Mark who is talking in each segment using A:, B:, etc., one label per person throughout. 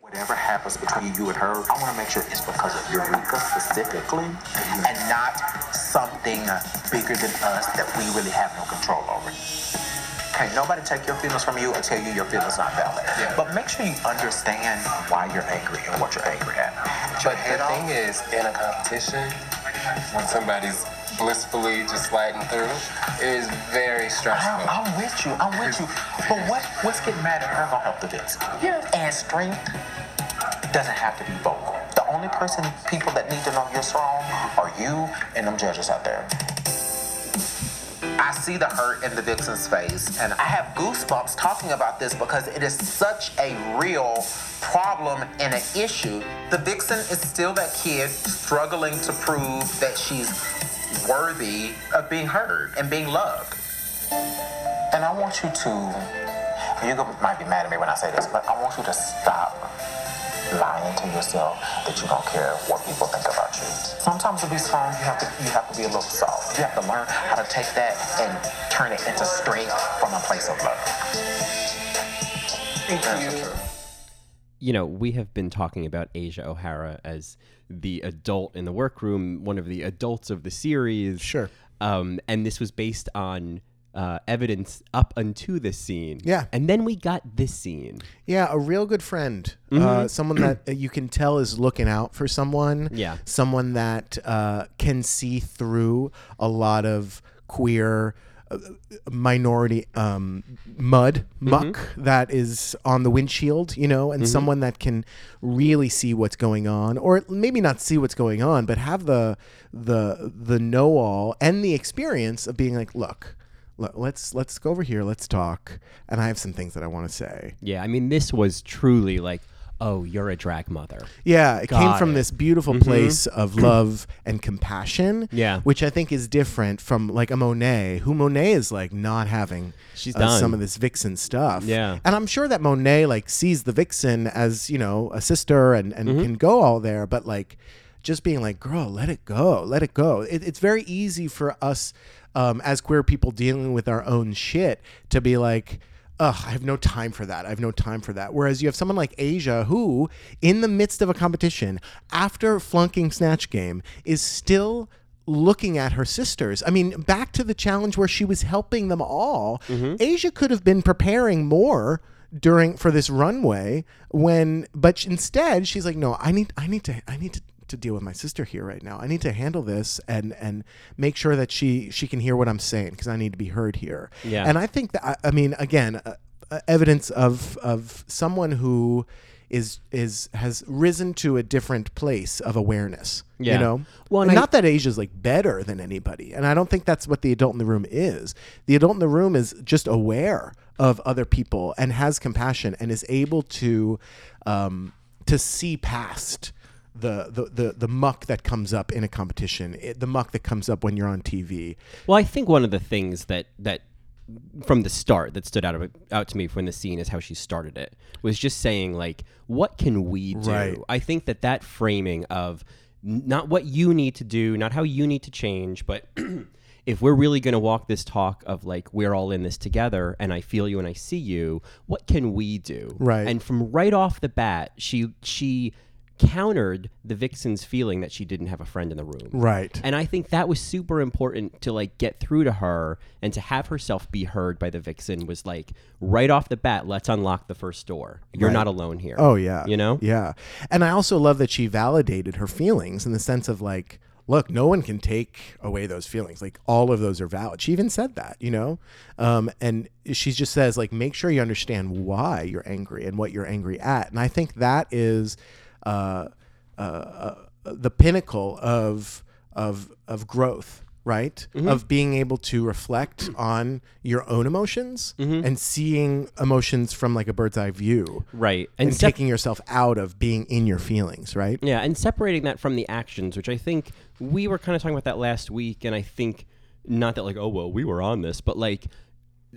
A: Whatever happens between you and her, I want to make sure it's because of Eureka specifically and not something uh, bigger than us that we really have no control over. Okay, nobody take your feelings from you or tell you your feelings not valid. But make sure you understand why you're angry and what you're angry at.
B: But the thing is, in a competition, when somebody's blissfully just sliding through, it is very
A: I'm,
B: stressful.
A: I'm with you. I'm with you. But what what's getting mad at her gonna help the this? Yeah. And strength doesn't have to be vocal. The only person people that need to know you're strong are you and them judges out there. I see the hurt in the vixen's face, and I have goosebumps talking about this because it is such a real problem and an issue. The vixen is still that kid struggling to prove that she's worthy of being heard and being loved. And I want you to, you go- might be mad at me when I say this, but I want you to stop lying to yourself that you don't care what people think about you. Sometimes to be strong, you have to you have to be a little soft. You have to learn how to take that and turn it into strength from a place of love.
B: Thank you.
C: you know, we have been talking about Asia O'Hara as the adult in the workroom, one of the adults of the series.
D: Sure.
C: Um, and this was based on uh, evidence up unto this scene.
D: Yeah.
C: And then we got this scene.
D: Yeah, a real good friend, uh, someone that you can tell is looking out for someone.
C: Yeah.
D: someone that uh, can see through a lot of queer uh, minority um, mud muck that is on the windshield, you know, and someone that can really see what's going on, or maybe not see what's going on, but have the the the know all and the experience of being like, look. le- Let's let's go over here. Let's talk, and I have some things that I want to say.
C: Yeah. I mean, this was truly like, oh, you're a drag mother.
D: Yeah, it came
C: Got
D: from
C: it. Mm-hmm.
D: this beautiful place of love and compassion.
C: Yeah.
D: which I think is different from like a Monet, who Monet is like not having
C: She's
D: uh, some
C: done.
D: of this vixen stuff.
C: Yeah.
D: and I'm sure that Monet like sees the vixen as you know a sister and and can go all there, but like just being like, girl, let it go, let it go. It, it's very easy for us um, as queer people dealing with our own shit to be like. Ugh, I have no time for that. I have no time for that. Whereas you have someone like Asia, who, in the midst of a competition, after flunking Snatch Game, is still looking at her sisters. I mean, back to the challenge where she was helping them all. Asia could have been preparing more during for this runway when but sh- instead she's like, "No, I need I need to I need to to deal with my sister here right now. I need to handle this and and make sure that she she can hear what I'm saying because I need to be heard here."
C: Yeah.
D: And I think that I, I mean again, uh, uh, evidence of of someone who is is has risen to a different place of awareness.
C: Yeah.
D: You know,
C: Well, and
D: And
C: I-
D: not that Asia's like better than anybody, and I don't think that's what the adult in the room is. The adult in the room is just aware of other people and has compassion and is able to um, to see past. The, the, the, the muck that comes up in a competition, it, the muck that comes up when you're on TV.
C: Well, I think one of the things that that from the start that stood out of, out to me from the scene is how she started it was just saying like, "What can we do?"
D: Right.
C: I think that that framing of n- not what you need to do, not how you need to change, but if we're really going to walk this talk of like we're all in this together and I feel you and I see you, what can we do?
D: Right.
C: And from right off the bat, she she countered the vixen's feeling that she didn't have a friend in the room.
D: Right.
C: And I think that was super important to like get through to her and to have herself be heard by the vixen was like right off the bat, let's unlock the first door. You're not alone here.
D: Oh yeah.
C: You know?
D: Yeah. And I also love that she validated her feelings in the sense of like, look, no one can take away those feelings. Like all of those are valid. She even said that, you know? Um, and she just says, like, make sure you understand why you're angry and what you're angry at. And I think that is uh the pinnacle of of of growth right
C: Mm-hmm.
D: of being able to reflect on your own emotions
C: Mm-hmm.
D: and seeing emotions from like a bird's eye view
C: Right.
D: and,
C: And, sep-
D: taking yourself out of being in your feelings right
C: yeah, and separating that from the actions, which I think we were kind of talking about that last week, and I think not that like, oh well, we were on this, but like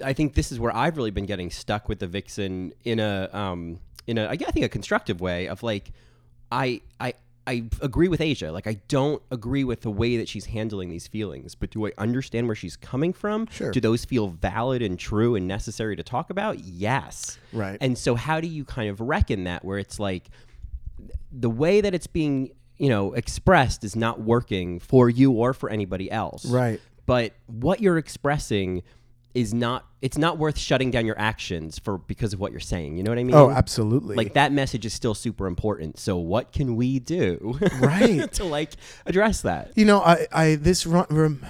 C: I think this is where I've really been getting stuck with the vixen in a um in a I think a constructive way of like I I I agree with Asia. Like I don't agree with the way that she's handling these feelings, but do I understand where she's coming from?
D: Sure.
C: Do those feel valid and true and necessary to talk about? Yes.
D: Right.
C: And so how do you kind of reckon that where it's like the way that it's being, you know, expressed is not working for you or for anybody else.
D: Right.
C: But what you're expressing is not it's not worth shutting down your actions for because of what you're saying. You know what I mean?
D: Oh, absolutely.
C: Like that message is still super important. So what can we do?
D: Right.
C: to like address that.
D: You know, I, I this ru- rem-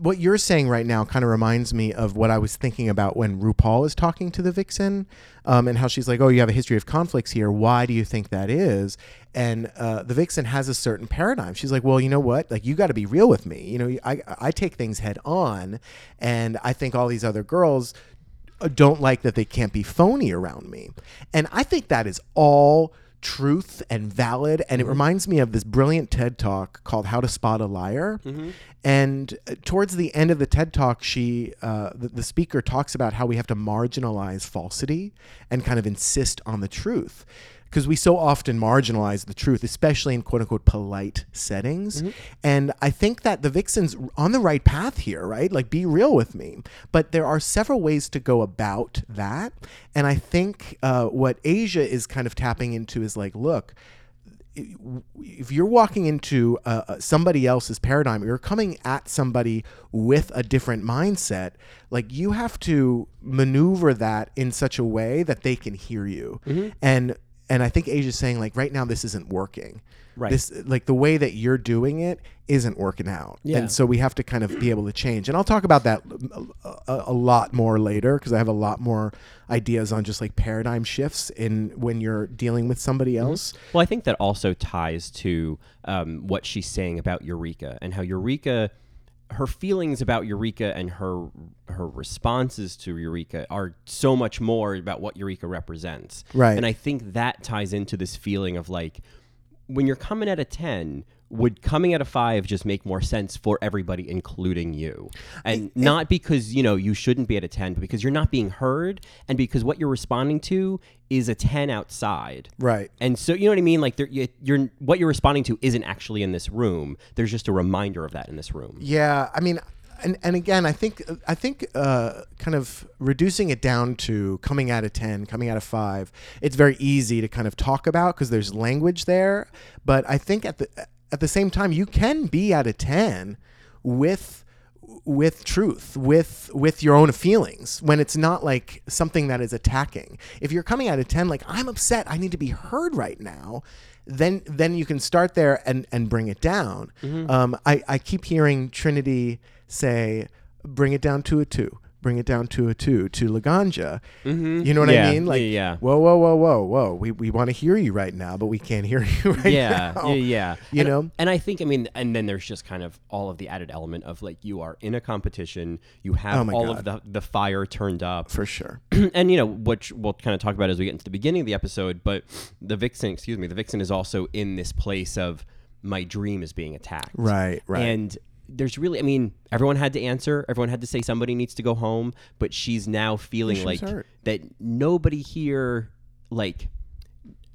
D: what you're saying right now kind of reminds me of what I was thinking about when RuPaul is talking to the vixen, um, and how she's like, "Oh, you have a history of conflicts here. Why do you think that is?" And uh, the vixen has a certain paradigm. She's like, "Well, you know what? Like, you got to be real with me. You know, I I take things head on, and I think all these other girls." uh, don't like that they can't be phony around me. And I think that is all truth and valid. And it reminds me of this brilliant TED talk called How to Spot a Liar. And uh, towards the end of the TED talk, she, uh, the, the speaker talks about how we have to marginalize falsity and kind of insist on the truth because we so often marginalize the truth, especially in quote unquote polite settings. And I think that the vixen's on the right path here, right? Like, be real with me. But there are several ways to go about that. And I think uh, what Asia is kind of tapping into is like, look, if you're walking into uh, uh, somebody else's paradigm, you're coming at somebody with a different mindset. Like you have to maneuver that in such a way that they can hear you.
C: Mm-hmm.
D: And and I think Asia's saying like right now this isn't working.
C: Right.
D: This like the way that you're doing it isn't working out.
C: Yeah.
D: And so we have to kind of be able to change. And I'll talk about that a, a- a lot more later because I have a lot more ideas on just like paradigm shifts in when you're dealing with somebody
C: Mm-hmm.
D: else.
C: Well, I think that also ties to um, what she's saying about Eureka and how Eureka, her feelings about Eureka and her her responses to Eureka are so much more about what Eureka represents.
D: Right.
C: And I think that ties into this feeling of like when you're coming at a ten. Would coming at a five just make more sense for everybody, including you? And not because, you know, you shouldn't be at a 10, but because you're not being heard and because what you're responding to is a 10 outside.
D: Right.
C: And so you know what I mean? Like there, you, you're what you're responding to isn't actually in this room. There's just a reminder of that in this room.
D: Yeah, I mean, and and again, I think I think uh, kind of reducing it down to coming out of ten, coming out of five. It's very easy to kind of talk about because there's language there, but I think at the at the same time, you can be at a ten with with truth with with your own feelings when it's not like something that is attacking if you're coming out of 10 like i'm upset i need to be heard right now then then you can start there and and bring it down
C: Mm-hmm.
D: um i i keep hearing trinity say bring it down to a two bring it down to a two to laganja you know what
C: Mm-hmm. Yeah.
D: i mean like
C: Yeah, yeah.
D: whoa whoa whoa whoa whoa we, we want to hear you right now but we can't hear you right
C: Yeah,
D: now
C: yeah, yeah.
D: You
C: And-
D: know?
C: and I think I mean, and then there's just kind of all of the added element of like you are in a competition, you have
D: Oh my
C: all of the the fire turned up,
D: for sure
C: and you know which we'll kind of talk about as we get into the beginning of the episode. But the vixen, excuse me, the vixen is also in this place of my dream is being attacked.
D: right right
C: And there's really, I mean, everyone had to answer. Everyone had to say somebody needs to go home, but she's now feeling like
D: hurt.
C: that nobody here, like,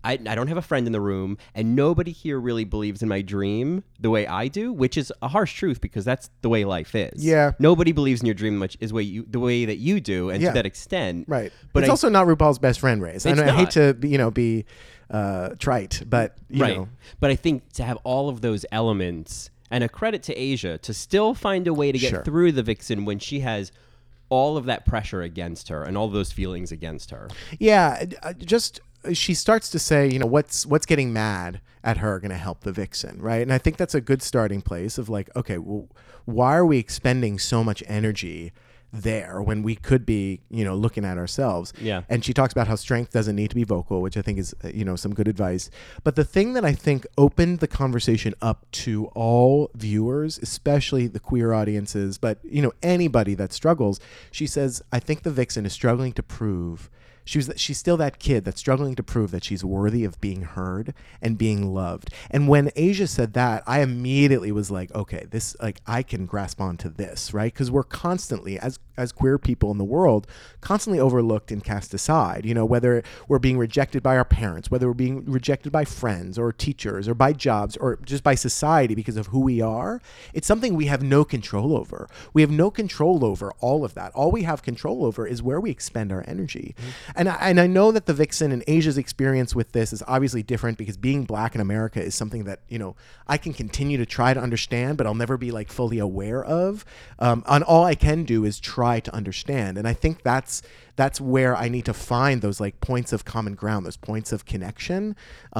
C: I, I don't have a friend in the room, and nobody here really believes in my dream the way I do, which is a harsh truth because that's the way life is.
D: Yeah.
C: nobody believes in your dream much is way you the way that you do, and
D: Yeah.
C: to that extent,
D: Right. But
C: But
D: it's
C: I-
D: also not RuPaul's best friend race. I,
C: It's
D: know, I hate
C: not.
D: to, be- you know, be uh, trite, but you
C: right.
D: know,
C: But I think to have all of those elements and a credit to Asia to still find a way to get
D: Sure.
C: through the vixen when she has all of that pressure against her and all those feelings against her.
D: yeah, uh, just uh, she starts to say, you know, what's what's getting mad at her going to help the vixen, right? And I think that's a good starting place of like, okay, well, why are we expending so much energy? there when we could be you know looking at ourselves
C: Yeah.
D: and she talks about how strength doesn't need to be vocal which i think is uh, you know some good advice but the thing that i think opened the conversation up to all viewers especially the queer audiences but you know anybody that struggles she says i think the vixen is struggling to prove She was she's still that kid that's struggling to prove that she's worthy of being heard and being loved. And when Asia said that, I immediately was like, okay, this like I can grasp onto this, right? Cuz we're constantly as as queer people in the world, constantly overlooked and cast aside, you know, whether we're being rejected by our parents, whether we're being rejected by friends or teachers or by jobs or just by society because of who we are. It's something we have no control over. We have no control over all of that. All we have control over is where we expend our energy. And I, and I know that the vixen and Asia's experience with this is obviously different because being black in America is something that you know I can continue to try to understand, but I'll never be like fully aware of. Um, and all I can do is try to understand. And I think that's that's where I need to find those like points of common ground, those points of connection.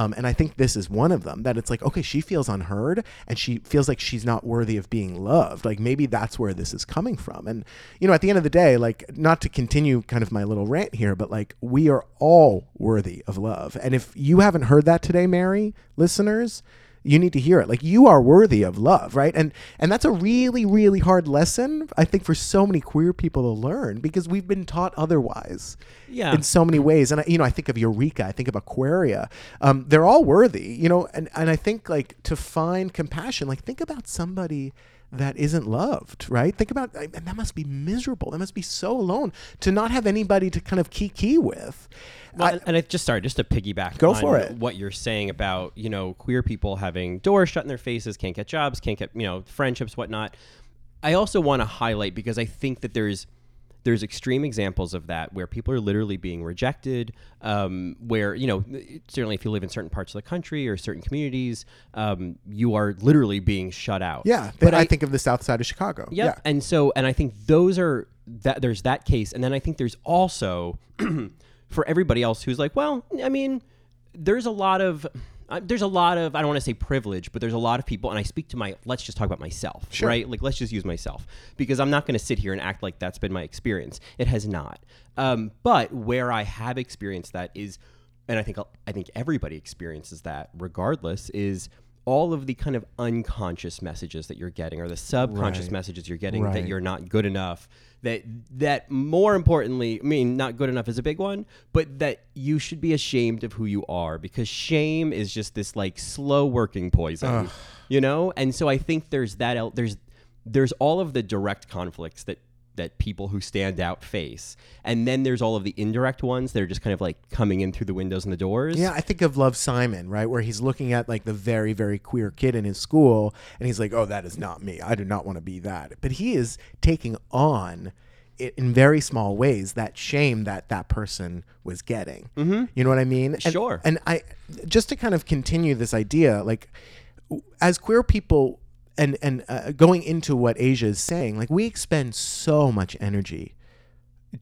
D: Um, and I think this is one of them that it's like, okay, she feels unheard and she feels like she's not worthy of being loved. Like maybe that's where this is coming from. And, you know, at the end of the day, like not to continue kind of my little rant here, but like we are all worthy of love. And if you haven't heard that today, Mary, listeners, you need to hear it like you are worthy of love right and and that's a really really hard lesson i think for so many queer people to learn because we've been taught otherwise
C: Yeah.
D: in so many ways and I, you know i think of eureka i think of aquaria um, they're all worthy you know and and i think like to find compassion like think about somebody that isn't loved, right? Think about, and that must be miserable. That must be so alone to not have anybody to kind of kiki with.
C: Well, and I just sorry, just to piggyback
D: Go
C: on
D: for it.
C: what you're saying about, you know, queer people having doors shut in their faces, can't get jobs, can't get, you know, friendships, whatnot. I also want to highlight because I think that there's there's extreme examples of that where people are literally being rejected. Um, where you know, certainly if you live in certain parts of the country or certain communities, um, you are literally being shut out.
D: yeah,
C: but
D: but I,
C: I-
D: think of the South Side of Chicago.
C: Yep.
D: Yeah,
C: And so, and I think those are that there's that case, and then I think there's also for everybody else who's like, well, I mean, there's a lot of. Uh, there's a lot of I don't want to say privilege, but there's a lot of people, and I speak to my. Let's just talk about myself, right? Like let's just use myself because I'm not going to sit here and act like that's been my experience. It has not. Um, but where I have experienced that is and I think I think everybody experiences that regardless is all of the kind of unconscious messages that you're getting or the subconscious messages you're getting that
D: Right.
C: you're not good enough that that more importantly I mean not good enough is a big one but that you should be ashamed of who you are because shame is just this like slow working poison you know and so I think there's that el- there's there's all of the direct conflicts that that people who stand out face. And then there's all of the indirect ones that are just kind of like coming in through the windows and the doors.
D: Yeah, I think of Love Simon, right? Where he's looking at like the very, very queer kid in his school and he's like, oh, that is not me. I do not want to be that. But he is taking on i- in very small ways that shame that that person was getting. Mm-hmm. You know what I mean? And-
C: Sure.
D: And I just to kind of continue this idea, like w- as queer people and and uh, going into what Asia is saying, like we expend so much energy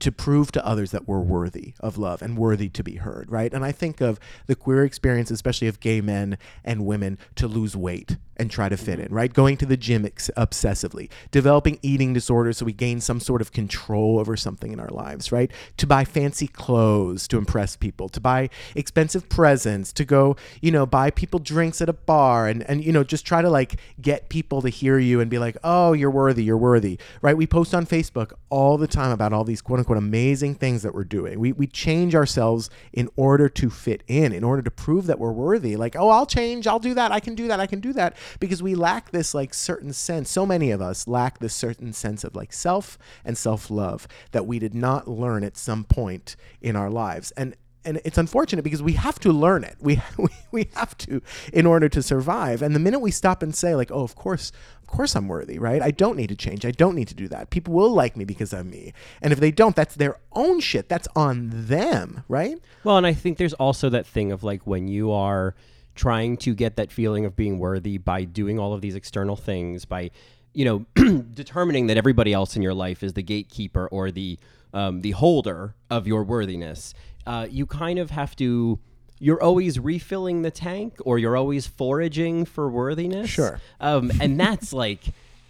D: to prove to others that we're worthy of love and worthy to be heard, right? And I think of the queer experience, especially of gay men and women, to lose weight and try to fit in, right? Going to the gym ex- obsessively, developing eating disorders so we gain some sort of control over something in our lives, right? To buy fancy clothes to impress people, to buy expensive presents, to go, you know, buy people drinks at a bar and, and you know, just try to like get people to hear you and be like, oh, you're worthy, you're worthy, right? We post on Facebook all the time about all these quote unquote amazing things that we're doing. We, we change ourselves in order to fit in, in order to prove that we're worthy. Like, oh, I'll change, I'll do that, I can do that, I can do that. Because we lack this like certain sense, so many of us lack this certain sense of like self and self love that we did not learn at some point in our lives. And and it's unfortunate because we have to learn it. We, we we have to in order to survive. And the minute we stop and say like, "Oh, of course, of course I'm worthy, right? I don't need to change. I don't need to do that. People will like me because I'm me." And if they don't, that's their own shit. That's on them, right?
C: Well, and I think there's also that thing of like when you are trying to get that feeling of being worthy by doing all of these external things, by you know determining that everybody else in your life is the gatekeeper or the um, the holder of your worthiness. Uh, you kind of have to. You're always refilling the tank, or you're always foraging for worthiness.
D: Sure.
C: um, and that's like,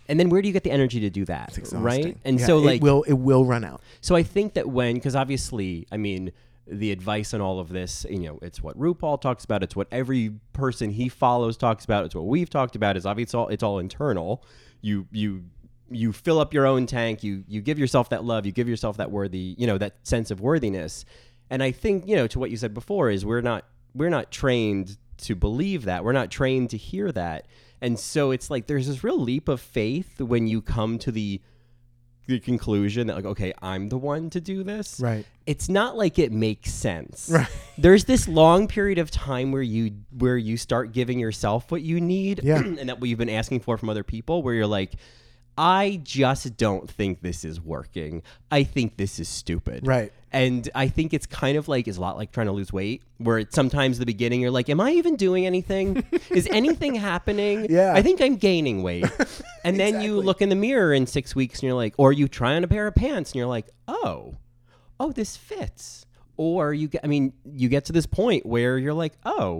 C: and then where do you get the energy to do that, right? And
D: Yeah,
C: so,
D: it
C: like,
D: will it will run out.
C: so I think that when, because obviously, I mean, the advice on all of this, you know, it's what RuPaul talks about. It's what every person he follows talks about. It's what we've talked about. Is obviously it's all it's all internal. You you you fill up your own tank. You you give yourself that love. You give yourself that worthy. You know that sense of worthiness. And I think you know to what you said before is we're not we're not trained to believe that. We're not trained to hear that. And so it's like there's this real leap of faith when you come to the the conclusion that like okay i'm the one to do this
D: Right.
C: it's not like it makes sense
D: Right.
C: there's this long period of time where you where you start giving yourself what you need
D: Yeah.
C: and that what you've been asking for from other people where you're like i just don't think this is working i think this is stupid
D: Right.
C: and I think it's kind of like is a lot like trying to lose weight, where it's sometimes the beginning you're like, "Am I even doing anything? is anything happening?
D: Yeah.
C: I think I'm gaining weight." And then you look in the mirror in six weeks, and you're like, or you try on a pair of pants, and you're like, "Oh, oh, this fits." Or you get, I mean, you get to this point where you're like, "Oh,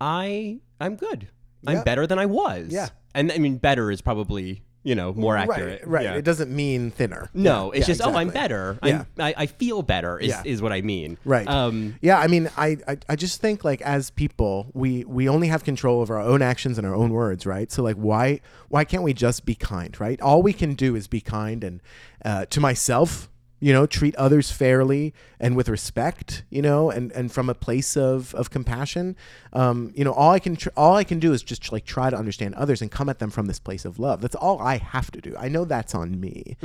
C: I, I'm good. I'm
D: Yeah.
C: better than I was."
D: Yeah.
C: And I mean, better is probably you know more accurate.
D: Right, right.
C: Yeah.
D: It doesn't mean thinner.
C: No, it's
D: Yeah,
C: just oh, I'm
D: exactly.
C: better.
D: Yeah.
C: I'm, I I feel better is,
D: Yeah.
C: is what I mean.
D: Right.
C: Um.
D: yeah, I mean, I, I, I just think like as people, we, we only have control over our own actions and our own words, right? So like, why why can't we just be kind, right? All we can do is be kind and uh, to myself, you know, treat others fairly and with respect, you know, and, and from a place of, of compassion. Um, you know, all I can tr- all I can do is just like try to understand others and come at them from this place of love. That's all I have to do. I know that's on me,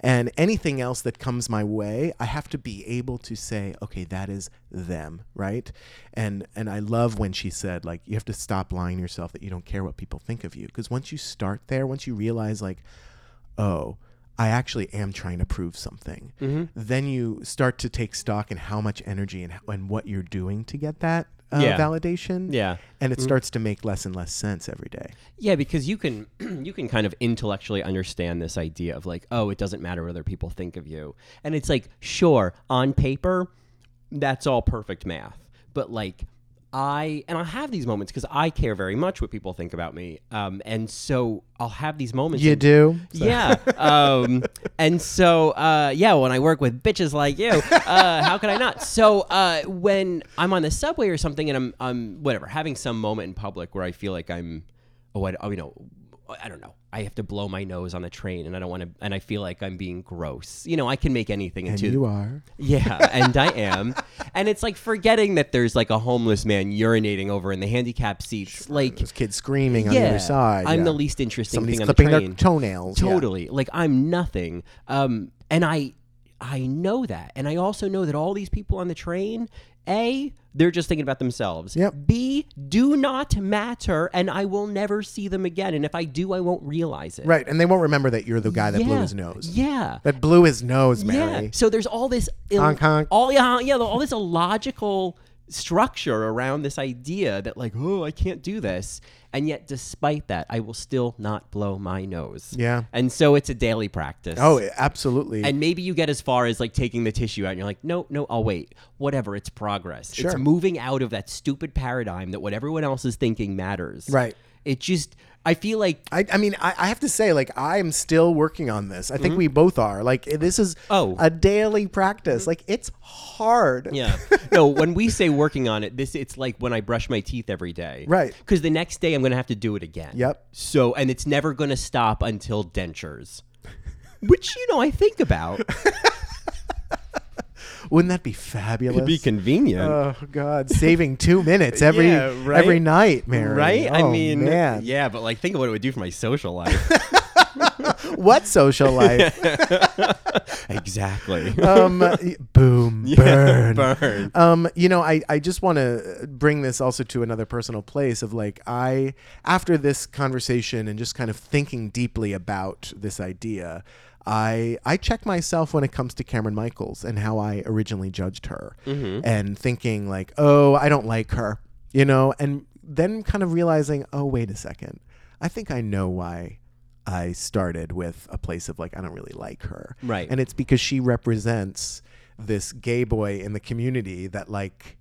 D: and anything else that comes my way, I have to be able to say, okay, that is them, right? And and I love when she said like you have to stop lying to yourself that you don't care what people think of you because once you start there, once you realize like oh, I actually am trying to prove something. Then you start to take stock in how much energy and, and what you're doing to get that uh,
C: Yeah.
D: validation.
C: Yeah.
D: And it starts to make less and less sense every day.
C: Yeah, because you can you can kind of intellectually understand this idea of like, oh, it doesn't matter what other people think of you, and it's like, sure, on paper, that's all perfect math, but like. I and I have these moments because I care very much what people think about me, um, and so I'll have these moments.
D: You
C: and-
D: do?
C: Yeah. Um, and so, uh, yeah, when I work with bitches like you, uh, how could I not? So uh, when I'm on the subway or something and I'm, I'm, whatever, having some moment in public where I feel like I'm, oh, I, oh, you know, I don't know. I have to blow my nose on the train and I don't want to, and I feel like I'm being gross. You know, I can make anything
D: And
C: into.
D: you are.
C: Yeah, and I am. And it's like forgetting that there's like a homeless man urinating over in the handicap seats. Like,
D: There's kids screaming on
C: yeah,
D: the other side.
C: I'm
D: yeah.
C: the least interesting
D: Somebody's
C: thing on the
D: clipping
C: train
D: their toenails. yeah.
C: totally like i'm nothing um and i i know that and i also know that all these people on the train a they're just thinking about themselves
D: Yep.
C: b do not matter and i will never see them again and if i do i won't realize it
D: Right. And they won't remember that you're the guy that blew
C: Yeah.
D: his nose.
C: yeah
D: That blew his nose,
C: yeah.
D: Mary.
C: So there's all this Ill-
D: Honk, honk.
C: all yeah, yeah, all this illogical structure around this idea that like, oh, I can't do this. And yet despite that, I will still not blow my nose.
D: Yeah.
C: And so it's a daily practice.
D: Oh, absolutely.
C: And maybe you get as far as like taking the tissue out and you're like, no, no, I'll wait. Whatever, it's progress.
D: Sure.
C: It's moving out of that stupid paradigm that what everyone else is thinking matters.
D: Right.
C: It just, I feel like,
D: I, I mean, I, I have to say, like, I'm still working on this. I think we both are. Like, this is
C: Mm-hmm. Oh. Mm-hmm.
D: a daily practice. Like, it's hard.
C: yeah. no, when we say working on it, this it's like when I brush my teeth every day.
D: Right.
C: Because the next day I'm going to have to do it again.
D: Yep.
C: So, and it's never going to stop until dentures, which, you know, I think about.
D: Wouldn't that be fabulous?
C: convenient.
D: oh God, saving two minutes every
C: Yeah, right?
D: every night, Mary.
C: Right?
D: Oh,
C: I mean,
D: man.
C: yeah, but like, think of what it would do for my social life.
D: what social life?
C: exactly.
D: um, y- boom, burn.
C: Burn.
D: Um, you know, I, I just want to bring this also to another personal place of like, I, after this conversation and just kind of thinking deeply about this idea, I, I check myself when it comes to Cameron Michaels and how I originally judged her and thinking like, oh, I don't like her, you know, and then kind of realizing, oh, wait a second. I think I know why I started with a place of like, I don't really like her.
C: Right.
D: And it's because she represents this gay boy in the community that like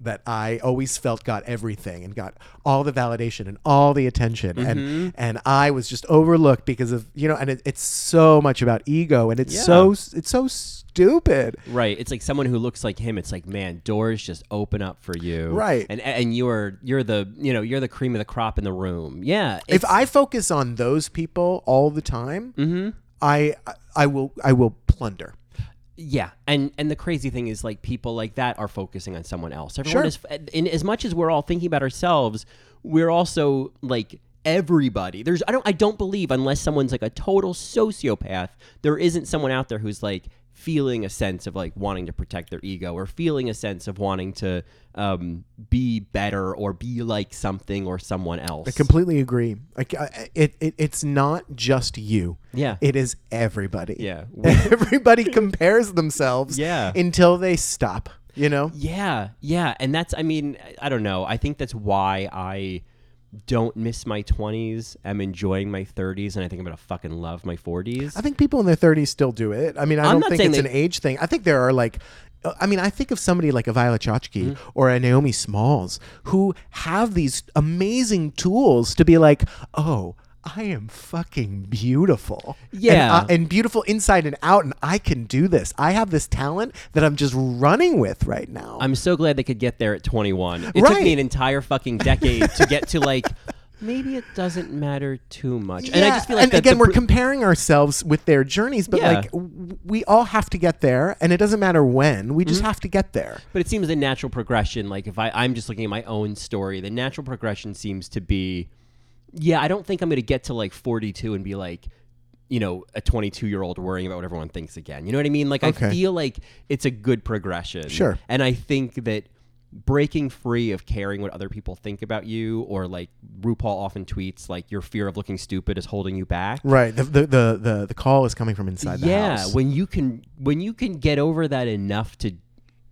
D: that I always felt got everything and got all the validation and all the attention and and I was just overlooked because of you know and it, it's so much about ego and it's so it's so stupid
C: Right. It's like someone who looks like him. It's like, man, doors just open up for you.
D: Right.
C: And and you're you're the you know you're the cream of the crop in the room. Yeah.
D: if
C: it's-
D: I focus on those people all the time I I will I will plunder
C: Yeah, and and the crazy thing is like people like that are focusing on someone else. Everyone
D: Sure.
C: is in as much as we're all thinking about ourselves, we're also like everybody. There's I don't I don't believe unless someone's like a total sociopath, there isn't someone out there who's like feeling a sense of like wanting to protect their ego or feeling a sense of wanting to um, be better or be like something or someone else.
D: Completely agree. Like I- it, it, it's not just you.
C: Yeah.
D: it is everybody.
C: Yeah. We-
D: everybody compares themselves.
C: Yeah.
D: until they stop. You know.
C: Yeah, yeah, and that's I mean I- I don't know. I think that's why I don't miss my twenties. I'm enjoying my thirties, and I think I'm gonna fucking love my forties.
D: I think people in their 30s still do it. I mean, I
C: I'm
D: don't
C: not
D: think
C: saying
D: it's
C: they-
D: an age thing. I think there are like, uh, I mean, I think of somebody like a Viola Chachki
C: Mm-hmm.
D: or a Naomi Smalls who have these amazing tools to be like, oh, I am fucking beautiful. And
C: Yeah.
D: I- And, beautiful inside and out. And I can do this. I have this talent that I'm just running with right now.
C: I'm so glad they could get there at 21. It took
D: Right.
C: me an entire fucking decade to get to like maybe it doesn't matter too much. And I
D: Yeah,
C: just feel like
D: and
C: that the
D: again, we're
C: pr-
D: comparing ourselves with their journeys, but
C: Yeah.
D: like w- we all have to get there, and it doesn't matter when. We
C: Mm-hmm.
D: just have to get there.
C: But it seems a natural progression. Like if I, I'm just looking at my own story, the natural progression seems to be, yeah, I don't think I'm going to get to like 42 and be like, you know, a 22 year old worrying about what everyone thinks again. You know what I mean? Like I
D: Okay.
C: feel like it's a good progression.
D: Sure.
C: And I think that breaking free of caring what other people think about you or like RuPaul often tweets like your fear of looking stupid is holding you back.
D: Right. The the the the, the call is coming from inside the
C: yeah,
D: house.
C: when you can when you can get over that enough to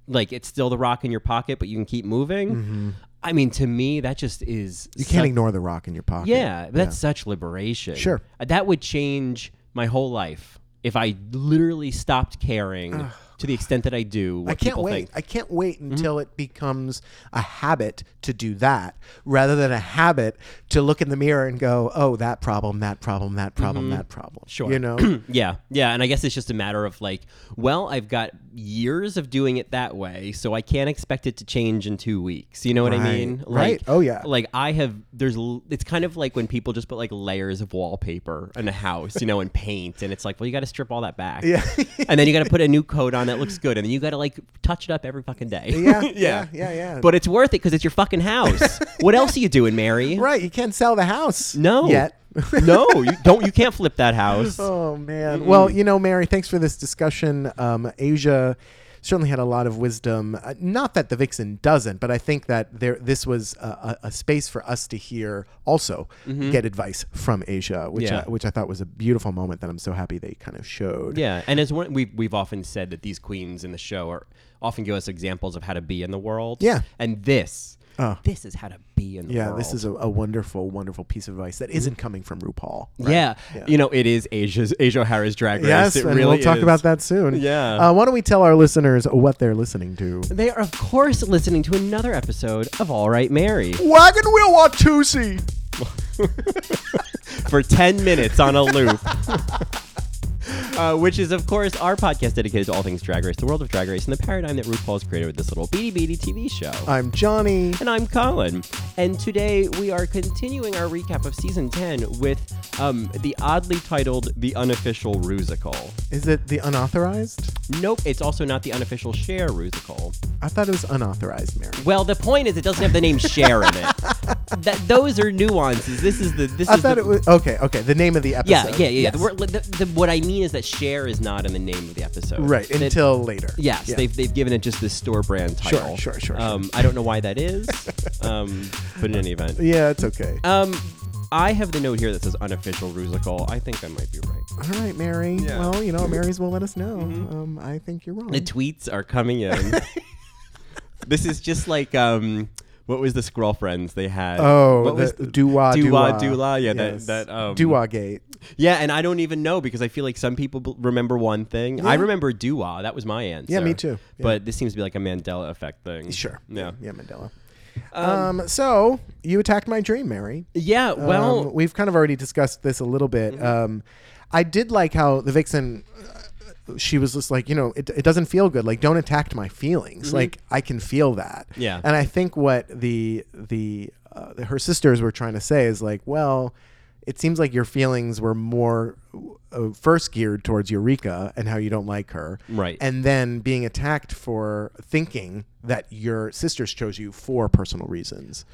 C: like it's still the rock in your pocket, but you can keep moving. I mean, to me, that just is
D: Mm-hmm. you can't ignore the rock in your pocket.
C: yeah, that's such liberation.
D: Sure.
C: Uh, that would change my whole life if I literally stopped caring to the extent that I do. What
D: I can't
C: people
D: wait.
C: think. Mm-hmm.
D: I can't wait until it becomes a habit to do that rather than a habit to look in the mirror and go, "Oh, that problem, that problem, that problem, that problem."
C: Mm-hmm. Sure.
D: You know?
C: Yeah, yeah, and I guess it's just a matter of like, well, I've got years of doing it that way, so I can't expect it to change in two weeks. You know what I
D: Right,
C: mean? Like,
D: right. Oh, yeah.
C: Like I have, there's, l- it's kind of like when people just put like layers of wallpaper in a house, you know, and paint, and it's like, well, you got to strip all that back, yeah, and then you got to put a new coat on that looks good, and then you got to like touch it up every fucking day.
D: yeah, yeah, yeah, yeah.
C: But it's worth it because it's your fucking house. what else are you doing, Mary?
D: right, you can't sell the house.
C: No.
D: Yet.
C: no, you don't. You can't flip that house.
D: Oh man.
C: Mm-hmm.
D: Well, you know, Mary, thanks for this discussion. Um, Asia certainly had a lot of wisdom. Uh, not that the Vixen doesn't, but I think that there this was a, a, a space for us to hear also get advice from Asia, which
C: Mm-hmm. Yeah.
D: I, which I thought was a beautiful moment that I'm so happy they kind of showed.
C: Yeah, and as one, we've we've often said that these queens in the show are often give us examples of how to be in the world.
D: Yeah. Uh.
C: and this this is how to be in the
D: Yeah,
C: world. Mm-hmm.
D: this is a, a wonderful, wonderful piece of advice that isn't coming from RuPaul. right?
C: Yeah. you know, it is Asia's Asia O'Hara's Drag Race.
D: Yes,
C: it
D: and
C: really
D: we'll talk
C: is.
D: about that soon.
C: Yeah.
D: Uh, why don't we tell our listeners what they're listening to?
C: They are, of course, listening to another episode of All Right Mary
D: Wagon Wheel Watusi.
C: for 10 minutes on a loop. Uh, which is, of course, our podcast dedicated to all things Drag Race, the world of Drag Race, and the paradigm that RuPaul has created with this little beady beady TV show.
D: I'm Johnny.
C: And I'm Colin. And today we are continuing our recap of season 10 with um, the oddly titled The Unofficial Rusical.
D: Is it the unauthorized?
C: Nope, it's also not the unofficial Share Rusical.
D: I thought it was unauthorized Mary.
C: Well, the point is it doesn't have the name Share in it. That, those are nuances. This is the. This
D: I
C: is
D: thought
C: the,
D: it was okay. Okay, the name of the episode.
C: Yeah, yeah, yeah. yeah.
D: Yes.
C: The word- the- the- what I mean is that Share is not in the name of the episode.
D: right
C: That-
D: until later.
C: Yes,
D: Yeah.
C: they've, they've given it just this store brand
D: Sure,
C: title.
D: sure, sure, sure.
C: Um, I don't know why that is, um, but in any event.
D: Yeah, it's okay.
C: Um, I have the note here that says unofficial Rusical. I think I might be right.
D: All right, Mary. Well, you
C: Mm-hmm.
D: know, Mary's will let us know. Um, I think you're wrong.
C: The tweets are coming in. this is just like um, what was the Scroll Friends they had?
D: oh,
C: what
D: the
C: was
D: Dua
C: Dua Dua? Yeah, that-
D: Yes.
C: that, um,
D: Dua Gate.
C: yeah, and I don't even know because I feel like some people b- remember one thing. I remember Dua. That was my answer.
D: me too. Yeah.
C: But this seems to be like a Mandela effect thing.
D: Sure.
C: Yeah.
D: Yeah, Mandela. Um, so you attacked my dream, Mary.
C: Yeah. Well. Mm-hmm.
D: um, we've kind of already discussed this a little bit. Um, I did like how the vixen. uh, She was just like, you know, it, it doesn't feel good. Like, don't attack my feelings. Like, I can feel that.
C: Mm-hmm. Yeah.
D: And I think what the the uh, her sisters were trying to say is like, well, it seems like your feelings were more uh, first geared towards Eureka and how you don't like her,
C: Right.
D: And then being attacked for thinking that your sisters chose you for personal reasons.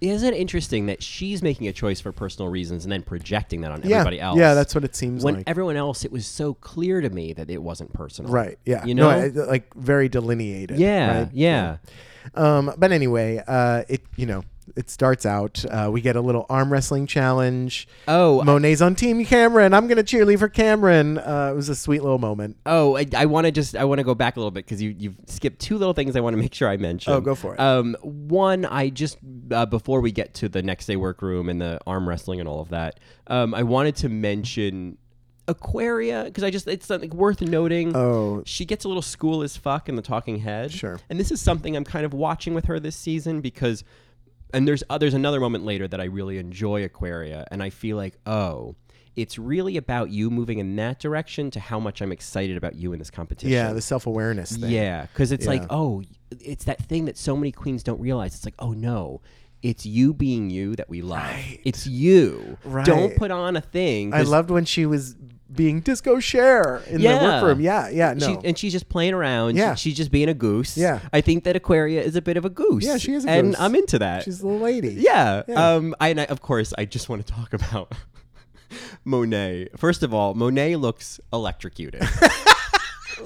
C: Isn't it interesting that she's making a choice for personal reasons and then projecting that on
D: Yeah,
C: everybody else?
D: yeah, that's what it seems
C: when
D: like.
C: everyone else, it was so clear to me that it wasn't personal.
D: Right. Yeah.
C: You
D: No,
C: know?
D: I- like very delineated.
C: yeah,
D: right?
C: yeah.
D: Um, but anyway, uh, it you know it starts out. Uh, we get a little arm wrestling challenge.
C: Oh,
D: Monet's on Team Cameron. I'm gonna cheerlead for Cameron. Uh, it was a sweet little moment.
C: Oh, I, I want to just I want to go back a little bit because you you've skipped two little things I want to make sure I mention.
D: Oh, go for it.
C: Um, one, I just uh, before we get to the next day workroom and the arm wrestling and all of that, um, I wanted to mention Aquaria because I just it's something worth noting.
D: Oh.
C: she gets a little school as fuck in the Talking Head.
D: Sure.
C: and this is something I'm kind of watching with her this season because. And there's uh, there's another moment later that I really enjoy Aquaria, and I feel like oh, it's really about you moving in that direction to how much I'm excited about you in this competition.
D: Yeah, the self awareness thing.
C: Yeah, because it's like,
D: Yeah.
C: oh, it's that thing that so many queens don't realize. It's like, oh no, it's you being you that we love. It's you. Don't
D: Right.
C: put on a thing.
D: I
C: 'cause
D: loved when she was being disco share in the
C: Yeah.
D: workroom. Yeah, yeah,
C: she-
D: no.
C: and she's just playing around.
D: Yeah.
C: She- she's just being a goose.
D: Yeah.
C: I think that Aquaria is a bit of a goose.
D: yeah, she is a
C: and
D: goose.
C: I'm into that.
D: She's the lady.
C: Yeah.
D: Yeah.
C: Um. I, and I of course I just want to talk about Monet. First of all, Monet looks electrocuted.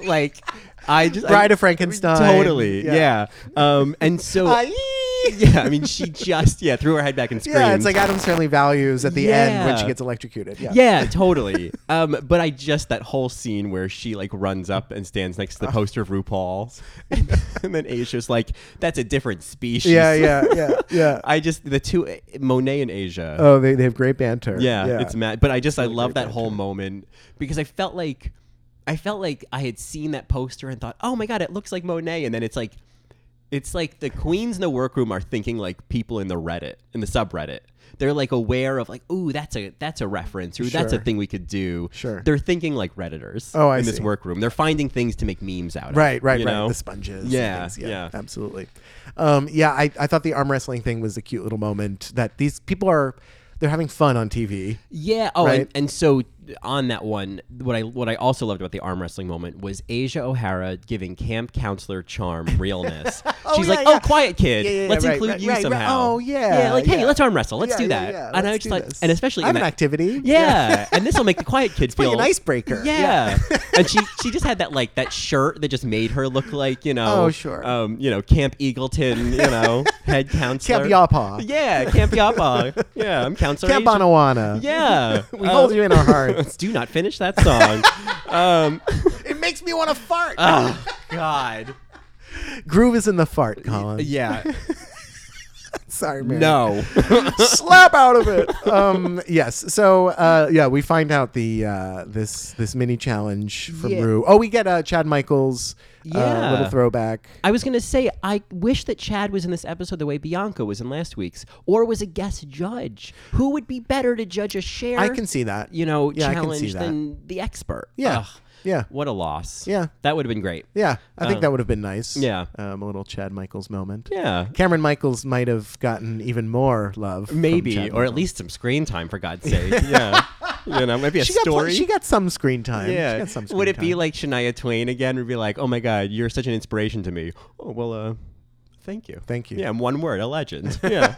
C: like I just
D: Bride
C: I-
D: of Frankenstein.
C: Totally.
D: Yeah.
C: Yeah. Um. And so.
D: Aye.
C: yeah. I mean, she just yeah threw her head back and screamed.
D: Yeah, it's like ah. Adam's Family Values at the end when
C: Yeah.
D: she gets electrocuted. Yeah.
C: Yeah, totally. um, but I just that whole scene where she like runs up and stands next to
D: Ah.
C: the poster of RuPaul, and, then Asia's like, "That's a different species."
D: Yeah, yeah, yeah, yeah.
C: I just the two eh, Monet and Asia.
D: Oh, they, they have great banter.
C: Yeah, it's mad. But I just I love
D: great
C: that whole moment because I felt like I felt like I had seen that poster and thought, oh my god, it looks like Monet, and then it's like it's like the queens in the workroom are thinking like people in the Reddit in the subreddit. They're like aware of like, ooh, that's a that's a reference, or that's a
D: Sure.
C: thing we could do.
D: Sure.
C: They're thinking like redditors.
D: Oh, I
C: in this
D: see.
C: workroom, they're finding things to make memes out of.
D: Right, right,
C: you
D: right.
C: know?
D: The sponges. and
C: Yeah,
D: things,
C: yeah.
D: absolutely. Um, yeah, I, I thought the arm wrestling thing was a cute little moment that these people are they're having fun on TV.
C: Yeah. Oh,
D: Right?
C: and, and so on that one, what I what I also loved about the arm wrestling moment was Asia O'Hara giving camp counselor charm realness. She's
D: yeah,
C: like,
D: yeah.
C: "Oh, quiet kid,
D: Yeah, yeah, yeah,
C: let's
D: right,
C: include
D: right,
C: you
D: right, right.
C: somehow."
D: Oh, yeah,
C: Yeah, like hey,
D: yeah.
C: let's arm wrestle. Let's
D: Yeah,
C: do
D: yeah,
C: that.
D: yeah,
C: and I
D: let's
C: was
D: do
C: just like,
D: this.
C: and especially
D: I have
C: in
D: an
C: that-
D: activity.
C: Yeah, and this will make the quiet kid
D: like
C: feel
D: an icebreaker.
C: Yeah, and she she just had that like that shirt that just made her look like you know
D: Oh, sure.
C: um you know Camp Eagleton you know head counselor
D: Camp Yapa.
C: yeah Camp Yapa yeah I'm counselor
D: Camp
C: Asia.
D: Bonawana.
C: Yeah. Uh,
D: We hold you in our hearts.
C: Do not finish that song. um,
D: it makes me want to fart.
C: oh, God.
D: Groove is in the fart, Colin.
C: Yeah.
D: Sorry, man.
C: No.
D: slap out of it. Um, yes. So uh, yeah, we find out the uh, this this mini challenge from
C: Yeah.
D: Rue. Oh, we get uh, Chad Michaels. Uh,
C: Yeah.
D: little throwback.
C: I was going to say, I wish that Chad was in this episode the way Bianca was in last week's, or was a guest judge. Who would be better to judge a share,
D: I can see that.
C: you know,
D: Yeah, I can
C: challenge
D: see that.
C: than the expert?
D: Yeah.
C: Ugh.
D: Yeah.
C: What a loss.
D: Yeah.
C: That would have been great.
D: Yeah, I think that would have been nice.
C: um, yeah.
D: um, a little Chad Michaels moment.
C: Yeah.
D: Cameron Michaels might have gotten even more love. from
C: Maybe,
D: Chad
C: or at
D: Michaels.
C: least some screen time, for God's sake. yeah. You know, maybe a
D: she got pl-
C: story.
D: she got some screen time. she
C: Yeah.
D: got some screen
C: Would it be
D: time.
C: like Shania Twain again? Would be like, oh my God, you're such an inspiration to me. Oh well, uh, thank you.
D: Thank you.
C: Yeah, in one word, a legend. Yeah,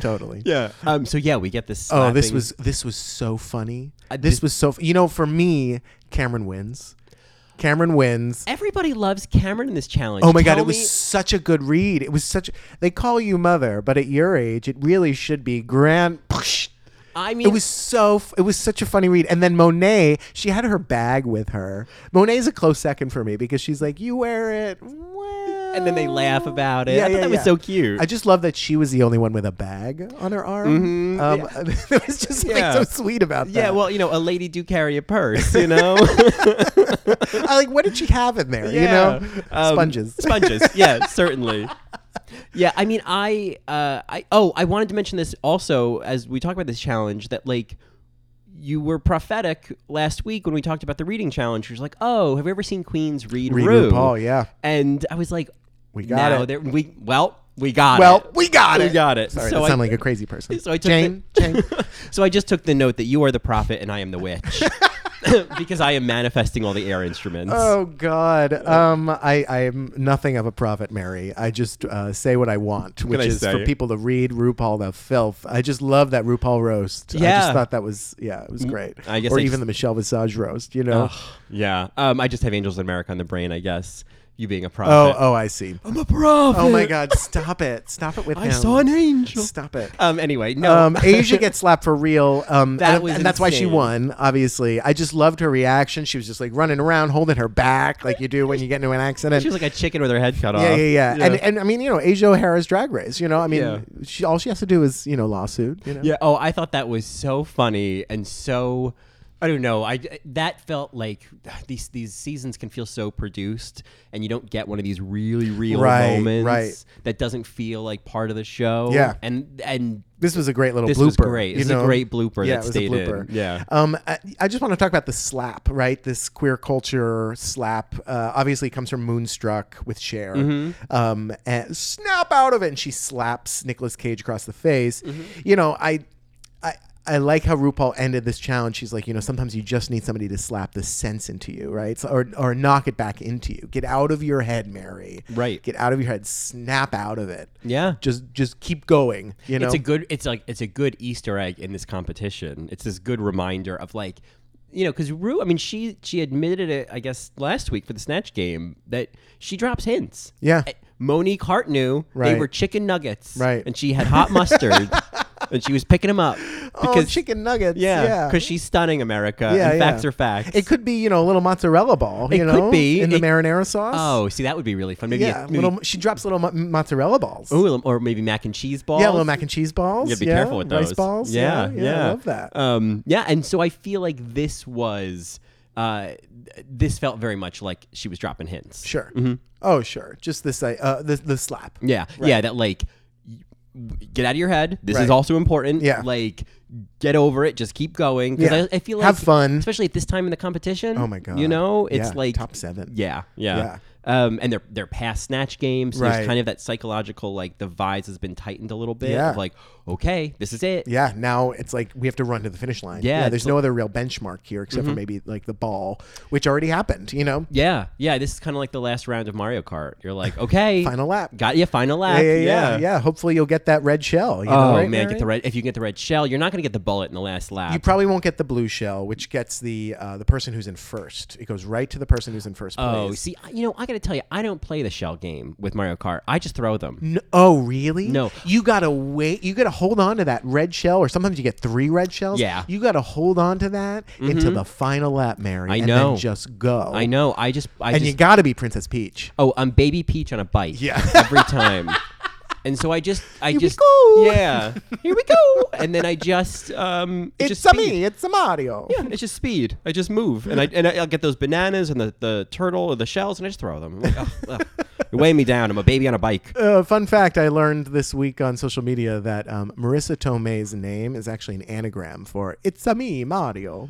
D: totally?
C: yeah. Um. So yeah, we get this.
D: Oh, this
C: slapping-
D: was this was so funny.
C: I
D: this
C: did-
D: was so. f- You know, for me, Cameron wins. Cameron wins.
C: Everybody loves Cameron in this challenge.
D: Oh my god,
C: Tell
D: it was
C: me-
D: such a good read. It was such. They call you mother, but at your age, it really should be grand.
C: I mean,
D: It was so. f- It was such a funny read. And then Monet, she had her bag with her. Monet's a close second for me because she's like, "You wear it." Well.
C: And then they laugh about it. I thought that was so cute.
D: I just love that she was the only one with a bag on her arm. um, it was just
C: Mm-hmm. Yeah.
D: like so sweet about that.
C: Yeah, well, you know, a lady do carry a purse, you know?
D: I like what did she have in there?
C: Yeah.
D: You know,
C: Um,
D: sponges.
C: sponges. Yeah, certainly. Yeah, I mean, I, uh, I, oh, I wanted to mention this also as we talk about this challenge that like you were prophetic last week when we talked about the reading challenge. You're like, oh, have you ever seen Queens read,
D: Read
C: Rue?
D: RuPaul, yeah.
C: and I was like,
D: We got
C: no,
D: it.
C: there- We well, we got
D: Well,
C: it.
D: we got
C: we
D: it.
C: got it.
D: Sorry,
C: so
D: that
C: I-
D: sounded like a crazy person.
C: so I took
D: Jane,
C: the-
D: Jane.
C: so I just took the note that you are the prophet and I am the witch because I am manifesting all the air instruments.
D: Oh God, um, I I am nothing of a prophet, Mary. I just uh, say what I want, which
C: I
D: is
C: say?
D: for people to read RuPaul the filth. I just love that RuPaul roast. I
C: Yeah. Mm,
D: just thought that was yeah, it was great.
C: I guess
D: or
C: I
D: even
C: just-
D: the Michelle Visage roast. You know?
C: yeah. Um, I just have Angels in America on the brain, I guess. You being a
D: oh
C: prophet.
D: oh, I see.
C: I'm a prophet.
D: Oh my God, stop it! Stop it with
C: I
D: him.
C: saw an angel.
D: Stop it.
C: Um, anyway, no.
D: Um, Asia gets slapped for real. Um,
C: That
D: and,
C: was
D: and that's why she
C: insane.
D: won, obviously. I just loved her reaction. She was just like running around, holding her back, like you do when you get into an accident.
C: she was like a chicken with her head cut off.
D: Yeah, yeah, yeah. And and I mean, you know, Asia O'Hara's drag race. You know, I mean,
C: Yeah.
D: she all she has to do is you know lawsuit. You know,
C: Yeah. Oh, I thought that was so funny and so. I don't know. I that felt like these these seasons can feel so produced, and you don't get one of these really real
D: Right,
C: moments
D: right.
C: that doesn't feel like part of the show.
D: Yeah.
C: And and
D: This was a great little
C: This
D: blooper.
C: was great.
D: you
C: This is a
D: know?
C: great blooper
D: Yeah,
C: that
D: it was
C: stayed
D: a
C: in.
D: blooper.
C: Yeah.
D: Um, I, I just want to talk about the slap, right? This queer culture slap. Uh, obviously, it comes from Moonstruck with Cher.
C: Mm-hmm.
D: Um, and snap out of it, and she slaps Nicolas Cage across the face.
C: Mm-hmm.
D: You know, I. I I like how RuPaul ended this challenge. She's like, you know, sometimes you just need somebody to slap the sense into you, right? So, or, or knock it back into you. Get out of your head, Mary.
C: Right.
D: Get out of your head. Snap out of it.
C: Yeah.
D: Just just keep going. You know.
C: it's a good it's like it's a good easter egg in this competition it's this good reminder of like you know because rue i mean she she admitted it i guess last week for the snatch game that she drops hints
D: Yeah.
C: Eh, monique hart knew they
D: Right.
C: were chicken nuggets
D: Right.
C: and she had hot mustard and she was picking them up
D: oh,
C: because
D: chicken nuggets.
C: yeah because she's stunning america
D: Yeah,
C: and
D: yeah.
C: facts are facts
D: It could be, you know, a little mozzarella ball.
C: It
D: you
C: could
D: know,
C: be.
D: in the
C: It-
D: marinara sauce.
C: oh see that would be really fun maybe,
D: yeah.
C: a, maybe
D: little, she drops little mo- mozzarella balls.
C: ooh, or maybe mac and cheese balls
D: Yeah, little mac and cheese balls.
C: You gotta be
D: yeah,
C: careful with those.
D: Rice balls.
C: Yeah,
D: yeah, I love that.
C: Um, yeah, and so I feel like this was, uh, th- this felt very much like she was dropping hints.
D: sure. Oh, sure. Just this, uh, uh, the the slap.
C: Yeah, yeah, that like, y- w- get out of your head. This
D: Right.
C: is also important.
D: Yeah.
C: like, get over it. Just keep going. 'Cause
D: Yeah.
C: I, I feel like
D: Have fun.
C: especially at this time in the competition.
D: Oh my god.
C: you know, it's
D: Yeah,
C: like
D: top seven.
C: Yeah, yeah. Um, and their their past snatch games, so
D: Right.
C: there's kind of that psychological like the vise has been tightened a little bit.
D: Yeah.
C: Of like, okay, this is it.
D: Yeah, now it's like we have to run to the finish line.
C: Yeah,
D: there's
C: it's- Mm-hmm.
D: no other real benchmark here except for maybe like the ball, which already happened. You know,
C: Yeah, yeah. This is kind of like the last round of Mario Kart. You're like, okay,
D: final lap.
C: got you, final
D: yeah,
C: lap.
D: yeah, yeah, yeah. Hopefully, you'll get that red shell. You know,
C: Oh
D: right,
C: man,
D: Mary?
C: get the red. If you get the red shell, you're not gonna get the bullet in the last lap.
D: You probably won't get the blue shell, which gets the uh, the person who's in first. It goes right to the person who's in first place.
C: oh, see, I- you know, I gotta tell you, I don't play the shell game with Mario Kart. I just throw them.
D: N- oh, really?
C: No.
D: You gotta wait. You gotta hold on to that red shell, or sometimes you get three red shells.
C: Yeah. Mm-hmm.
D: You gotta hold on to that until the final lap, Mary.
C: I
D: and
C: know.
D: Then just go.
C: I know. I just, I
D: And
C: just.
D: you gotta be Princess Peach.
C: oh, I'm Baby Peach on a bike.
D: Yeah.
C: every time. And so I just, I
D: Here we
C: just,
D: go.
C: yeah, here we go. And then I just, um, it's,
D: It's
C: just
D: a
C: speed.
D: me. It's a Mario.
C: Yeah, it's just speed. I just move, and I and I- I'll get those bananas and the, the turtle or the shells, and I just throw them. I'm like, "Ugh, ugh." You're weighing me down. I'm a baby on a bike.
D: Uh, fun fact I learned this week on social media that um, Marissa Tomei's name is actually an anagram for It's a me, Mario.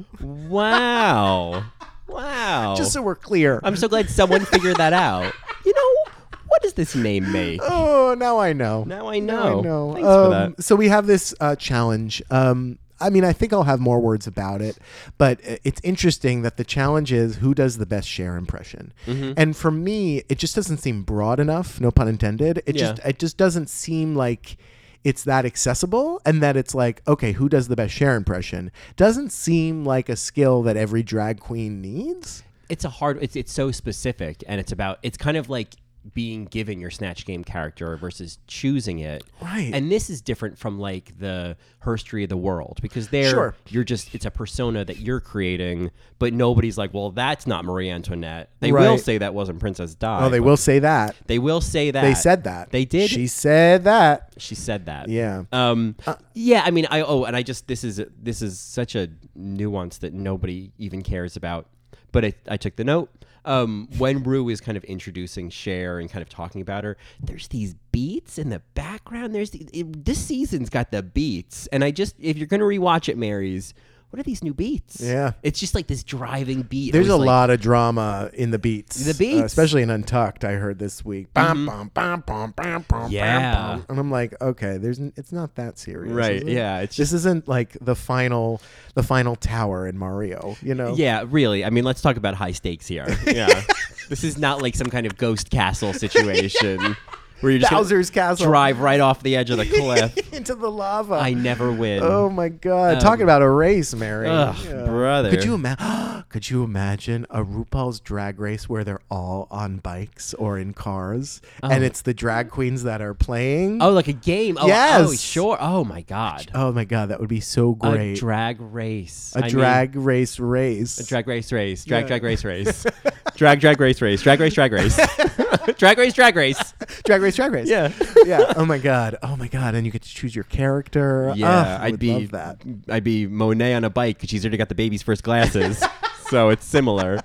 C: Wow, wow.
D: Just so we're clear.
C: Oh. I'm so glad someone figured that out. You know, what does this name make?
D: Oh, now I know.
C: Now I
D: I
C: know.
D: know.
C: Thanks for
D: Um,
C: that.
D: So we have this uh, challenge. Um, I mean, I think I'll have more words about it, but i- it's interesting that the challenge is who does the best share impression.
C: Mm-hmm.
D: And for me, it just doesn't seem broad enough. No pun intended. It
C: Yeah.
D: just it just doesn't seem like it's that accessible and that it's like okay who does the best share impression doesn't seem like a skill that every drag queen needs
C: It's a hard. It's it's so specific, and it's about. It's kind of like being given your snatch game character versus choosing it.
D: Right.
C: And this is different from like the herstory of the world because there
D: Sure.
C: you're just it's a persona that you're creating, but nobody's like, well, that's not Marie Antoinette. They will
D: Right.
C: say that wasn't Princess Di.
D: oh they
C: but
D: will say that
C: They will say that.
D: they said that
C: They did.
D: she said that
C: She said that.
D: Yeah. Uh,
C: Um. yeah. I mean, I. Oh, and I just. This is. This is such a nuance that nobody even cares about. But I, I took the note. Um, when Rue is kind of introducing Cher and kind of talking about her, there's these beats in the background. There's the, it- this season's got the beats, and I just if you're gonna rewatch it, Marys, what are these new beats?
D: Yeah.
C: It's just like this driving beat. I
D: There's
C: was
D: a
C: like,
D: lot of drama in the beats. Uh,
C: The beats.
D: especially in Untucked, I heard this week. Bum, bum, bum, bum, bum, bum,
C: Yeah.
D: bum, bum. And I'm like, okay, there's n- it's not that serious.
C: Right,
D: is it?
C: yeah, it's
D: this isn't like the final the final tower in Mario, you know?
C: Yeah, really. I mean, let's talk about high stakes here. Yeah. this is not like some kind of ghost castle situation where you just gonna
D: Bowser's Castle.
C: drive right off the edge of the cliff.
D: Into the lava.
C: I never win.
D: Oh my god. Talking about a race, Mary.
C: Ugh, brother.
D: Could you imagine? could you imagine a RuPaul's Drag Race where they're all on bikes or in cars, and it's the drag queens that are playing?
C: Oh, like a game. Oh, oh
D: Yes.
C: sure. Oh my god.
D: Oh my god, that would be so
C: A
D: great.
C: drag race.
D: A
C: I mean,
D: drag race race.
C: a drag race race. Drag drag race race. drag drag race race. Drag race drag race. drag race drag race.
D: drag race drag race.
C: Yeah.
D: yeah. Oh my god. Oh my god, and you get to choose your character.
C: Yeah,
D: Ugh, I
C: I'd
D: would
C: be
D: love that.
C: I'd be Monet on a bike because she's already got the baby's first glasses. so it's similar.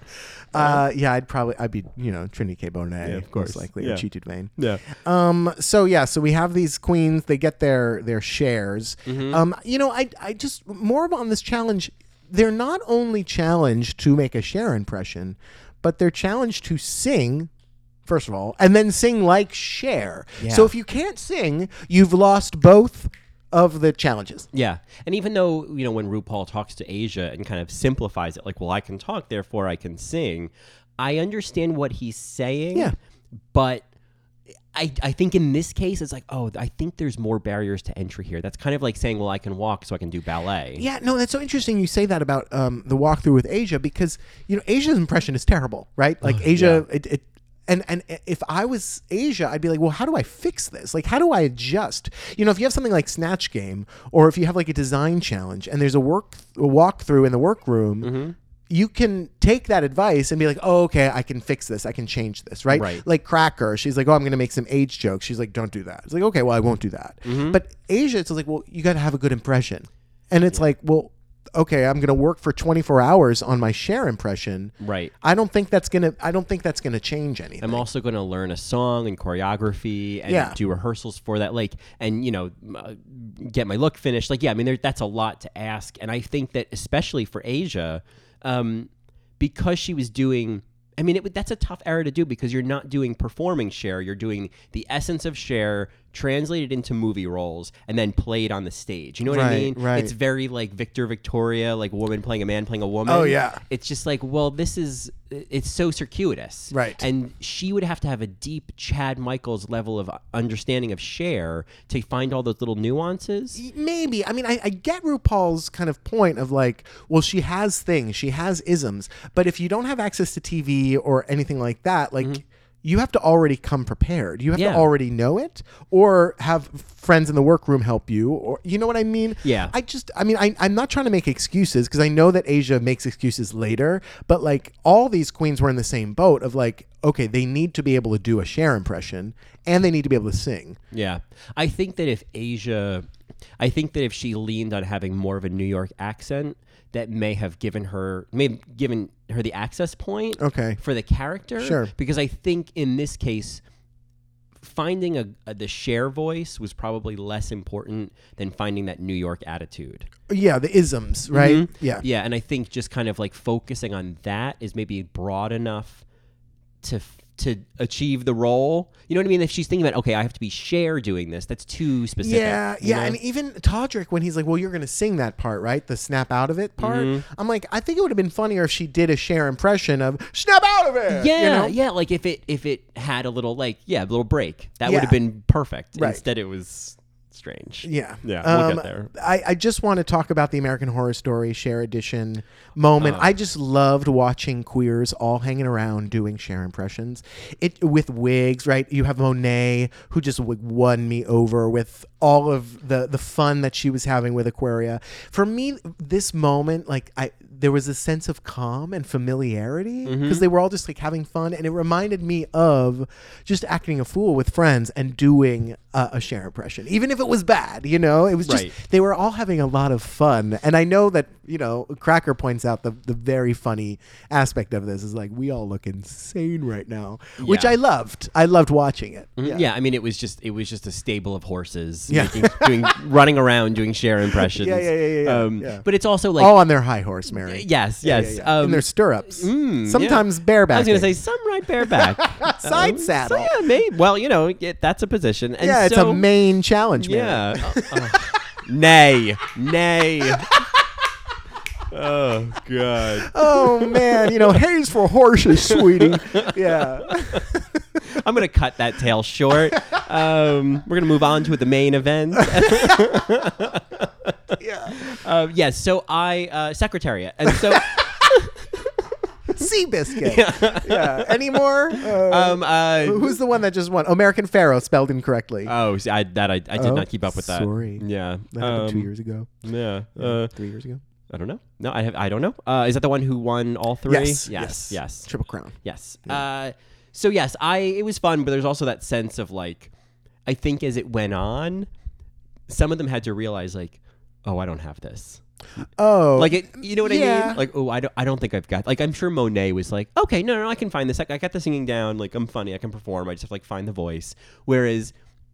D: Uh, yeah, I'd probably I'd be, you know, Trinity K Bonet, of
C: course.
D: most likely,
C: Yeah.
D: or Cheated Vane.
C: Yeah.
D: Um. So yeah. So we have these queens. They get their their shares. Um. You know, I I just more on this challenge. They're not only challenged to make a share impression, but they're challenged to sing. First of all, and then sing like Cher. So if you can't sing, you've lost both of the challenges.
C: Yeah. And even though, you know, when RuPaul talks to Asia and kind of simplifies it, like, well, I can talk, therefore I can sing, I understand what he's saying.
D: Yeah.
C: But I, I think in this case, it's like, oh, I think there's more barriers to entry here. That's kind of like saying, well, I can walk, so I can do ballet.
D: Yeah, no, that's so interesting. You say that about um, the walkthrough with Asia because you know Asia's impression is terrible, right? Like Asia, it, it, and and if I was Asia, I'd be like, well, how do I fix this? Like, how do I adjust? You know, if you have something like Snatch Game, or if you have like a design challenge, and there's a work a walkthrough in the workroom. You can take that advice and be like, "Oh, okay, I can fix this. I can change this." Right?
C: Right.
D: Like Cracker, she's like, "Oh, I'm going to make some age jokes." She's like, "Don't do that." It's like, "Okay, well, I won't do that."
C: Mm-hmm.
D: But Asia, it's like, "Well, you got to have a good impression," and it's like, "Well, okay, I'm going to work for 24 hours on my share impression."
C: Right.
D: I don't think that's gonna. I don't think that's gonna change anything.
C: I'm also going to learn a song and choreography and
D: Yeah.
C: do rehearsals for that, like, and you know, m- uh, get my look finished. Like, yeah, I mean, there, that's a lot to ask, and I think that especially for Asia, um, because she was doing. I mean, it, would- that's a tough era to do because you're not doing performing share. You're doing the essence of share translated into movie roles and then played on the stage. You know what I
D: Right,
C: mean?
D: right.
C: It's very like Victor Victoria, like woman playing a man playing a woman.
D: Oh, yeah.
C: It's just like, well, this is it's so circuitous.
D: Right.
C: And she would have to have a deep Chad Michaels level of understanding of share to find all those little nuances.
D: maybe i mean I, I get rupaul's kind of point of like well she has things she has isms but if you don't have access to tv or anything like that like you have to already come prepared you have
C: Mm-hmm. Yeah.
D: to already know it or have friends in the workroom help you or you know what i mean
C: Yeah.
D: i just i mean I, i'm not trying to make excuses because i know that asia makes excuses later but like all these queens were in the same boat of like okay they need to be able to do a share impression and they need to be able to sing
C: Yeah. I think that if Asia I think that if she leaned on having more of a New York accent, that may have given her may have given her the access point
D: Okay.
C: for the character.
D: Sure.
C: Because I think in this case finding a, a the share voice was probably less important than finding that New York attitude.
D: yeah the isms right
C: Mhm.
D: yeah
C: Yeah, and I think just kind of like focusing on that is maybe broad enough to f- to achieve the role. You know what I mean? If she's thinking about okay, I have to be share doing this. That's too specific.
D: Yeah,
C: you
D: yeah,
C: know?
D: and even Todrick when he's like, "Well, you're going to sing that part, right? The snap out of it part."
C: Mm-hmm.
D: I'm like, I think it would have been funnier if she did a share impression of "snap out of it." uh, you
C: yeah,
D: know?
C: yeah. Like if it if it had a little like yeah, a little break that would have
D: Yeah.
C: been perfect.
D: Right.
C: Instead, it was strange.
D: yeah,
C: yeah. We'll
D: Um,
C: get there.
D: I, I just want to talk about the American Horror Story share edition moment. I just loved watching queers all hanging around doing share impressions. It with wigs, right? You have Monet who just w- won me over with all of the the fun that she was having with Aquaria. For me, this moment, like I, there was a sense of calm and familiarity because they were all just like having fun, and it reminded me of just acting a fool with friends and doing uh, a Cher impression, even if it was bad. You know, it was just
C: Right.
D: they were all having a lot of fun, and I know that you know Cracker points out the the very funny aspect of this is like we all look insane right now, which
C: Yeah. Mm-hmm.
D: I loved. I loved watching it.
C: Yeah. I mean, it was just it was just a stable of horses,
D: Yeah.
C: making, doing running around, doing share impressions.
D: Yeah, yeah, yeah, yeah,
C: Um,
D: yeah.
C: But it's also like,
D: all on their high horse, Mary.
C: yes,
D: Yeah,
C: yes,
D: yeah.
C: Um, mm,
D: in their stirrups,
C: yeah.
D: sometimes bareback.
C: I was going to say some right bareback,
D: Side
C: Um,
D: saddle.
C: So yeah, maybe. Well, you know, it, that's a position. And
D: yeah, it's
C: so-
D: a main challenge, Mary.
C: Yeah. Oh, oh. nay, nay. oh God.
D: Oh man, you know, hay's for horses, sweetie. Yeah.
C: I'm gonna cut that tail short. Um, we're gonna move on to the main event.
D: Yeah.
C: Uh, yes. So I uh, secretariat, and so
D: Sea biscuit. Yeah. Any more? Uh,
C: um, uh,
D: who's the one that just won? American Pharaoh spelled incorrectly.
C: oh, see, I, that I, I did
D: Oh,
C: not keep up with that.
D: sorry.
C: Yeah.
D: that happened two
C: um,
D: years ago.
C: Yeah. Uh,
D: Three years ago.
C: I don't know. No, I have. I don't know. Uh, is that the one who won all three?
D: Yes.
C: Yes. yes.
D: Triple Crown.
C: Yes. Uh, so yes, I it was fun, but there's also that sense of like, I think as it went on, some of them had to realize like, oh, I don't have this.
D: Oh.
C: Like it, you know what I
D: yeah.
C: mean? Like, oh, I don't, I don't think I've got. Like, I'm sure Monet was like, okay, no, no, I can find this. I, I got the singing down. Like, I'm funny. I can perform. I just have to like find the voice. Whereas,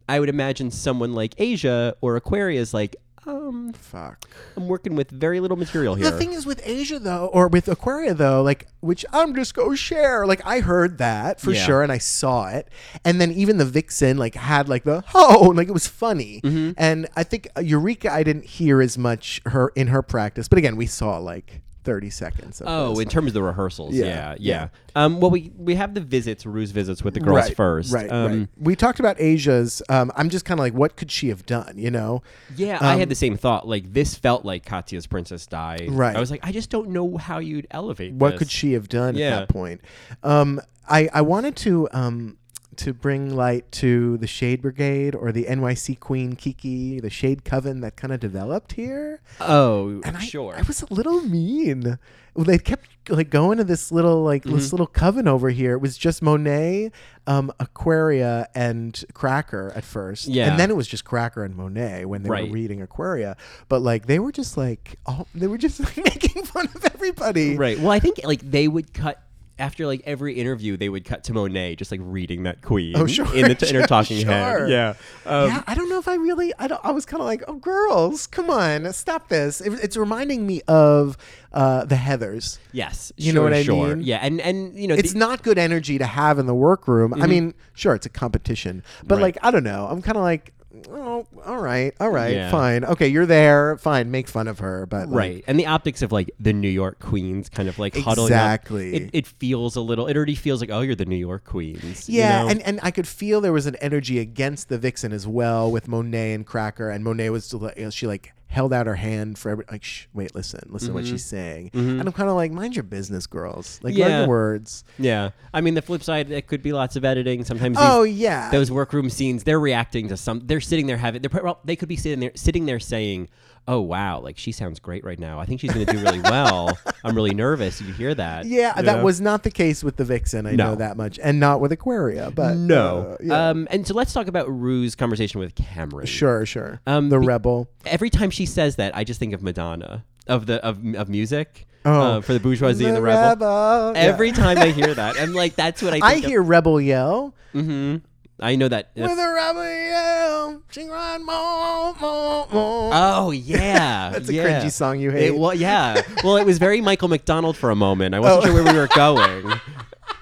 C: I would imagine someone like Asia or Aquarius, like, um,
D: fuck.
C: I'm working with very little material here.
D: The thing is with Asia though, or with Aquaria though, like which I'm just go share. Like I heard that for
C: Yeah.
D: sure, and I saw it, and then even the vixen like had like the oh, like it was funny.
C: Mm-hmm.
D: And I think uh, Eureka, I didn't hear as much her in her practice, but again, we saw like 30 seconds. Of
C: Oh, in terms of the rehearsals, yeah,
D: Yeah,
C: yeah. Um, well, we we have the visits, Rue's visits with the girls first,
D: Right,
C: Um,
D: right. We talked about Asia's. Um, I'm just kind of like, what could she have done? You know?
C: Yeah, I
D: Um,
C: had the same thought. Like this felt like Katya's Princess Die.
D: Right.
C: I was like, I just don't know how you'd elevate.
D: what
C: this.
D: could she have done
C: Yeah.
D: at that point? Um, I I wanted to um to bring light to the Shade Brigade or the NYC Queen Kiki, the Shade Coven that kind of developed here.
C: Oh,
D: And I,
C: sure.
D: I was a little mean. Well, They kept like going to this little like
C: Mm-hmm.
D: this little coven over here. It was just Monet, um, Aquaria, and Cracker at first.
C: Yeah.
D: and then it was just Cracker and Monet when they
C: Right.
D: were reading Aquaria. But like they were just like all, they were just like, making fun of everybody.
C: right. Well, I think like they would cut. After like every interview, they would cut to Monet just like reading that queen
D: Oh, sure,
C: in, the t- in her
D: sure,
C: talking
D: sure.
C: head. Yeah, um,
D: yeah, I don't know if I really. I don't. I was kind of like, oh, girls, come on, stop this. It, it's reminding me of uh, the Heather's.
C: yes,
D: You know
C: sure,
D: what I
C: sure.
D: mean?
C: Yeah, and and you know,
D: It's
C: the- Mm-hmm.
D: not good energy to have in the workroom. I mean, sure, it's a competition, but
C: Right.
D: like, I don't know. I'm kind of like, oh, all right, all right,
C: Yeah.
D: fine, okay, you're there, fine, make fun of her, but like,
C: right and the optics of like the new york queens kind of like huddling
D: Exactly.
C: up, it, it feels a little it already feels like oh you're the new york queens you
D: Yeah,
C: know?
D: and, and I could feel there was an energy against the vixen as well with Monet and Cracker, and Monet was still, like, you know, she like held out her hand for every like Shh, wait listen listen to what
C: Mm-hmm.
D: she's saying, and I'm kind of like mind your business, girls, like learn
C: Yeah.
D: your words.
C: yeah i mean the flip side it could be lots of editing sometimes these-
D: Oh yeah,
C: those workroom scenes they're reacting to some they're sitting there having they're pro- well, they could be sitting there sitting there saying oh wow like she sounds great right now i think she's going to do really well i'm really nervous you hear that
D: yeah,
C: you know?
D: that was not the case with the vixen. I
C: No.
D: know that much, and not with Aquaria, but
C: no
D: uh, yeah.
C: um and so let's talk about rue's conversation with cameron
D: sure, sure,
C: Um,
D: the
C: be-
D: rebel.
C: every time she says that i just think of madonna of the of, of music
D: Oh.
C: uh, for the bourgeoisie and the
D: The
C: rebel,
D: rebel.
C: every
D: Yeah.
C: time i hear that i'm like that's what i think
D: I
C: of-
D: hear rebel yell.
C: Mhm. i know that
D: With a rebel yell, sing right, mo, mo, mo.
C: Oh yeah,
D: That's a
C: yeah.
D: cringy song you hate.
C: It, well, yeah. Well, it was very Michael McDonald for a moment. I
D: Oh.
C: wasn't sure where we were going,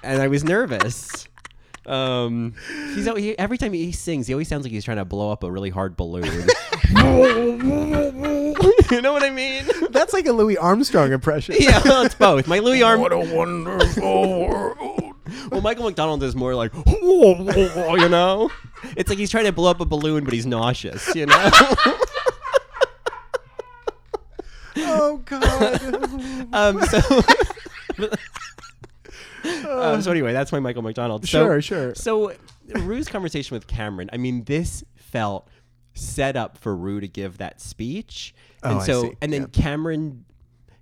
C: and I was nervous. Um, he's al- he, every time he sings, he always sounds like he's trying to blow up a really hard balloon. you know what I mean?
D: That's like a Louis Armstrong impression.
C: Yeah, well, it's both. My Louis Arm.
D: a wonderful world.
C: Well, Michael McDonald is more like, you know, it's like he's trying to blow up a balloon, but he's nauseous. You know.
D: Oh God.
C: Um, so, um, so anyway, that's my Michael McDonald. So-
D: Sure, sure.
C: So Rue's conversation with Cameron. I mean, this felt set up for Rue to give that speech, and
D: Oh, I
C: so
D: see.
C: and then
D: Yeah.
C: Cameron.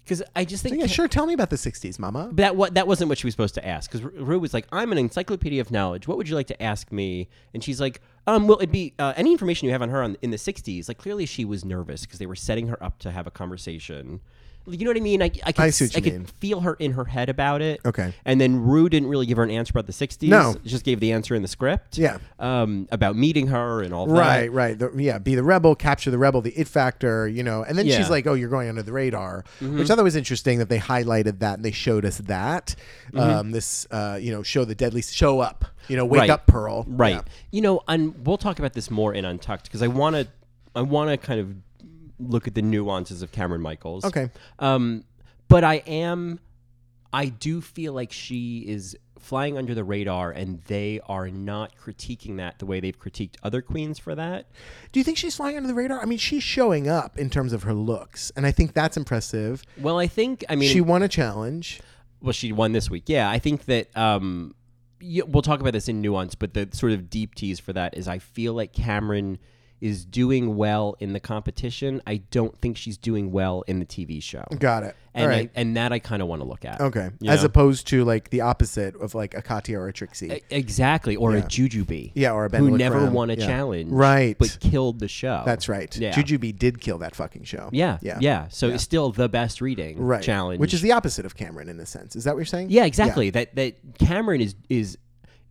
C: because I just think
D: Yeah, sure. Tell me about the 60s, mama.
C: that what that wasn't what she was supposed to ask because Rue was like, "I'm an encyclopedia of knowledge. What would you like to ask me?" And she's like, "Um, well, it'd be uh, any information you have on her on, in the '60s." Like clearly, she was nervous because they were setting her up to have a conversation. You know what I mean? I, I, could,
D: I see what you
C: could
D: mean.
C: feel her in her head about it.
D: Okay.
C: And then Rue didn't really give her an answer about the '60s.
D: No.
C: just gave the answer in the script.
D: Yeah.
C: Um, about meeting her and all that.
D: Right, right. The, yeah, be the rebel, capture the rebel, the it factor, you know. And then
C: Yeah.
D: she's like, "Oh, you're going under the radar," which I thought was interesting that they highlighted that and they showed us that. Um, this, uh, you know, show the deadly, show up, you know, wake
C: Right.
D: up, Pearl.
C: Right.
D: Yeah.
C: You know, and we'll talk about this more in Untucked because I want to, I want to kind of look at the nuances of Cameron Michaels.
D: Okay.
C: Um, but I am, I do feel like she is flying under the radar, and they are not critiquing that the way they've critiqued other queens for that.
D: Do you think she's flying under the radar? I mean, she's showing up in terms of her looks, and I think that's impressive.
C: Well, I think, I mean,
D: she won a challenge.
C: well, she won this week. Yeah, I think that um, y we'll talk about this in nuance, but the sort of deep tease for that is I feel like Cameron is doing well in the competition. I don't think she's doing well in the TV show.
D: Got it.
C: And,
D: All right.
C: I, and that I kind of want to look at.
D: okay.
C: You
D: As
C: know?
D: opposed to like the opposite of like a Katya or a Trixie.
C: E- exactly, or a Jujubee.
D: Yeah, or a Ben
C: who
D: Lacram.
C: never won a
D: Yeah.
C: challenge,
D: Right.
C: But killed the show.
D: that's right.
C: Yeah.
D: Jujubee did kill that fucking show.
C: yeah, yeah, So it's still the best reading
D: right.
C: challenge,
D: which is the opposite of Cameron in a sense. Is that what you're saying?
C: Yeah, exactly. That that Cameron is is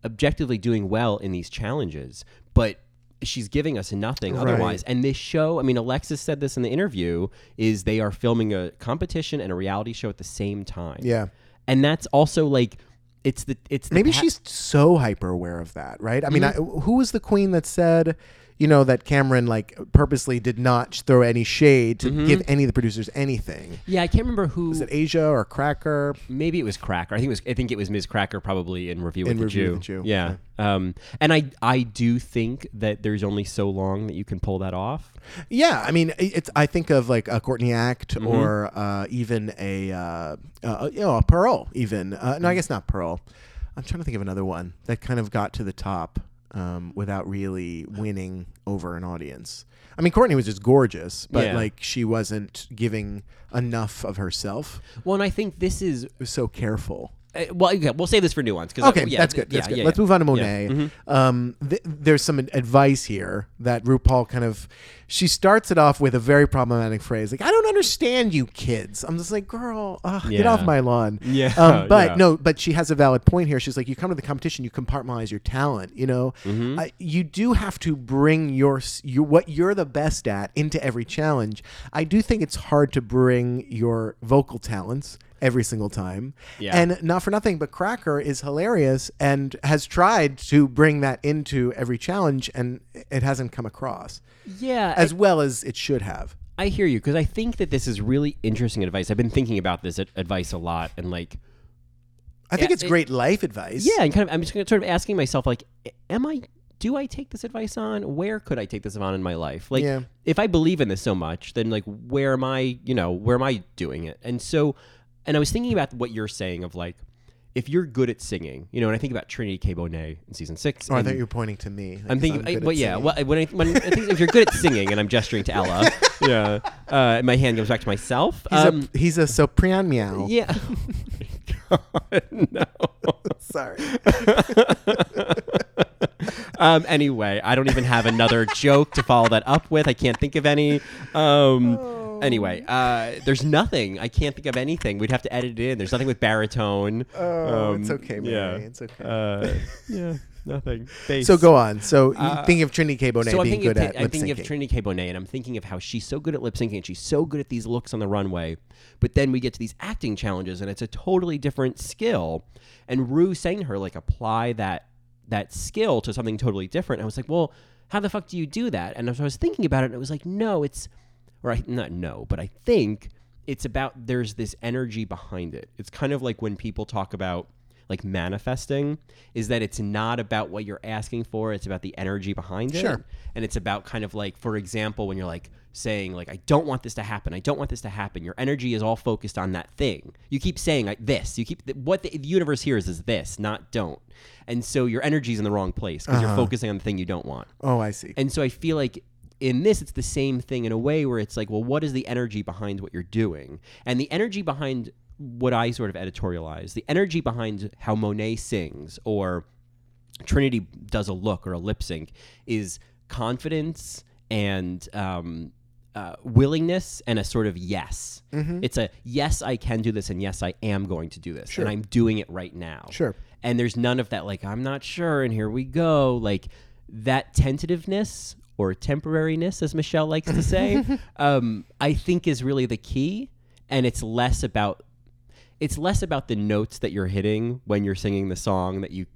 C: objectively doing well in these challenges, but she's giving us nothing otherwise. And this show, I mean, Alexis said this in the interview, is they are filming a competition and a reality show at the same time.
D: Yeah.
C: and that's also like it's the it's the
D: Maybe
C: pa-
D: she's so hyper aware of that, right? I mean,
C: Mm-hmm.
D: I, who was the queen that said, you know, that Cameron like purposely did not throw any shade
C: Mm-hmm.
D: to give any of the producers anything?
C: yeah. I can't remember who.
D: Is it Asia or Cracker?
C: maybe it was Cracker. I think it was I think it was Ms. Cracker probably in review with
D: In
C: the
D: Review
C: Jew.
D: with the Jew,
C: Yeah. Um, and I I do think that there's only so long that you can pull that off.
D: Yeah, I mean, it- it's. I think of like a Courtney Act or uh, even a uh, uh, you know a Pearl. Even uh, no, I guess not Pearl. I'm trying to think of another one that kind of got to the top um, without really winning over an audience. I mean, Courtney was just gorgeous, but
C: Yeah.
D: like she wasn't giving enough of herself.
C: Well, and I think this is
D: It was so careful.
C: Uh, well, okay, we'll say this for nuance. 'cause, uh,
D: Okay,
C: yeah,
D: that's
C: th-
D: good. That's
C: yeah,
D: good.
C: yeah,
D: Let's
C: yeah. Mm-hmm.
D: move on to Monet. Um, th- there's some ad- advice here that RuPaul kind of she starts it off with a very problematic phrase like "I don't understand you kids." I'm just like, "Girl, ugh, get
C: Yeah.
D: off my lawn."
C: Yeah,
D: Um, but
C: yeah.
D: no, but she has a valid point here. She's like, "You come to the competition, you compartmentalize your talent. You know,
C: Mm-hmm.
D: uh, you do have to bring your, s- your what you're the best at into every challenge." I do think it's hard to bring your vocal talents every single time.
C: Yeah.
D: And not for nothing, but Cracker is hilarious and has tried to bring that into every challenge, and it hasn't come across
C: Yeah,
D: as well as it should have.
C: I hear you because I think that this is really interesting advice. I've been thinking about this ad- advice a lot, and like,
D: I think
C: Yeah,
D: it's
C: it-
D: great life advice.
C: yeah, and kind of, I'm just sort of asking myself, like, am I? Do I take this advice on? Where could I take this on in my life? Like,
D: Yeah.
C: if I believe in this so much, then like, where am I? You know, where am I doing it? And so, and I was thinking about what you're saying of like, if you're good at singing, you know, and I think about Trinity K. Bonet in season six.
D: Oh, I
C: and-
D: thought you were pointing to me. like, 'cause
C: I'm thinking,
D: good
C: I,
D: at
C: well, yeah.
D: singing.
C: Well, I- when I, when I think if you're good at singing, and I'm gesturing to Ella, yeah, uh, my hand goes back to myself.
D: he's,
C: Um,
D: a, he's a soprano meow.
C: yeah. God, no.
D: Sorry.
C: Um, anyway, I don't even have another joke to follow that up with. I can't think of any. Um,
D: Oh.
C: Anyway, uh, there's nothing. I can't think of anything. We'd have to edit it in. There's nothing with baritone.
D: Oh, it's okay, Mary, it's okay.
C: Um, Uh, yeah, nothing.
D: So
C: Bass.
D: go on. So you think of Trinity K. Bonet
C: Uh, so I'm
D: being
C: thinking,
D: good
C: of,
D: at
C: Tin- I'm
D: lip
C: thinking of
D: syncing.
C: Trinity K. Bonet, and I'm thinking of how she's so good at lip syncing, and she's so good at these looks on the runway. But then we get to these acting challenges, and it's a totally different skill. And Rue saying to her, like, apply that that skill to something totally different. I was like, well, how the fuck do you do that? And as I was thinking about it, and it was like, no, it's or I, not no, but I think it's about there's this energy behind it. It's kind of like when people talk about like manifesting is that it's not about what you're asking for, it's about the energy behind it.
D: Sure.
C: And it's about kind of like for example when you're like saying like I don't want this to happen. I don't want this to happen. Your energy is all focused on that thing. You keep saying like this. You keep what the universe hears is this, not don't. And so your energy's in the wrong place because you're focusing on the thing you don't want.
D: Oh, I see.
C: And so I feel like in this it's the same thing in a way where it's like well what is the energy behind what you're doing and the energy behind what i sort of editorialize the energy behind how monet sings or trinity does a look or a lip sync is confidence and um, uh, willingness and a sort of yes it's a yes i can do this and yes i am going to do this and i'm doing it right now
D: Sure.
C: and there's none of that like i'm not sure and here we go like that tentativeness or temporariness as michelle likes to say um, i think is really the key and it's less about it's less about the notes that you're hitting when you're singing the song that you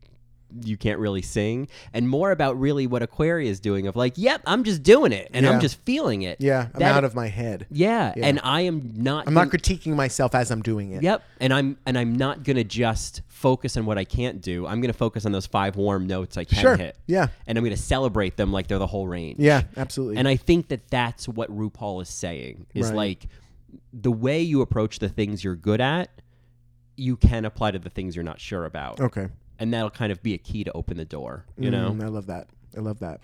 C: you can't really sing and more about really what aquaria is doing of like yep i'm just doing it and i'm
D: Yeah.
C: just feeling it
D: Yeah, I'm
C: That-
D: out of my head.
C: yeah, and i am not
D: I'm not critiquing myself as I'm doing it.
C: Yep. And I'm and I'm not gonna just focus on what I can't do. I'm gonna focus on those five warm notes I can
D: Sure.
C: hit.
D: Yeah.
C: And I'm gonna celebrate them like they're the whole range.
D: Yeah, absolutely.
C: And I think that that's what RuPaul is saying is
D: Right.
C: like the way you approach the things you're good at, you can apply to the things you're not sure about.
D: okay.
C: And that'll kind of be a key to open the door. You know?
D: Mm, I love that. I love that.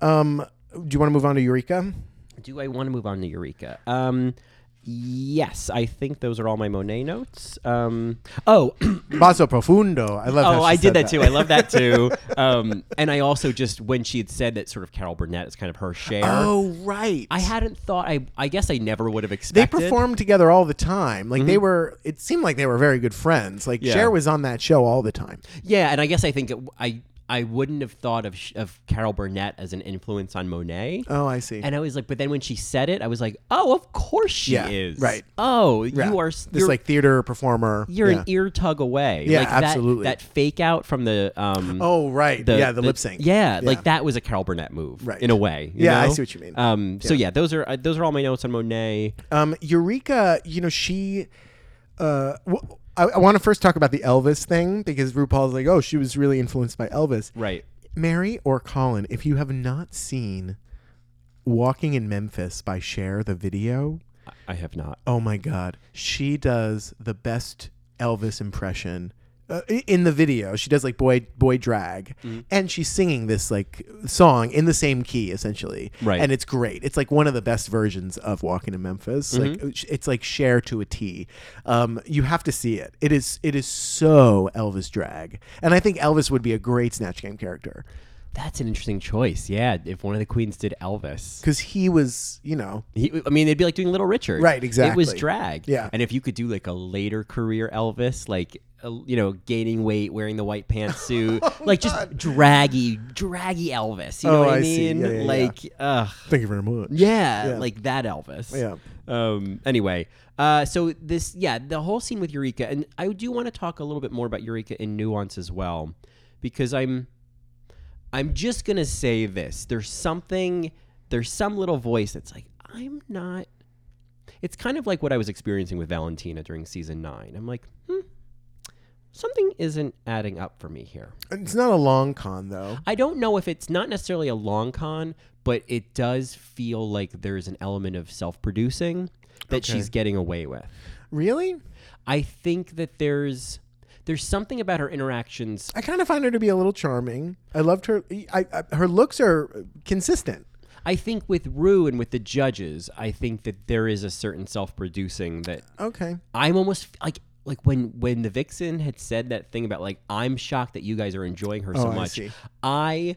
D: Um, do you want to move on to Eureka?
C: Do I want to move on to Eureka? Um Yes, I think those are all my Monet notes. Um, oh,
D: Basso profundo. I love. how
C: Oh,
D: she
C: I did
D: said
C: that, too. I love that too. Um, and I also just when she had said that sort of Carol Burnett is kind of her share.
D: Oh, right.
C: I hadn't thought. I I guess I never would have
D: they
C: expected. Mm-hmm.
D: performed together all the time. Like they were. It seemed like they were very good friends. Like
C: Yeah.
D: Cher was on that show all the time.
C: Yeah, and I guess I think it, I I wouldn't have thought of sh- of Carol Burnett as an influence on Monet.
D: Oh, I see.
C: And I was like, but then when she said it, I was like, oh, of course she
D: Yeah,
C: is.
D: right.
C: Oh,
D: Yeah.
C: you are
D: this
C: you're,
D: like theater performer.
C: you're
D: yeah.
C: an e ear tug away.
D: Yeah,
C: like that,
D: absolutely.
C: That fake out from the um.
D: Oh, right. yeah, the, lip sync.
C: Yeah, like that was a Carol Burnett move,
D: Right.
C: In a way. you
D: Yeah, I
C: know?
D: see what you mean.
C: Um, so yeah, those are uh, those are all my notes on Monet.
D: Um, Eureka, you know, she. Uh, w- I, I want to first talk about the Elvis thing because RuPaul's like, oh, she was really influenced by Elvis.
C: Right.
D: Mary or Colin, if you have not seen Walking in Memphis by Cher, the video,
C: I have not.
D: oh my God, she does the best Elvis impression. Uh, i- in the video, she does like boy boy drag, and she's singing this like song in the same key essentially,
C: Right.
D: And it's great. It's like one of the best versions of Walking in Memphis. Like it's like share to a T. Um, you have to see it. It is it is so Elvis drag, and I think Elvis would be a great Snatch Game character.
C: That's an interesting choice. Yeah, if one of the queens did Elvis,
D: because he was, you know,
C: he, I mean, it'd be like doing Little Richard.
D: Right,
C: It was
D: exactly.
C: drag.
D: Yeah.
C: And if you could do like a later career Elvis, like uh, you know, gaining weight, wearing the white pantsuit, like just draggy, draggy Elvis. You know
D: Oh,
C: what I,
D: I see.
C: mean?
D: Yeah, yeah, yeah.
C: like, ugh.
D: thank you very much.
C: Yeah, like that Elvis.
D: Yeah.
C: Um. Anyway, uh, so this, yeah, the whole scene with Eureka, and I do want to talk a little bit more about Eureka in nuance as well, because I'm, I'm just gonna say this. There's something, there's some little voice that's like, I'm not. It's kind of like what I was experiencing with Valentina during season nine. I'm like, hmm, something isn't adding up for me here.
D: It's not a long con though.
C: I don't know if it's not necessarily a long con, but it does feel like there's an element of self producing that she's getting away with.
D: Really?
C: I think that there's there's something about her interactions.
D: I kind of find her to be a little charming. I loved her. I, I her looks are consistent.
C: I think with Rue and with the judges, I think that there is a certain self producing that
D: Okay.
C: I'm almost like like when when the vixen had said that thing about like I'm shocked that you guys are enjoying her so
D: Oh, I
C: much.
D: see.
C: I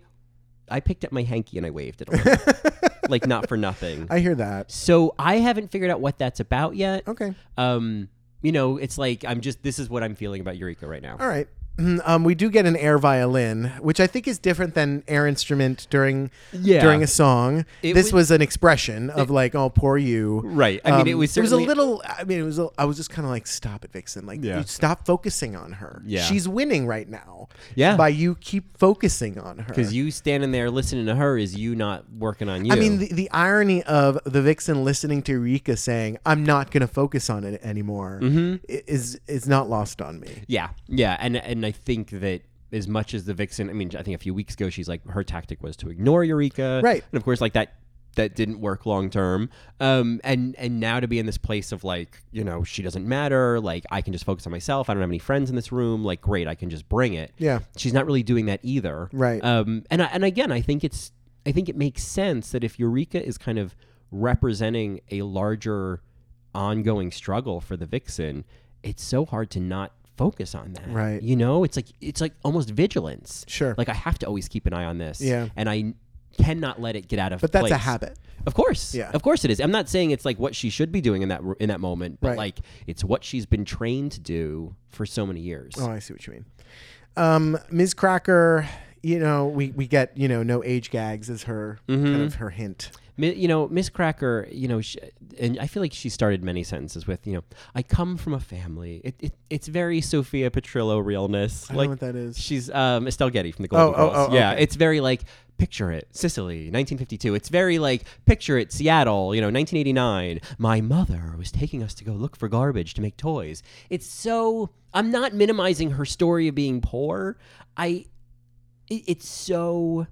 C: I picked up my hanky and I waved it a little. like not for nothing.
D: I hear that.
C: So I haven't figured out what that's about yet.
D: Okay.
C: Um, you know, it's like I'm just this is what I'm feeling about Eureka right now.
D: All right. Um, we do get an air violin, which I think is different than air instrument during
C: Yeah.
D: during a song.
C: It was-
D: this was, an expression of like, "Oh, poor you."
C: Right. I mean, it was
D: Um, It was a
C: certainly-
D: little. I mean, it was. A, I was just kind of like, "Stop it, Vixen! Like,
C: Yeah.
D: you stop focusing on her.
C: Yeah.
D: She's winning right now.
C: Yeah.
D: By you keep focusing on her.
C: Because you standing there listening to her is you not working on you.
D: I mean, the, the irony of the vixen listening to Rika saying, "I'm not going to focus on it anymore," i- is is not lost on me.
C: yeah, yeah, and and I think that as much as the vixen, I mean, I think a few weeks ago she's like her tactic was to ignore Eureka,
D: Right.
C: And of course, like that that didn't work long term. Um, and and now to be in this place of like, you know, she doesn't matter. Like I can just focus on myself. I don't have any friends in this room. Like great, I can just bring it.
D: Yeah.
C: she's not really doing that either.
D: Right.
C: Um, and I, and again, I think it's I think it makes sense that if Eureka is kind of representing a larger ongoing struggle for the vixen, it's so hard to not focus on that.
D: Right.
C: You know, it's like it's like almost vigilance.
D: Sure.
C: Like I have to always keep an eye on this.
D: Yeah.
C: And I cannot let it get out of
D: But that's a
C: place.
D: habit.
C: Of course.
D: Yeah.
C: Of course it is. I'm not saying it's like what she should be doing in that in that moment, but
D: Right.
C: like it's what she's been trained to do for so many years.
D: Oh, I see what you mean. Um, Ms. Cracker, you know, we, we get, you know, no age gags is her kind of her hint.
C: Mi- you know, Miss Cracker, you know, she, and I feel like she started many sentences with, you know, I come from a family. It, it, it's very Sophia Petrillo realness.
D: don't know what that is.
C: She's um, Estelle Getty from the Golden
D: Oh, oh,
C: Girls.
D: oh,
C: yeah,
D: okay.
C: it's very like picture it, Sicily, 1952. It's very like picture it, Seattle, you know, 1989. My mother was taking us to go look for garbage to make toys. It's so. I'm not minimizing her story of being poor. I. It, it's so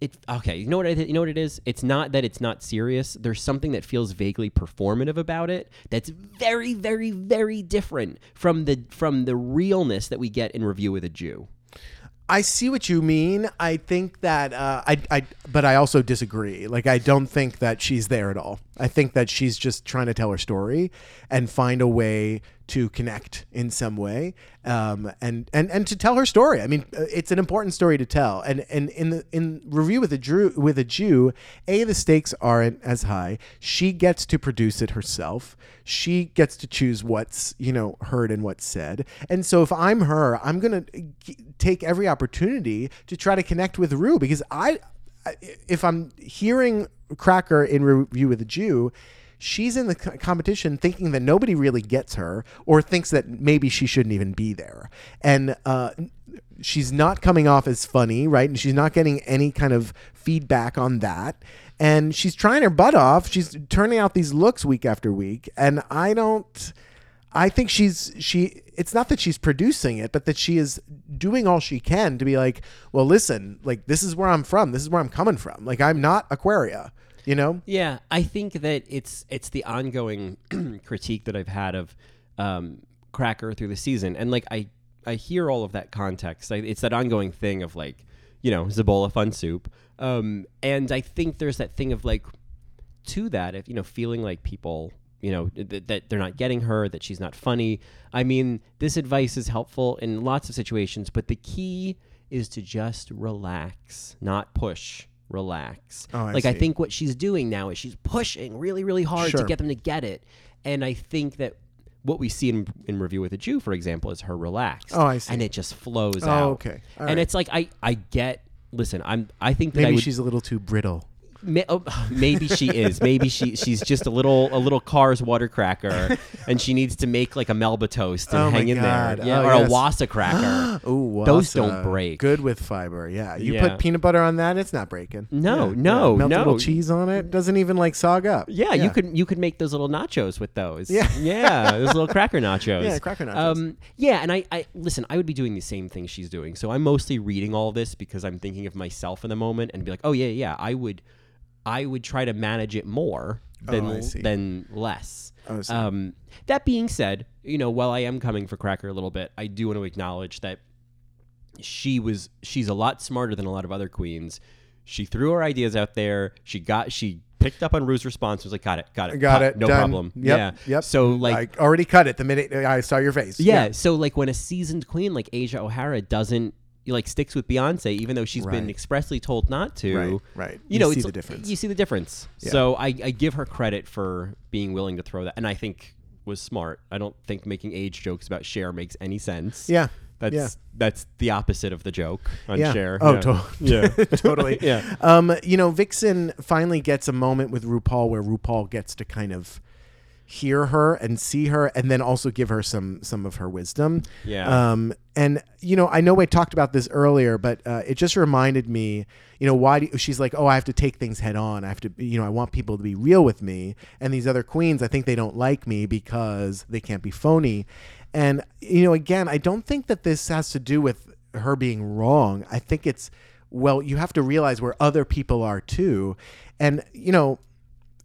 C: it okay you know what I th- you know what it is it's not that it's not serious there's something that feels vaguely performative about it that's very very very different from the from the realness that we get in review with a jew
D: I see what you mean. I think that uh, I, I, but I also disagree. Like, I don't think that she's there at all. I think that she's just trying to tell her story and find a way to connect in some way, um, and and and to tell her story. I mean, uh, it's an important story to tell. And and in the in review with a Drew with a Jew, a the stakes aren't as high. She gets to produce it herself. She gets to choose what's you know heard and what's said. And so if I'm her, I'm gonna g- take every opportunity to try to connect with Rue because I, I- if I'm hearing Cracker in review with a Jew. She's in the co- competition thinking that nobody really gets her or thinks that maybe she shouldn't even be there. And uh, she's not coming off as funny, right? And she's not getting any kind of feedback on that. And she's trying her butt off. She's turning out these looks week after week. And I don't I think she's she it's not that she's producing it, but that she is doing all she can to be like, well, listen, like this is where I'm from. This is where I'm coming from. Like I'm not Aquaria, you know?
C: Yeah, I think that it's it's the ongoing critique that I've had of um, Cracker through the season, and like I I hear all of that context. I, it's that ongoing thing of like you know Zabola fun soup, um, and I think there's that thing of like to that if you know feeling like people you know th- that they're not getting her that she's not funny i mean this advice is helpful in lots of situations but the key is to just relax not push relax
D: Oh, I
C: like i
D: see.
C: think what she's doing now is she's pushing really really hard
D: Sure.
C: to get them to get it and i think that what we see in, in review with a jew for example is her relaxed
D: Oh, I see. Oh,
C: and it just flows out
D: okay. All
C: and
D: right.
C: it's like i i get listen i'm i think that I
D: Maybe
C: would,
D: she's a little too brittle.
C: May, oh, maybe she is. Maybe she she's just a little a little Cars water cracker, and she needs to make like a Melba toast and
D: Oh my
C: hang in
D: God.
C: there, yeah,
D: Oh,
C: or
D: yes.
C: a Wassa cracker.
D: Ooh,
C: Those
D: wassa.
C: don't break.
D: Good with fiber, yeah. You
C: Yeah.
D: put peanut butter on that, it's not breaking.
C: No,
D: Yeah,
C: no,
D: yeah. Melt a
C: no.
D: little cheese on it, doesn't even like sog up.
C: Yeah, you could you could make those little nachos with those.
D: Yeah.
C: yeah, those little cracker nachos.
D: Yeah, cracker nachos.
C: Um, yeah, and I, I listen. I would be doing the same thing she's doing. So I'm mostly reading all this because I'm thinking of myself in the moment and be like, oh yeah, yeah. I would, I would try to manage it more than
D: Oh, I see. Oh,
C: than less.
D: I see.
C: Um, that being said, you know, while I am coming for Cracker a little bit, I do want to acknowledge that she was she's a lot smarter than a lot of other queens. She threw her ideas out there. She got she picked up on Rue's response. Was like, got it, got it,
D: Got
C: cut,
D: it.
C: no
D: done.
C: problem.
D: Yep,
C: yeah,
D: Yep.
C: So like,
D: I already cut it the minute I saw your face.
C: yeah, so like when a seasoned queen like Asia O'Hara doesn't like sticks with Beyonce, even though she's
D: Right.
C: been expressly told not to.
D: Right, right.
C: You,
D: You
C: know,
D: see
C: it's-
D: the difference.
C: You see the difference. So I, I give her credit for being willing to throw that, and I think was smart. I don't think making age jokes about Cher makes any sense.
D: Yeah,
C: That's
D: yeah.
C: that's the opposite of the joke on
D: Yeah.
C: Cher.
D: Oh,
C: yeah.
D: to-
C: yeah.
D: totally.
C: Yeah.
D: Um, you know, Vixen finally gets a moment with RuPaul where RuPaul gets to kind of hear her and see her and then also give her some some of her wisdom.
C: Yeah.
D: Um and you know, I know I talked about this earlier, but uh, it just reminded me, you know, why do, she's like, "Oh, I have to take things head on. I have to, be- you know, I want people to be real with me." And these other queens, I think they don't like me because they can't be phony. And you know, again, I don't think that this has to do with her being wrong. I think it's well, you have to realize where other people are too. And, you know,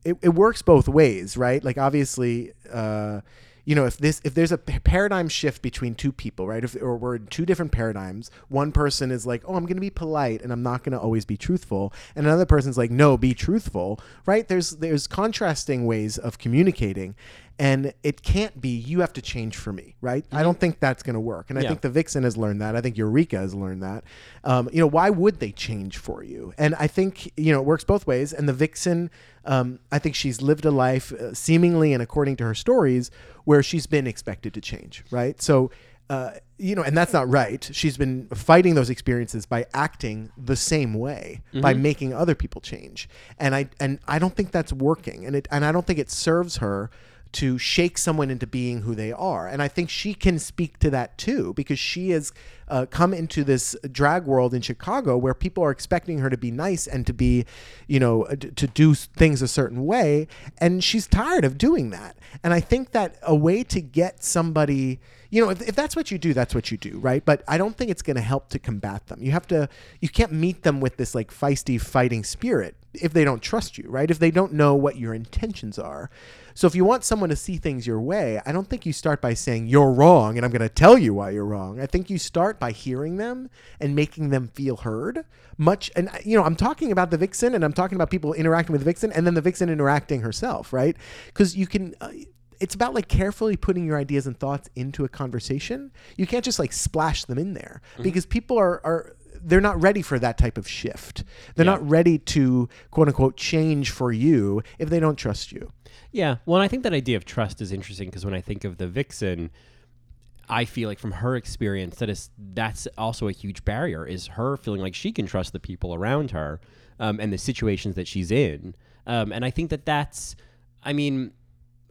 D: it, it works both ways, right? Like obviously, uh, you know, if this if there's a p- paradigm shift between two people, right? If or we're in two different paradigms, one person is like, "Oh, I'm going to be polite and I'm not going to always be truthful," and another person's like, "No, be truthful." Right? There's there's contrasting ways of communicating. And it can't be you have to change for me, right? I don't think that's going to work. And I
C: Yeah.
D: think the Vixen has learned that. I think Eureka has learned that. Um, you know, why would they change for you? And I think you know it works both ways. And the Vixen, um, I think she's lived a life uh, seemingly and according to her stories where she's been expected to change, right? So. Uh, you know, and that's not right. She's been fighting those experiences by acting the same way, by making other people change, and I and I don't think that's working, and it and I don't think it serves her to shake someone into being who they are. And I think she can speak to that too, because she has uh, come into this drag world in Chicago where people are expecting her to be nice and to be, you know, uh, d- to do s- things a certain way. And she's tired of doing that. And I think that a way to get somebody, you know, if, if that's what you do, that's what you do, right? But I don't think it's going to help to combat them. You have to, you can't meet them with this like feisty fighting spirit if they don't trust you, right? If they don't know what your intentions are. So if you want someone to see things your way, I don't think you start by saying you're wrong and I'm going to tell you why you're wrong. I think you start by hearing them and making them feel heard. Much and uh, you know, I'm talking about the vixen and I'm talking about people interacting with the vixen and then the vixen interacting herself, right? Cuz you can uh, it's about like carefully putting your ideas and thoughts into a conversation. You can't just like splash them in there because people are are they're not ready for that type of shift. They're not ready to quote unquote change for you if they don't trust you.
C: Yeah. Well, and I think that idea of trust is interesting because when I think of the vixen, I feel like from her experience that is that's also a huge barrier is her feeling like she can trust the people around her um, and the situations that she's in. Um, and I think that that's, I mean,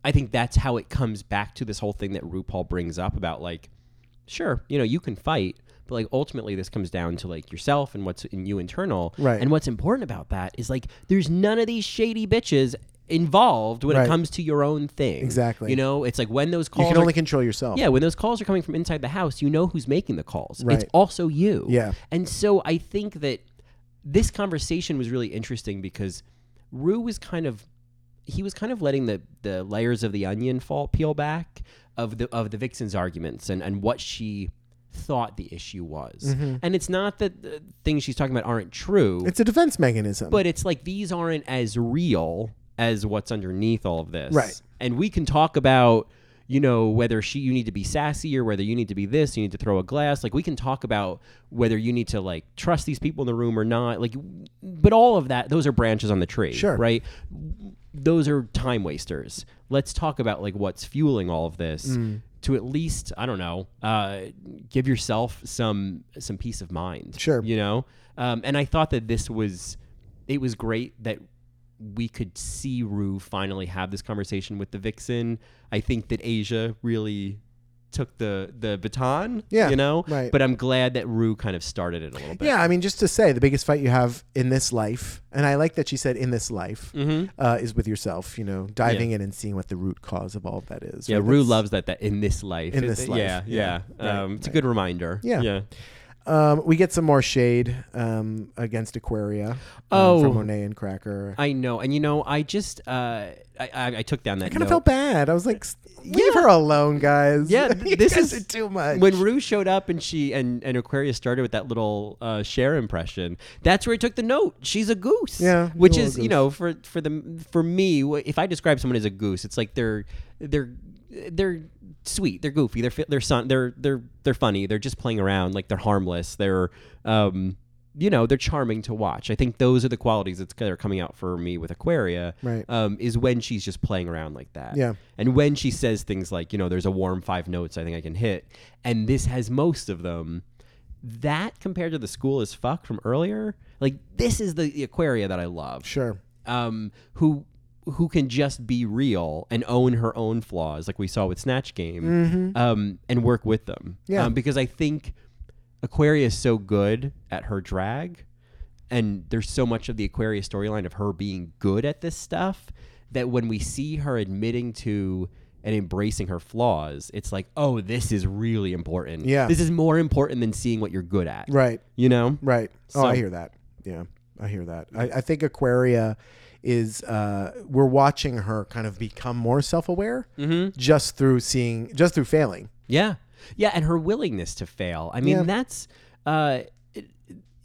C: I think that's how it comes back to this whole thing that RuPaul brings up about like, sure, you know, you can fight, but like ultimately this comes down to like yourself and what's in you internal.
D: Right.
C: And what's important about that is like there's none of these shady bitches involved when
D: Right.
C: it comes to your own thing.
D: Exactly.
C: You know, it's like when those
D: You
C: calls
D: can
C: are
D: only control yourself.
C: yeah, when those calls are coming from inside the house, you know who's making the calls.
D: Right.
C: It's also you.
D: Yeah.
C: And so I think that this conversation was really interesting because Rue was kind of he was kind of letting the the layers of the onion fall peel back of the of the vixen's arguments and and what she thought the issue was.
D: Mm-hmm.
C: And it's not that the things she's talking about aren't true,
D: It's a defense mechanism.
C: but it's like these aren't as real as what's underneath all of this.
D: Right.
C: And we can talk about, you know, whether she you need to be sassy or whether you need to be this, you need to throw a glass. Like we can talk about whether you need to like trust these people in the room or not. Like but all of that, those are branches on the tree.
D: Sure.
C: Right? Those are time wasters. Let's talk about like what's fueling all of this.
D: Mm.
C: To at least, I don't know, uh, give yourself some some peace of mind.
D: Sure.
C: You know, um, and I thought that this was it was great that we could see Rue finally have this conversation with the Vixen. I think that Asia really took the the baton.
D: Yeah,
C: you know.
D: right.
C: But I'm glad that Rue kind of started it a little bit.
D: yeah, I mean, just to say, the biggest fight you have in this life, and I like that she said in this life,
C: Mm-hmm.
D: uh, is with yourself. You know, diving in and seeing what the root cause of all of that is.
C: Yeah,
D: right?
C: Rue
D: That's-
C: loves that that in this life.
D: In
C: It-
D: this
C: it-
D: life,
C: Yeah,
D: yeah,
C: yeah.
D: right,
C: um, it's a good reminder.
D: Yeah.
C: Yeah.
D: Um, we get some more shade um, against Aquaria um,
C: Oh.
D: from Monet and Cracker. I,
C: I know, and you know, I just uh, I, I I took down that.
D: kind of
C: note.
D: felt bad. I was like, "S- leave her alone, guys.
C: Yeah,
D: You
C: th- this
D: guys
C: is
D: are too much.
C: When Rue showed up and she and, and Aquarius started with that little uh, share impression, that's where he took the note. She's a goose.
D: Yeah,
C: which
D: you are a
C: is
D: goose.
C: you know for for the for me, wh- if I describe someone as a goose, it's like they're they're they're sweet, they're goofy, they're fi- they're son, they're they're they're funny, they're just playing around, like they're harmless, they're um. You know they're charming to watch. I think those are the qualities that's that are coming out for me with Aquaria.
D: Right.
C: um, is when she's just playing around like that.
D: Yeah.
C: And when she says things like, you know, there's a warm five notes I think I can hit, and this has most of them, that compared to the school is fuck from earlier, like this is the, the Aquaria that I love.
D: sure.
C: Um, who who can just be real and own her own flaws, like we saw with Snatch Game, um, and work with them.
D: Mm-hmm. Yeah.
C: Um, because I think Aquaria is so good at her drag, and there's so much of the Aquarius storyline of her being good at this stuff that when we see her admitting to and embracing her flaws, it's like, oh, this is really important.
D: Yeah.
C: This is more important than seeing what you're good at.
D: Right.
C: You know?
D: Right. Oh, I
C: So-
D: hear that. Yeah. I hear that. I, I think Aquaria is uh, we're watching her kind of become more self-aware
C: Mm-hmm.
D: just through seeing, just through failing.
C: Yeah. Yeah, and her willingness to fail. I mean,
D: Yeah.
C: that's uh it-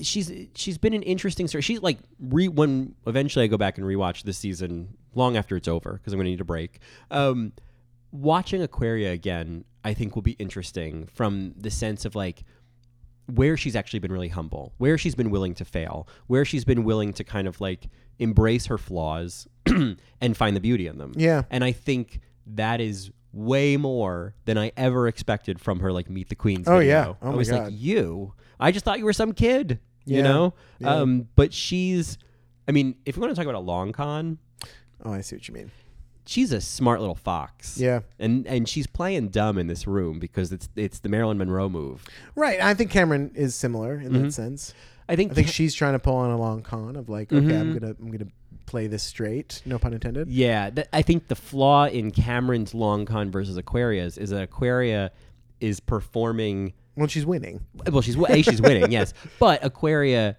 C: she's she's been an interesting story. She's like re when eventually I go back and rewatch this season long after it's over because I'm going to need a break. Um watching Aquaria again, I think will be interesting from the sense of like where she's actually been really humble, where she's been willing to fail, where she's been willing to kind of like embrace her flaws and find the beauty in them.
D: Yeah.
C: And I think that is way more than I ever expected from her, like Meet the Queens.
D: Oh,
C: video.
D: yeah. Oh,
C: I
D: my
C: was like,
D: God.
C: you. I just thought you were some kid, you
D: Yeah.
C: know? Um, but she's, I mean, if you want to talk about a long con,
D: Oh, I see what you mean.
C: she's a smart little fox.
D: Yeah.
C: And and she's playing dumb in this room because it's it's the Marilyn Monroe move.
D: Right. I think Cameron is similar in that sense.
C: Mm-hmm. I think, Mm-hmm.
D: I think she's trying to pull on a long con of like, okay, I'm gonna I'm gonna play this straight. No pun intended.
C: Yeah, th- I think the flaw in Cameron's long con versus Aquaria's is that Aquaria is performing.
D: Well, she's winning.
C: Well, she's a she's winning, yes, but Aquaria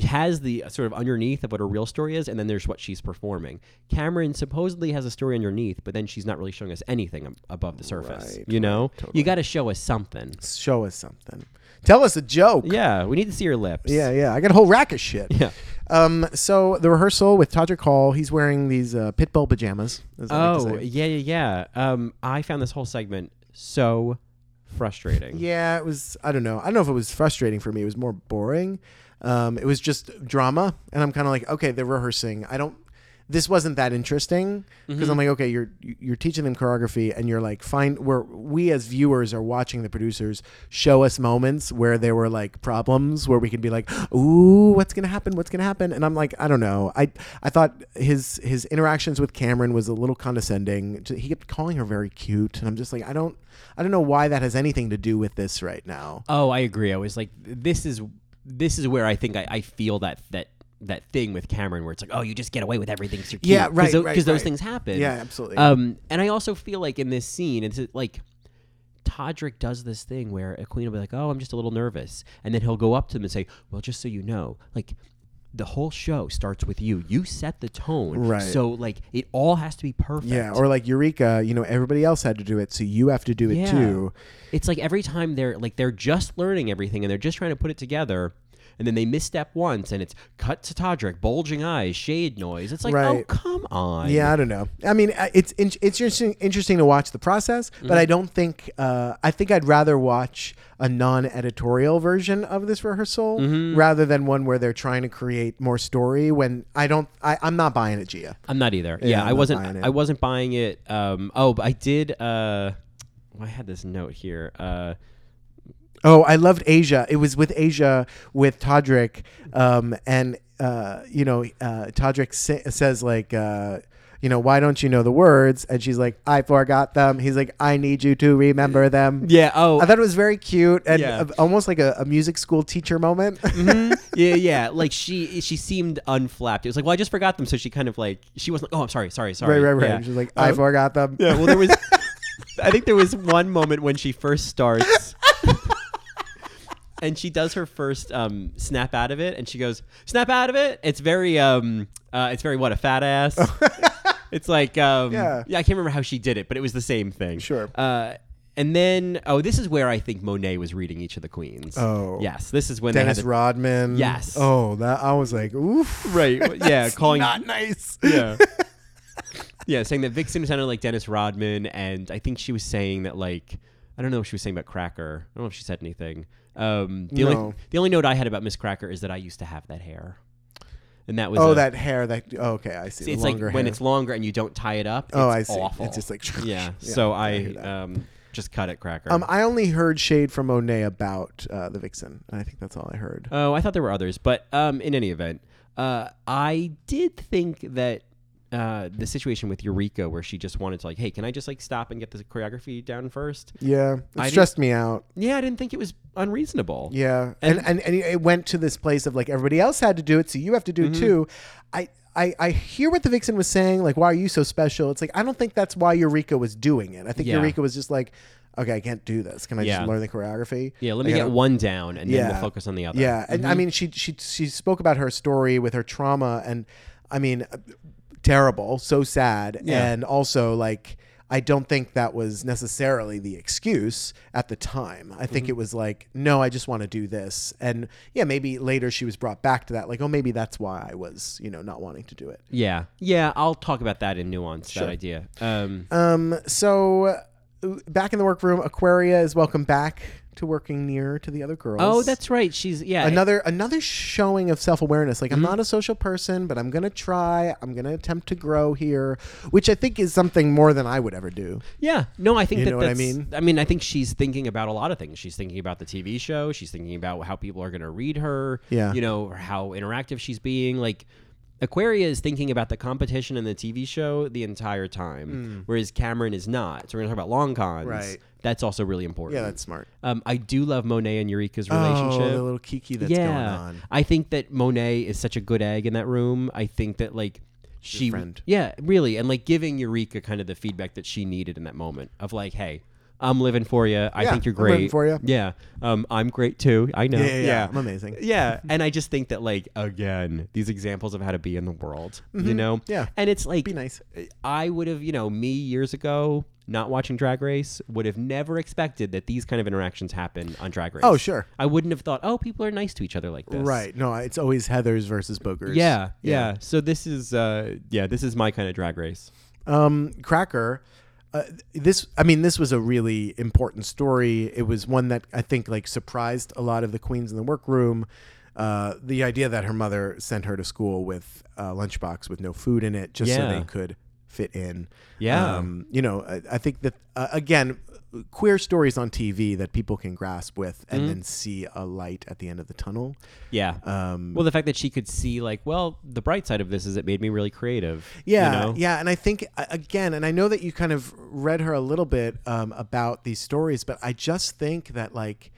C: has the uh, sort of underneath of what her real story is, and then there's what she's performing. Cameron supposedly has a story underneath, but then she's not really showing us anything ab- above the surface.
D: Right,
C: you know, you got to show us something.
D: Show us something. Tell us a joke.
C: Yeah, we need to see your lips.
D: Yeah, yeah. I got a whole rack of shit.
C: Yeah.
D: Um. So the rehearsal with Todrick Hall, he's wearing these uh, pit bull pajamas. as I like to
C: Oh,
D: say.
C: yeah, yeah, yeah. Um, I found this whole segment so frustrating.
D: Yeah, it was. I don't know. I don't know if it was frustrating for me. It was more boring. Um, it was just drama, and I'm kind of like, okay, they're rehearsing. I don't. This wasn't that interesting because
C: Mm-hmm.
D: I'm like, okay, you're you're teaching them choreography, and you're like, fine. Where we as viewers are watching the producers show us moments where there were like problems where we can be like, ooh, what's gonna happen? What's gonna happen? And I'm like, I don't know. I I thought his his interactions with Cameron was a little condescending. He kept calling her very cute, and I'm just like, I don't I don't know why that has anything to do with this right now.
C: Oh, I agree. I was like, this is this is where I think I, I feel that that that thing with Cameron, where it's like, oh, you just get away with everything. 'cause You're cute.
D: Yeah, right,
C: Because
D: right,
C: those
D: right.
C: things happen.
D: Yeah, absolutely.
C: Um, and I also feel like in this scene, it's uh, like Todrick does this thing where a queen will be like, oh, I'm just a little nervous, and then he'll go up to him and say, well, just so you know, like. The whole show starts with you. You set the tone,
D: Right.
C: So like it all has to be perfect.
D: yeah, or like Eureka, you know, everybody else had to do it, so you have to do it
C: Yeah.
D: too.
C: It's like every time they're like they're just learning everything and they're just trying to put it together, and then they misstep once and it's cut to Todrick, bulging eyes, shade noise. It's like, oh
D: Right.
C: come on.
D: Yeah, I don't know. I mean, I- it's in- it's interesting interesting to watch the process, but I don't think uh, I think I'd rather watch a non-editorial version of this rehearsal rather than one where they're trying to create more story. When I don't, I, I'm not buying it, Gia.
C: I'm not either. Yeah,
D: I'm
C: I
D: not
C: wasn't.
D: buying it.
C: I wasn't buying it. Um. Oh, but I did. Uh, I had this note here. Uh,
D: Oh, I loved Asia. It was with Asia with Todrick, um, and uh, you know, uh, Todrick sa- says like, uh, you know, why don't you know the words? And she's like, I forgot them. He's like, I need you to remember them.
C: yeah. Oh.
D: I thought it was very cute and
C: Yeah.
D: uh, almost like a, a music school teacher moment.
C: hmm, yeah, yeah. Like she, she seemed unflapped. It was like, well, I just forgot them. So she kind of like, she wasn't. Like, oh, I'm sorry, sorry,
D: right,
C: sorry.
D: right, right.
C: Yeah. Uh,
D: She's like, I forgot them.
C: Yeah, well, there was. I think there was one moment when she first starts. And she does her first um, snap out of it, and she goes, "Snap out of it." It's very, um, uh, it's very what a fat ass. it's like, um,
D: Yeah.
C: I can't remember how she did it, but it was the same thing.
D: Sure.
C: Uh, and then, oh, this is where I think Monet was reading each of the queens.
D: Oh.
C: yes, this is when
D: Dennis
C: they had
D: Rodman.
C: Yes.
D: Oh, that I was like, oof.
C: the, right, well, yeah, calling
D: Not nice.
C: yeah. yeah, saying that Vixen sounded like Dennis Rodman, and I think she was saying that like I don't know if she was saying about Cracker. I don't know if she said anything. Um, the only
D: No.
C: the only note I had about Miss Cracker is that I used to have that hair, and that was
D: Oh,
C: a-
D: that hair. That okay, I see.
C: it's
D: the
C: like
D: longer
C: when
D: hair.
C: it's longer and you don't tie it up. It's
D: Oh, I see.
C: Awful.
D: It's just like
C: yeah. So
D: I
C: I
D: hear that.
C: um, just cut it, Cracker.
D: Um, I only heard shade from Monet about uh, the Vixen. I think that's all I heard.
C: Oh, I thought there were others, but um, in any event, uh, I did think that uh, the situation with Eureka, where she just wanted to like, hey, can I just like stop and get the choreography down first?
D: yeah, it
C: I
D: stressed me out.
C: Yeah, I didn't think it was unreasonable. Mm-hmm.
D: Yeah, and, and and it went to this place of like everybody else had to do it, so you have to do it too. I I, I hear what the vixen was saying, like, why are you so special? It's like, I don't think that's why Eureka was doing it. I think
C: Yeah.
D: Eureka was just like, okay, I can't do this. Can I
C: Yeah.
D: just learn the choreography?
C: Yeah, let me
D: Like,
C: get
D: I don't-
C: one down and then we'll focus on the other. Mm-hmm.
D: Yeah, and I mean, she she she spoke about her story with her trauma, and I mean, uh, terrible, so sad,
C: Yeah.
D: and also like I don't think that was necessarily the excuse at the time. I think it was like, no, I just want to do this, and yeah, maybe later she was brought back to that, like, oh, maybe that's why I was, you know, not wanting to do it.
C: Yeah. Yeah. I'll talk about that in nuance, that idea. Um,
D: Um, so uh, back in the workroom, Aquaria is welcome back to working nearer to the other girls.
C: oh, that's right. She's, yeah.
D: another another showing of self-awareness like i'm not a social person but i'm gonna try i'm gonna attempt to grow here which i think is something more than i would ever do
C: Yeah, no, I think
D: You
C: that
D: know what I
C: that's,
D: mean?
C: I mean, I think she's thinking about a lot of things. She's thinking about the TV show. She's thinking about how people are going to read her.
D: Yeah.
C: you know or how interactive she's being. Like Aquaria is thinking about the competition in the TV show the entire time, whereas Cameron is not. So we're going to talk about long cons.
D: Hmm. Right.
C: That's also really important.
D: yeah that's smart
C: Um, I do love Monet and Eureka's
D: oh
C: relationship.
D: the little kiki that's
C: yeah,
D: going on
C: I think that Monet is such a good egg in that room. I think that like she,
D: friend.
C: yeah, really, and like giving Eureka kind of the feedback that she needed in that moment of like, hey, I'm living for you. I
D: Yeah,
C: think you're
D: I'm living
C: great
D: for ya.
C: Yeah, um, I'm great too. I know.
D: yeah, yeah, yeah, i'm amazing
C: Yeah, and I just think that like again, these examples of how to be in the world, you know.
D: Mm-hmm. Yeah.
C: and it's like
D: be nice
C: I would have, you know, me years ago not watching Drag Race would have never expected that these kind of interactions happen on Drag Race.
D: Oh, sure.
C: I wouldn't have thought, oh, people are nice to each other like this.
D: right no it's always heathers versus bogers
C: Yeah, yeah. So this is, uh, yeah, this is my kind of Drag Race.
D: um, Cracker. Uh, this, I mean, this was a really important story. It was one that I think like surprised a lot of the queens in the workroom. Uh, the idea that her mother sent her to school with a lunchbox with no food in it, just so
C: Yeah.
D: they could fit in.
C: Yeah.
D: um, you know, I, I think that uh, again, queer stories on TV that people can grasp with
C: Mm-hmm.
D: and then see a light at the end of the tunnel.
C: Yeah.
D: Um,
C: well, the fact that she could see, like, well, the bright side of this is it made me really creative. you
D: Yeah,
C: know?
D: yeah, and I think a- again, and I know that you kind of read her a little bit um, about these stories, but I just think that like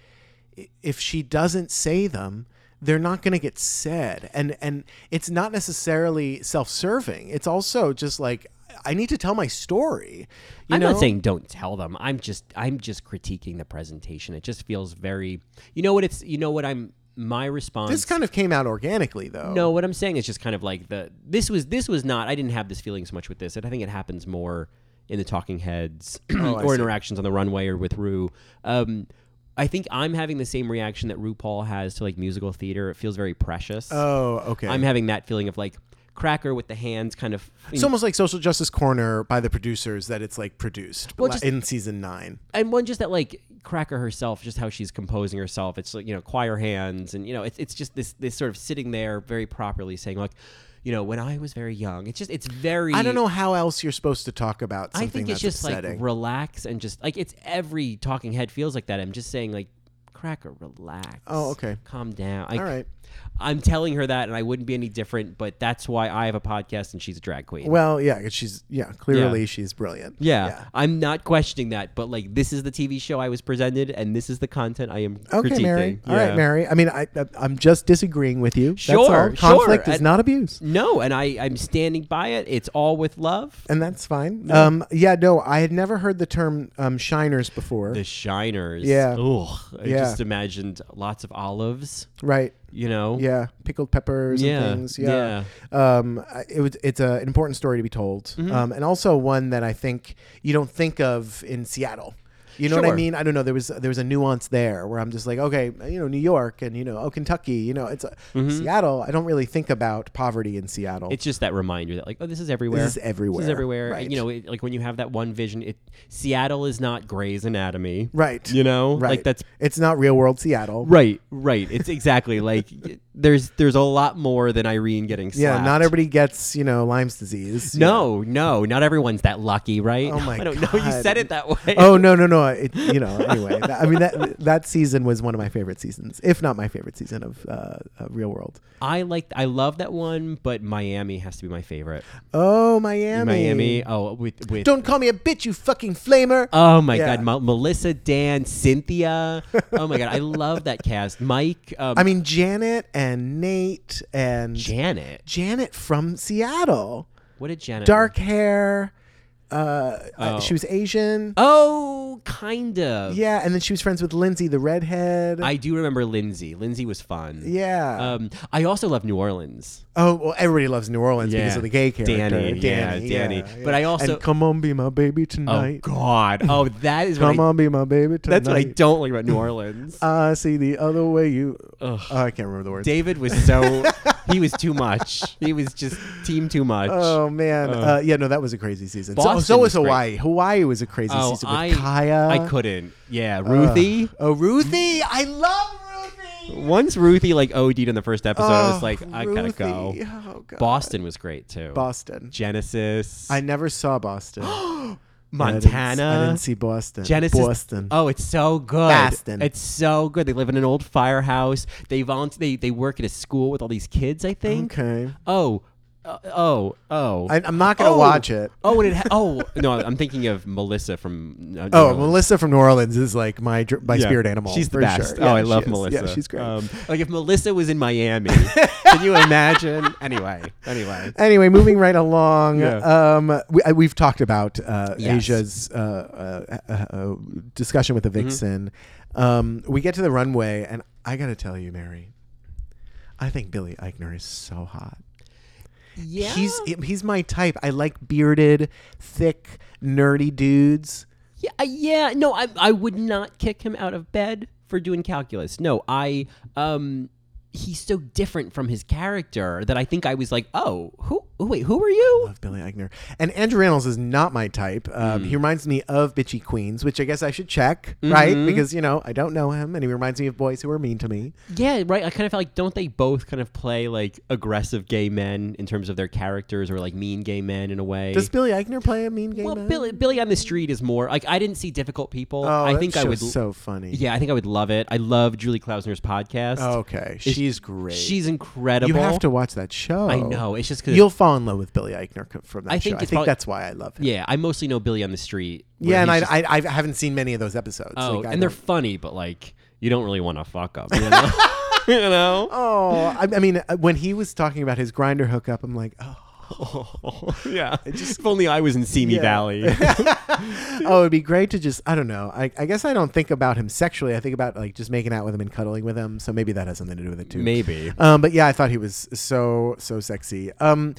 D: i- if she doesn't say them, they're not going to get said, and and it's not necessarily self-serving. It's also just like I need to tell my story. You
C: I'm
D: know?
C: not saying don't tell them. I'm just I'm just critiquing the presentation. It just feels very. You know what? It's you know what I'm. My response.
D: this kind of came out organically, though.
C: No, what I'm saying is just kind of like the this was this was not. I didn't have this feeling so much with this, and I think it happens more in the Talking Heads
D: Oh,
C: or interactions on the runway or with Rue. Um, I think I'm having the same reaction that RuPaul has to like musical theater. It feels very precious.
D: Oh, okay.
C: I'm having that feeling of like cracker with the hands, kind of.
D: it's almost like Social Justice Corner by the producers that it's like produced
C: Well,
D: li-
C: just-
D: in season nine.
C: and one just that like cracker herself just how she's composing herself it's like you know choir hands and you know it's, it's just this this sort of sitting there very properly saying like you know when i was very young it's just it's very
D: I don't know how else you're supposed to talk about
C: i
D: something
C: think it's
D: that's
C: just
D: upsetting.
C: like relax and just like it's every talking head feels like that i'm just saying like cracker relax
D: Oh, okay.
C: calm down I,
D: All right.
C: i'm telling her that and i wouldn't be any different but that's why i have a podcast and she's a drag queen
D: Well, yeah, 'cause she's yeah, clearly she's brilliant.
C: Yeah, I'm not questioning that, but like this is the TV show I was presented, and this is the content I am
D: Okay,
C: critiquing.
D: Mary. All
C: Yeah.
D: right, Mary. I mean, I, I I'm just disagreeing with you. That's
C: Sure,
D: all. Conflict
C: sure.
D: is
C: And-
D: not abuse.
C: No, and I I'm standing by it. It's all with love.
D: And that's fine. Um, yeah, no, I had never heard the term um, shiners before.
C: The Shiners.
D: Yeah.
C: Ugh, I
D: Yeah.
C: just imagined lots of olives.
D: right.
C: You know.
D: Yeah, pickled peppers
C: Yeah,
D: and things. Yeah, Um, I- it was it's a, an important story to be told,
C: Mm-hmm.
D: um, and also one that I think you don't think of in Seattle. You know what I
C: Sure.
D: mean? I don't know. There was there was a nuance there where I'm just like, okay, you know, New York and you know, oh, Kentucky. You know, it's uh Seattle. I don't really think about poverty in Seattle.
C: Mm-hmm. It's just that reminder that like, oh, this is everywhere.
D: This is everywhere.
C: This is everywhere.
D: Right.
C: And, you know, it, like when you have that one vision, it Seattle is not Grey's Anatomy.
D: right.
C: You know,
D: right.
C: like that's
D: it's not real world Seattle.
C: right, right. It's exactly like y- there's there's a lot more than Irene getting
D: Yeah,
C: slapped.
D: not everybody gets you know Lyme's disease. you know.
C: No, no, not everyone's that lucky, right?
D: Oh my
C: I don't know. You
D: God.
C: said it that way.
D: Oh no no no! no, it, you know. Anyway, that- I mean that that season was one of my favorite seasons, if not my favorite season of uh, uh, Real World.
C: I like I love that one, but Miami has to be my favorite.
D: Oh, Miami,
C: Miami. Oh, with with
D: Don't call me a bitch, you fucking flamer.
C: Oh my
D: Yeah.
C: God, Mo- Melissa, Dan, Cynthia. Oh my God, I love that cast. Mike, um,
D: I mean Janet and Nate and
C: Janet.
D: Janet from Seattle,
C: What did Janet?
D: dark hair. Uh, uh,
C: Oh.
D: she was Asian.
C: Oh, kind of.
D: Yeah, and then she was friends with Lindsay the redhead.
C: I do remember Lindsay. Lindsay was fun.
D: yeah.
C: Um, I also love New Orleans.
D: oh, well, everybody loves New Orleans
C: Yeah.
D: because of the gay character,
C: Danny, yeah, Danny. But I also-
D: and come on, be my baby
C: Oh
D: tonight.
C: God. Oh, that is
D: come
C: what I,
D: on, Uh, be my baby tonight.
C: that's what I don't like about New Orleans.
D: I see the other way you. Oh, I can't remember the words.
C: David was so he was too much. He was just team too much.
D: Oh man, uh, yeah, no, that was a crazy season. So,
C: Boston
D: so
C: was
D: was
C: great.
D: Hawaii. Hawaii was a crazy
C: Oh,
D: season with Kaya.
C: I Mm. couldn't. Yeah, Ruthie.
D: uh, Oh, Ruthie, I love Ruthie.
C: Once Ruthie like OD'd in the first episode, I
D: Oh,
C: was like, I gotta go.
D: Ruthie. Oh, God.
C: Boston was great too.
D: Boston.
C: Genesis.
D: I never saw Boston. I didn't-
C: Montana.
D: I didn't, see Boston.
C: Genesis.
D: Boston.
C: Oh, it's so good.
D: Boston.
C: It's so good. They live in an old firehouse. They volunteer. They, they work at a school with all these kids. I think.
D: Okay.
C: Oh. Uh, oh. Oh.
D: I, I'm not gonna
C: Oh.
D: watch it.
C: Oh, and it. Ha- oh no, I'm thinking of Melissa from. Uh, New
D: Oh,
C: Orleans.
D: Melissa from New Orleans is like my dr- my
C: Yeah.
D: spirit animal.
C: She's the
D: for
C: best.
D: Sure.
C: oh,
D: Yeah,
C: I
D: she
C: love
D: is.
C: Melissa.
D: Yeah, she's great.
C: Um, like if Melissa was in Miami, can you imagine? Anyway, anyway.
D: anyway, moving right along.
C: Yeah.
D: Um, we, I- we've talked about uh,
C: Yes.
D: Asia's uh, uh, uh, uh, discussion with the vixen. Um, we get to the runway, and I got to tell you, Mary, I think Billy Eichner is so hot.
C: Yeah.
D: He's he's my type. I like bearded, thick, nerdy dudes.
C: Yeah, uh, yeah. No, I I would not kick him out of bed for doing calculus. No, I um he's so different from his character that I think I was like, "Oh, who oh, wait, who are you?"
D: Love Billy Eichner. And Andrew Reynolds is not my type. Um, He reminds me of Bitchy Queens, which I guess I should check, right? Because, you know, I don't know him, and he reminds me of boys who are mean to me.
C: Yeah, right. I kind of felt like don't they both kind of play like aggressive gay men in terms of their characters or like mean gay men in a way?
D: Does Billy Eichner play a mean game?
C: well, Billy Billy on the street is more like I didn't see difficult people.
D: Oh,
C: I
D: that
C: think I
D: show's
C: would
D: so funny.
C: Yeah, I think I would love it. I love Julie Klausner's podcast.
D: Okay, she's great.
C: She's incredible.
D: you have to watch that show.
C: I know. It's just 'cause-
D: you'll fall in love with Billy Eichner co- from that
C: I
D: show.
C: think
D: I
C: it's
D: think
C: probably-
D: that's why I love him.
C: Yeah, I mostly know Billy on the street. where
D: Yeah, and I,
C: he's just-
D: I I haven't seen many of those episodes.
C: Oh,
D: Like, I
C: and they're
D: don't-
C: funny, but like you don't really want to fuck up. You know? You know?
D: oh, I, I mean, uh, when he was talking about his grinder hookup, I'm like, oh,
C: Oh, yeah. if only I was in Simi
D: Yeah.
C: Valley.
D: oh, it'd be great to just I don't know. I, I guess I don't think about him sexually. I think about like just making out with him and cuddling with him. So maybe that has something to do with it too.
C: Maybe.
D: Um, but yeah, I thought he was so so sexy. Um,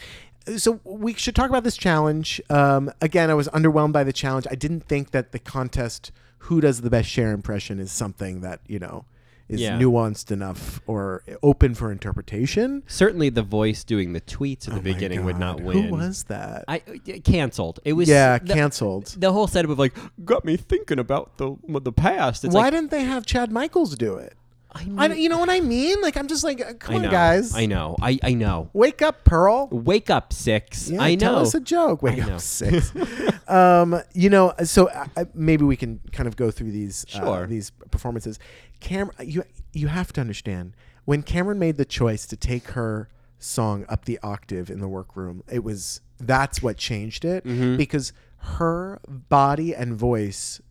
D: so we should talk about this challenge. Um, again, I was underwhelmed by the challenge. I didn't think that the contest "Who does the best share impression" is something that you know is
C: Yeah.
D: nuanced enough or open for interpretation.
C: Certainly, the voice doing the tweets at the beginning would not
D: God,
C: win.
D: Who was that?
C: I it canceled. It was
D: yeah,
C: the,
D: canceled.
C: The whole setup of like got me thinking about the the past. It's
D: Why
C: like,
D: didn't they have Chad Michaels do it?
C: I mean,
D: I, you know what I mean? Like, I'm just like, uh, come
C: I
D: on,
C: know,
D: guys.
C: I know. I I know.
D: Wake up, Pearl.
C: Wake up, six.
D: Yeah,
C: I know.
D: Tell us a joke. Wake
C: I know.
D: up, six. um, you know, so I, I, maybe we can kind of go through these uh,
C: Sure.
D: these performances. Cam, you you have to understand when Cameron made the choice to take her song up the octave in the workroom. It was that's what changed it
C: Mm-hmm.
D: because her body and voice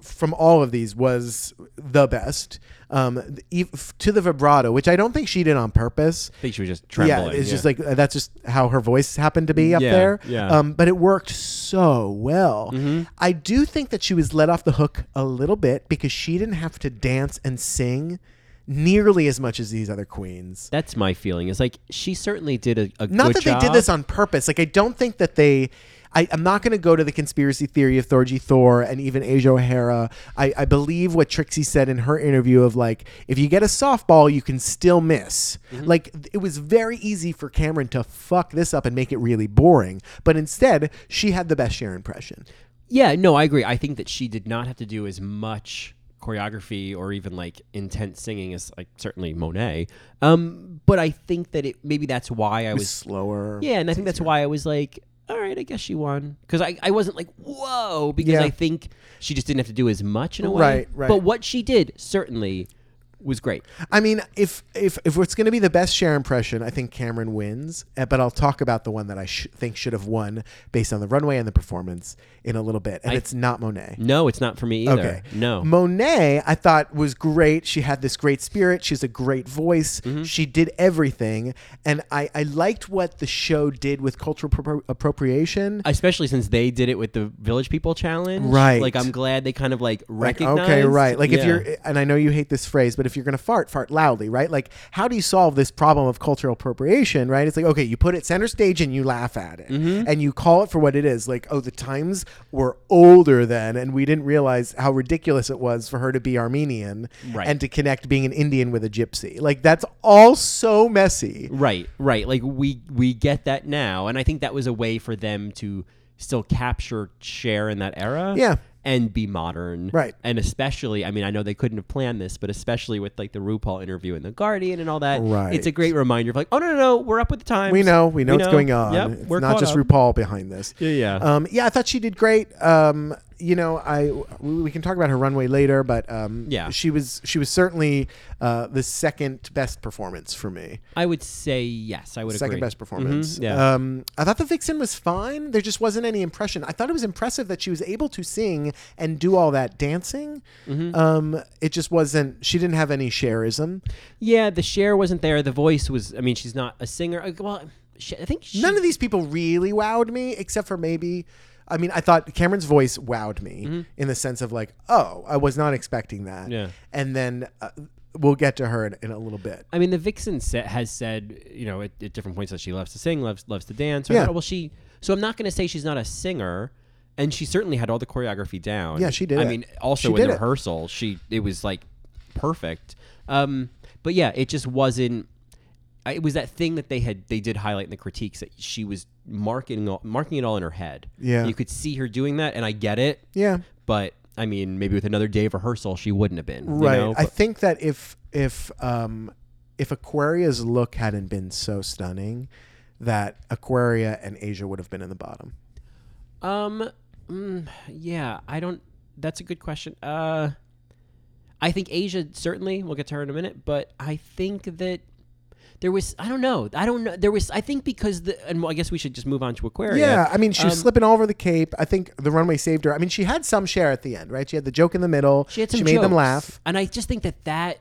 D: from all of these was the best um, e- f- to the vibrato, which I don't think she did on purpose.
C: I think she was just trembling.
D: Yeah, it's just like uh, that's just how her voice happened to be up
C: Yeah,
D: there.
C: yeah. Mm-hmm.
D: Um, but it worked so well. I do think that she was let off the hook a little bit because she didn't have to dance and sing nearly as much as these other queens.
C: That's my feeling. Is like she certainly did a, a
D: Not
C: good
D: that they did
C: job.
D: this on purpose. Like I don't think that they. I, I'm not going to go to the conspiracy theory of Thorgy Thor and even Asia O'Hara. I, I believe what Trixie said in her interview of like, if you get a softball, you can still miss.
C: Mm-hmm.
D: Like th- it was very easy for Cameron to fuck this up and make it really boring. But instead, she had the best share impression.
C: Yeah, no, I agree. I think that she did not have to do as much choreography or even like intense singing as like certainly Monet. Um, but I think that it maybe that's why I was
D: Slower.
C: yeah, and I think that's why I was like, all right, right, I guess she won. Because I, I wasn't like, whoa, because
D: Yeah.
C: I think she just didn't have to do as much in a way.
D: Right, right.
C: But what she did certainly was great.
D: I mean, if if if it's going to be the best Cher impression, I think Cameron wins. Uh, But I'll talk about the one that I sh- think should have won based on the runway and the performance in a little bit, and it's not Monet.
C: No, it's not for me either.
D: Okay.
C: No.
D: Monet, I thought was great. She had this great spirit. She's a great voice. She did everything, and I I liked what the show did with cultural appro- appropriation.
C: Especially since they did it with the Village People Challenge.
D: Right.
C: Like, I'm glad they kind of like
D: Like,
C: recognized.
D: okay, right. Like if
C: Yeah.
D: you're, and I know you hate this phrase, but if you're gonna fart, fart loudly, right? Like, how do you solve this problem of cultural appropriation, right? It's like, okay, you put it center stage and you laugh at it,
C: Mm-hmm.
D: and you call it for what it is. Like, oh, the times were older then, and we didn't realize how ridiculous it was for her to be Armenian
C: Right.
D: and to connect being an Indian with a gypsy. Like, that's all so messy.
C: Right, right. Like we we get that now, and I think that was a way for them to still capture share in that era.
D: Yeah.
C: And be modern.
D: Right.
C: And especially, I mean, I know they couldn't have planned this, but especially with like the RuPaul interview in The Guardian and all that.
D: Right.
C: It's a great reminder of like, oh no, no, no, we're up with the times.
D: We know, we know what's going on.
C: Yep,
D: it's
C: we're
D: not
C: caught
D: just
C: up.
D: RuPaul behind this.
C: Yeah, yeah.
D: Um, yeah, I thought she did great. Um, you know, I we, we can talk about her runway later, but um,
C: Yeah.
D: she was she was certainly uh, the second best performance for me.
C: I would say yes. I would
D: Second
C: agree.
D: best performance.
C: Mhm, yeah.
D: Um, I thought the vixen was fine. There just wasn't any impression. I thought it was impressive that she was able to sing and do all that dancing.
C: Mm-hmm.
D: Um, it just wasn't. She didn't have any sharism.
C: Yeah, the share wasn't there. The voice was. I mean, she's not a singer. Uh, Well, she, I think she,
D: None of these people really wowed me, except for maybe. I mean, I thought Cameron's voice wowed me in the sense of like, oh, I was not expecting that.
C: Mm-hmm. Yeah.
D: And then uh, we'll get to her in, in a little bit.
C: I mean, the vixen sa has said, you know, at, at different points that she loves to sing, loves loves to dance. So I
D: Yeah.
C: thought, well, she. So I'm not going to say she's not a singer, and she certainly had all the choreography down.
D: Yeah, she did
C: I
D: it.
C: mean, also
D: She
C: in
D: did
C: the
D: it.
C: rehearsal, she it was like perfect. Um, but yeah, it just wasn't. I- It was that thing that they had they did highlight in the critiques that she was marking all, marking it all in her head.
D: Yeah.
C: you could see her doing that, and I get it.
D: Yeah.
C: but I mean, maybe with another day of rehearsal, she wouldn't have been. you
D: Right.
C: know?
D: I
C: But-
D: think that if if um if Aquaria's look hadn't been so stunning, that Aquaria and Asia would have been in the bottom.
C: Um. mm, yeah, I don't. That's a good question. Uh, I think Asia certainly. We'll get to her in a minute, but I think that there was. I don't know. I don't know. There was. I think because the. And I guess we should just move on to Aquaria.
D: Yeah, I mean, she was
C: Um,
D: slipping all over the cape. I think the runway saved her. I mean, she had some share at the end, right? She had the joke in the middle.
C: She had some.
D: made them
C: jokes.
D: laugh.
C: and I just think that that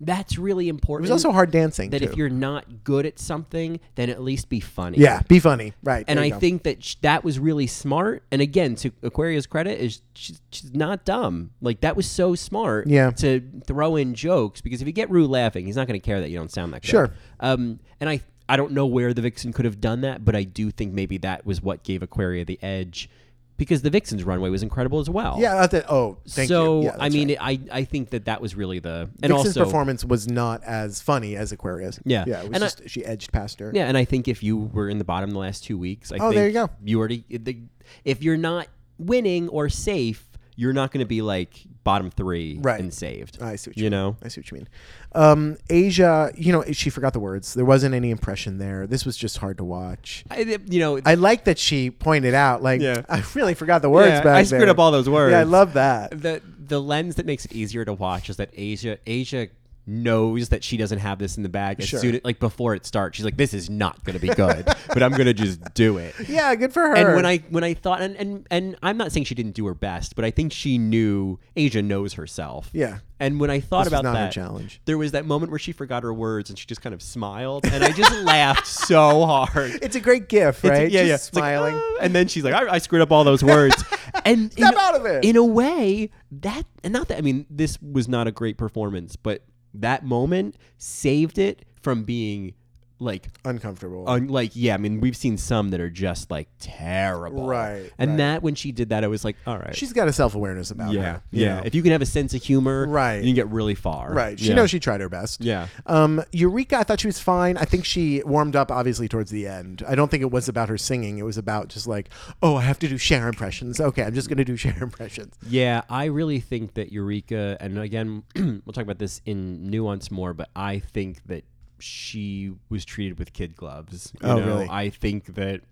C: that's really
D: It
C: important.
D: was also hard dancing.
C: that
D: too.
C: if you're not good at something, then at least be funny.
D: Yeah, be funny. Right.
C: and
D: there
C: I
D: you go.
C: think that sh- that was really smart. And again, to Aquaria's credit, is she's, she's not dumb. Like that was so smart.
D: Yeah.
C: To throw in jokes because if you get Rue laughing, he's not going to care that you don't sound that good.
D: Sure.
C: Um, and I I don't know where the Vixen could have done that, but I do think maybe that was what gave Aquaria the edge because the Vixen's runway was incredible as well.
D: Yeah, I think- oh, thank
C: so
D: you. Yeah, that's
C: I mean,
D: right.
C: it, I I think that that was really the and
D: Vixen's
C: also
D: performance was not as funny as Aquarius.
C: Yeah.
D: yeah, it was
C: And I-
D: just she edged past her.
C: Yeah, and I think if you were in the bottom the last two weeks, I
D: Oh,
C: think
D: there you go.
C: You already the, if you're not winning or safe, you're not going to be like bottom three
D: Right.
C: and saved.
D: I see what
C: you
D: you
C: know.
D: I see what you mean. Um, Asia, you know, she forgot the words. There wasn't any impression there. This was just hard to watch.
C: I, you know,
D: I like that she pointed out, like,
C: Yeah.
D: I really forgot the words.
C: Yeah,
D: back
C: I screwed
D: there.
C: up all those words.
D: Yeah, I love that.
C: the the lens that makes it easier to watch is that Asia Asia knows that she doesn't have this in the bag as
D: Sure.
C: soon like before it starts. She's like, this is not going to be good, but I'm going to just do it.
D: Yeah, good for her.
C: And when I when I thought and, and and I'm not saying she didn't do her best, but I think she knew Asia knows herself.
D: Yeah.
C: And when I thought
D: This was
C: about
D: not her
C: that
D: challenge.
C: there was that moment where she forgot her words and she just kind of smiled, and I just laughed so hard.
D: it's a great gif,
C: It's-
D: right?
C: yeah,
D: Just
C: yeah. It's like,
D: smiling.
C: "Ah," and then she's like, I, I screwed up all those words. and in
D: Step
C: a-
D: out of it.
C: In a way, that and not that I mean, this was not a great performance, but that moment saved it from being like
D: Uncomfortable.
C: un- like Oh, yeah, I mean, we've seen some that are just like terrible.
D: Right,
C: And
D: right.
C: that when she did that, I was like, all right.
D: She's got a self awareness about
C: yeah.
D: her. you
C: yeah.
D: know?
C: If you can have a sense of humor,
D: Right.
C: you can get really far.
D: Right. She
C: Yeah.
D: knows she tried her best.
C: Yeah.
D: Um, Eureka, I thought she was fine. I think she warmed up obviously towards the end. I don't think it was about her singing. It was about just like, oh, I have to do share impressions. Okay, I'm just gonna do share impressions.
C: Yeah, I really think that Eureka, and again, we'll talk about this in nuance more, but I think that she was treated with kid gloves. You
D: Oh,
C: know?
D: really?
C: I think that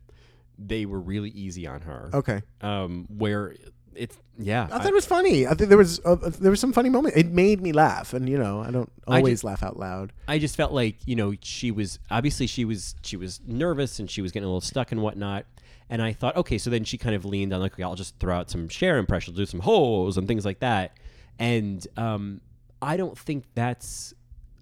C: they were really easy on her.
D: Okay.
C: Um, where it's yeah,
D: I thought it was funny. I think there was uh, there was some funny moment. It made me laugh, and you know I don't
C: I
D: always
C: just-
D: laugh out loud.
C: I just felt like you know she was obviously she was she was nervous and she was getting a little stuck and whatnot. And I thought, okay, so then she kind of leaned on like, okay, I'll just throw out some share impressions, do some holes and things like that. And um, I don't think that's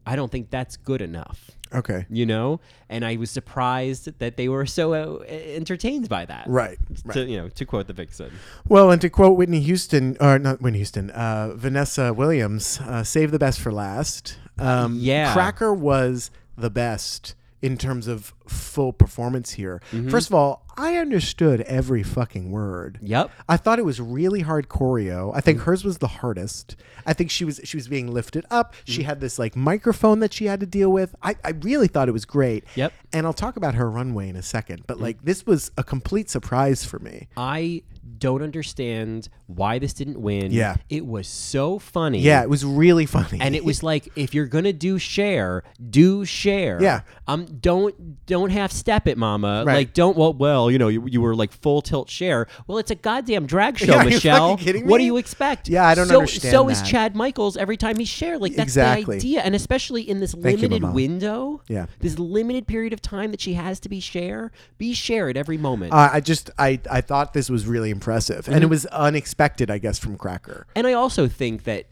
C: I don't think that's good enough,
D: Okay.
C: you know. And I was surprised that they were so uh, entertained by that,
D: Right.
C: To, you know, to quote the vixen.
D: Well, and to quote Whitney Houston, or not Whitney Houston, uh, Vanessa Williams, uh, save the best for last. Um,
C: Yeah.
D: Cracker was the best in terms of full performance here. First of all, I understood every fucking word.
C: Yep.
D: I thought it was really hard choreo. I think hers was the hardest. I think she was she was being lifted up. She had this like microphone that she had to deal with. I, I really thought it was great.
C: Yep.
D: And I'll talk about her runway in a second, but like this was a complete surprise for me.
C: I don't understand why this didn't win.
D: Yeah.
C: It was so funny.
D: Yeah, it was really funny.
C: and it was like if you're gonna do share do share
D: Yeah.
C: um don't don't half step it mama
D: Right.
C: like don't well well you know you, you were like full tilt share well it's a goddamn drag show
D: Yeah, are you
C: michelle
D: fucking kidding
C: what do
D: me?
C: you expect
D: Yeah, I don't
C: so,
D: understand
C: so is
D: that.
C: chad michaels every time he share like that's
D: Exactly.
C: the idea and especially in this
D: you,
C: limited
D: Mama.
C: window
D: Yeah.
C: this limited period of time that she has to be share be share at every moment
D: Uh, I just I I thought this was really impressive, and it
C: Mhm.
D: was unexpected, I guess, from Cracker.
C: And I also think that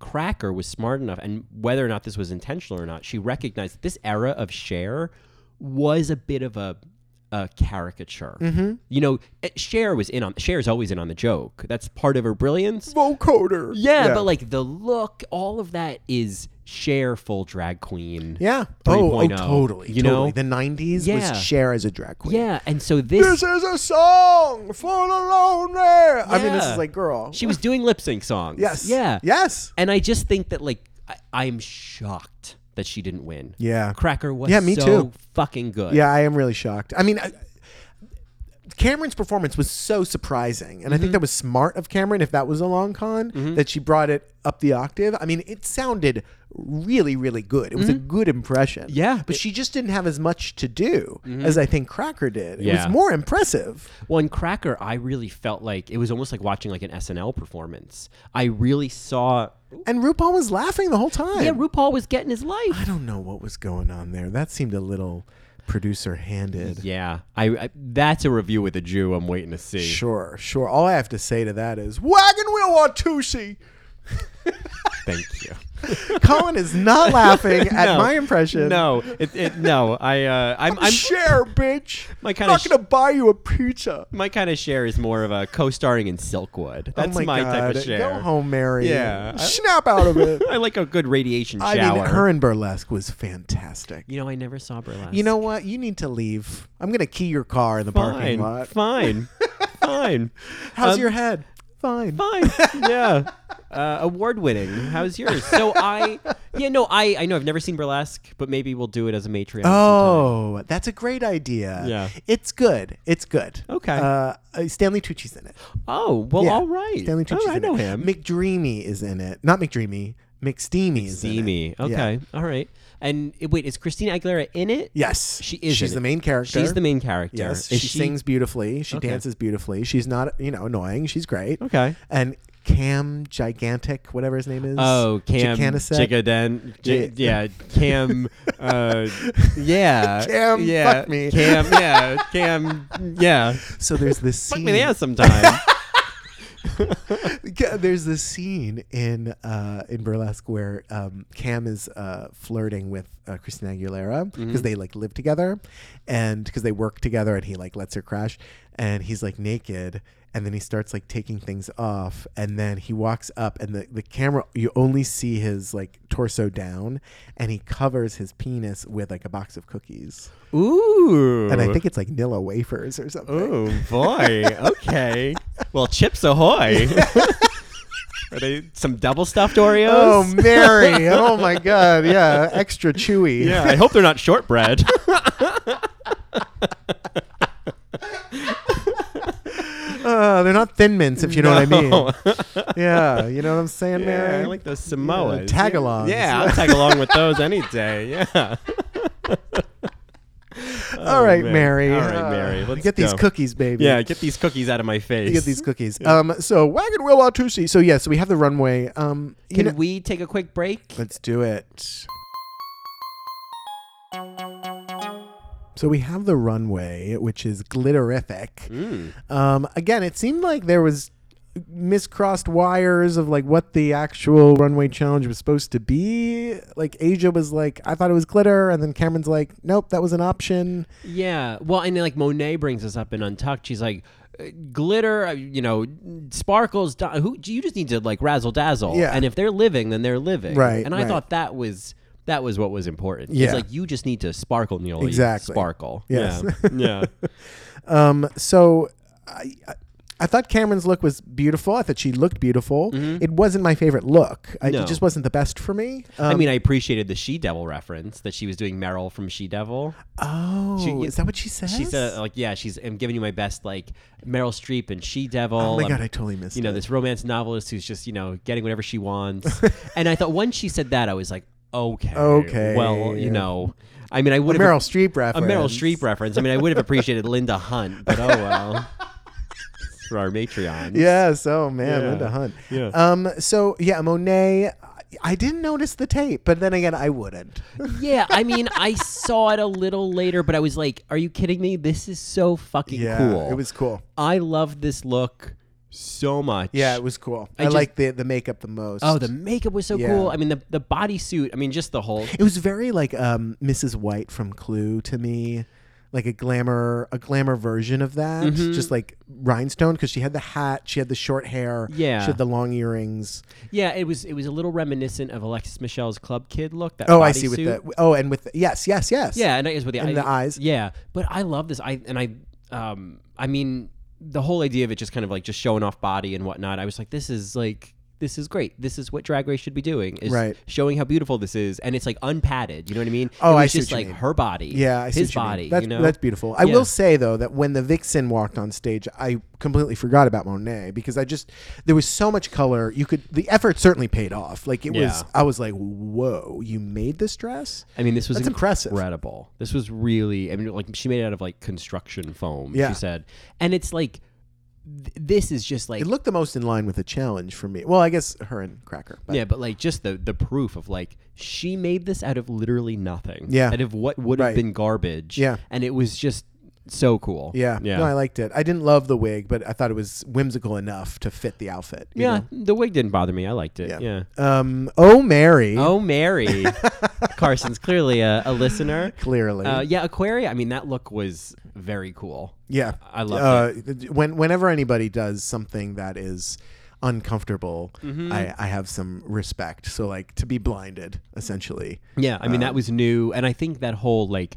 C: Cracker was smart enough, and whether or not this was intentional or not, she recognized that this era of Cher was a bit of a, a caricature. Mm-hmm. You know, eh, Cher was in on Cher's always in on the joke. That's part of her brilliance.
D: Vocoder.
C: Yeah, but like the look, all of that is Cher full drag queen.
D: yeah. Oh, oh,
C: 3.0,
D: totally.
C: You
D: totally.
C: know,
D: the '90s
C: Yeah.
D: was Cher as a drag queen.
C: yeah, and so this.
D: is a song for the lonely. I mean, this
C: Yeah.
D: is like, girl.
C: She was doing lip sync songs.
D: yes.
C: Yeah.
D: Yes.
C: And I just think that like I, I'm shocked that she didn't win.
D: Yeah.
C: Cracker was
D: Yeah, me
C: so
D: too.
C: fucking good.
D: Yeah, I am really shocked. I mean, I, Cameron's performance was so surprising, and I
C: Mm-hmm.
D: think that was smart of Cameron. If that was a long con, that she brought it up the octave. I mean, it sounded really, really good. It was a good impression.
C: Mm-hmm. Yeah. Mm-hmm.
D: but she just didn't have as much to do as I think Cracker did. It
C: Yeah.
D: was more impressive.
C: Well, in Cracker, I really felt like it was almost like watching like an SNL performance. I really saw
D: And RuPaul was laughing the whole time.
C: Yeah, RuPaul was getting his life.
D: I don't know what was going on there. That seemed a little producer handed.
C: Yeah. I, I that's a review with a Jew I'm waiting to see.
D: Sure, sure. All I have to say to that is wagon wheel Watusi.
C: Thank you.
D: Colin is not laughing at my impression. Oh,
C: No, it, it, no. I uh, I'm, I'm
D: share, bitch.
C: My
D: I'm
C: kinda
D: not
C: sh-
D: gonna buy you a pizza. Oh
C: my kind of share is more of a co-starring in Silkwood. That's
D: oh my, God.
C: type of share.
D: Go home, Mary.
C: Yeah. I-
D: Snap out of it.
C: I like a good radiation
D: I
C: shower.
D: mean, her in burlesque was fantastic.
C: You know, I never saw burlesque.
D: You know what? You need to leave. I'm gonna key your car in the parking
C: fine,
D: lot.
C: fine, fine,
D: How's
C: Um,
D: your head? Fine.
C: fine. Yeah, uh, award winning. How's yours? So I, yeah, no, I, I know I've never seen burlesque, but maybe we'll do it as a matriarch.
D: Oh, that's a great idea.
C: Yeah.
D: It's good. It's good.
C: Okay.
D: Uh, uh, Stanley Tucci's in it.
C: sometime. Oh, well,
D: Yeah.
C: all right.
D: Stanley Tucci's
C: Oh, I
D: in
C: know
D: it.
C: him.
D: McDreamy is in it. Not McDreamy. McSteamy is in it.
C: Steamy.
D: Yeah.
C: Okay. All right. And uh, wait, is Christina Aguilera in it?
D: Yes.
C: She is
D: She's
C: in
D: the
C: it.
D: main character.
C: She's the main character.
D: Yes.
C: Is
D: she, sings beautifully. She
C: Okay.
D: dances beautifully. She's not, you know, annoying. She's great.
C: Okay.
D: And Cam Gigantic, whatever his name is.
C: Oh, Cam
D: Gigantisek.
C: Jigaden. J-
D: Yeah.
C: yeah, Cam. Uh, yeah,
D: Cam,
C: Yeah,
D: fuck me.
C: Cam. Yeah, Cam. Yeah,
D: So there's this
C: fuck
D: scene.
C: me in the ass sometime.
D: Yeah, There's this scene in uh, in burlesque where um, Cam is uh, flirting with uh, Christina Aguilera because
C: Mm-hmm.
D: they like live together, and because they work together, and he like lets her crash, and he's like naked, and then he starts like taking things off, and then he walks up, and the the camera you only see his like torso down, and he covers his penis with like a box of cookies,
C: Ooh,
D: and I think it's like Nilla wafers or something.
C: Oh boy. Okay. well, Chips Ahoy. Are they some double stuffed Oreos?
D: Oh Mary! oh my God! Yeah, extra chewy.
C: yeah. I hope they're not shortbread.
D: Uh, they're not thin mints, if you know
C: No.
D: what I mean. Yeah, you know what I'm saying,
C: Yeah,
D: Mary?
C: Oh, I like those Samoas.
D: tagalongs.
C: Yeah, I'll tag along with those any day. Yeah.
D: All right,
C: man.
D: Mary.
C: All right, Mary.
D: Uh,
C: Let's
D: get these
C: go.
D: cookies, baby.
C: Yeah, get these cookies out of my face.
D: You get these cookies. Um, so Wagon Wheel Watusi. So yes, we have the runway. Um, you
C: Can
D: know-
C: we take a quick break?
D: let's do it. So we have the runway, which is glitterific. Um, again, it seemed like there was miscrossed wires of like what the actual runway challenge was supposed to be. Like Asia was like, I thought it was glitter, and then Cameron's like, Nope, that was an option.
C: Yeah. Well, and then, like Monet brings us up in Untucked. She's like, uh, glitter, uh, you know, sparkles. di- Who you just need to like razzle dazzle.
D: Yeah.
C: And if they're living, then they're living.
D: Right,
C: And I
D: right.
C: thought that was that was what was important.
D: Yeah.
C: It's like you just need to sparkle, Neil.
D: Exactly.
C: Sparkle.
D: Yes.
C: Yeah. yeah.
D: so I, I- I thought Cameron's look was beautiful. I thought she looked beautiful. It wasn't my favorite look. I,
C: No.
D: It just wasn't the best for me. Um,
C: I mean, I appreciated the she devil reference that she was doing Meryl from She Devil.
D: oh,
C: she-
D: is that what she says?
C: She said, uh, like, yeah, she's I'm giving you my best, like Meryl Streep and She Devil.
D: Oh my
C: I'm-
D: God, I totally missed
C: You know,
D: it.
C: this romance novelist who's just, you know, getting whatever she wants. and I thought once she said that, I was like, okay.
D: Okay.
C: Well, you know, I mean, I would
D: a
C: have.
D: Meryl Streep
C: A
D: reference.
C: Meryl Streep reference. I mean, I would have appreciated Linda Hunt, but oh well. For our Matreon.
D: Yes. Oh man,
C: Yeah.
D: Linda Hunt.
C: Yeah.
D: Um. So yeah, Monet. I- I didn't notice the tape, but then again, I wouldn't.
C: Yeah, I mean, I saw it a little later, but I was like, "Are you kidding me? This is so fucking
D: Yeah,
C: cool."
D: it was cool.
C: I love this look so much.
D: Yeah, it was cool. I,
C: just-
D: liked the the makeup the most.
C: Oh, the makeup was so
D: Yeah.
C: cool. I mean, the the bodysuit. I mean, just the whole.
D: It was very like um, Mrs. White from Clue to me, like a glamour, a glamour version of that.
C: Mm-hmm.
D: Just like rhinestone, because she had the hat, she had the short hair,
C: Yeah.
D: she had the long earrings.
C: Yeah, it was it was a little reminiscent of Alexis Michelle's Club Kid look. That
D: Oh, I see. With
C: bodysuit.
D: the oh, and with yes, yes, yes.
C: Yeah, and it is with the,
D: And the eyes.
C: Yeah, but I love this. I and I, um, I mean, the whole idea of it just kind of like just showing off body and whatnot. I was like, this is like. This is great. This is what Drag Race should be doing: is
D: Right.
C: showing how beautiful this is, and it's like unpadded. You know what I mean?
D: Oh,
C: it was
D: I see
C: just
D: what you
C: like
D: mean.
C: her body,
D: Yeah, I see
C: his
D: what you mean.
C: body.
D: That's,
C: you know,
D: that's beautiful. I
C: Yeah.
D: will say though that when the vixen walked on stage, I completely forgot about Monet because I just there was so much color. You could the effort certainly paid off. Like it was,
C: Yeah.
D: I was like, whoa, you made this dress.
C: I mean, this was
D: That's impressive.
C: Incredible. This was really. I mean, like she made it out of like construction foam.
D: Yeah.
C: She said, and it's like, th- this is just like.
D: It looked the most in line with a challenge for me. Well, I guess her and Cracker. But
C: yeah, but like just the the proof of like she made this out of literally nothing.
D: Yeah.
C: Out of what would have
D: Right.
C: been garbage.
D: Yeah.
C: And it was just so cool.
D: yeah,
C: Yeah.
D: No, I liked it. I didn't love the wig, but I thought it was whimsical enough to fit the outfit. you
C: yeah.
D: know?
C: The wig didn't bother me. I liked it. Yeah.
D: Um. Oh, Mary.
C: Oh, Mary. Carson's clearly a, a listener.
D: Clearly.
C: Uh, yeah, Aquaria. I mean, that look was very cool.
D: yeah.
C: I love
D: uh, it. When whenever anybody does something that is uncomfortable,
C: Mm-hmm.
D: I, I have some respect. So like to be blinded, essentially.
C: Yeah, I mean
D: Uh,
C: that was new, and I think that whole like,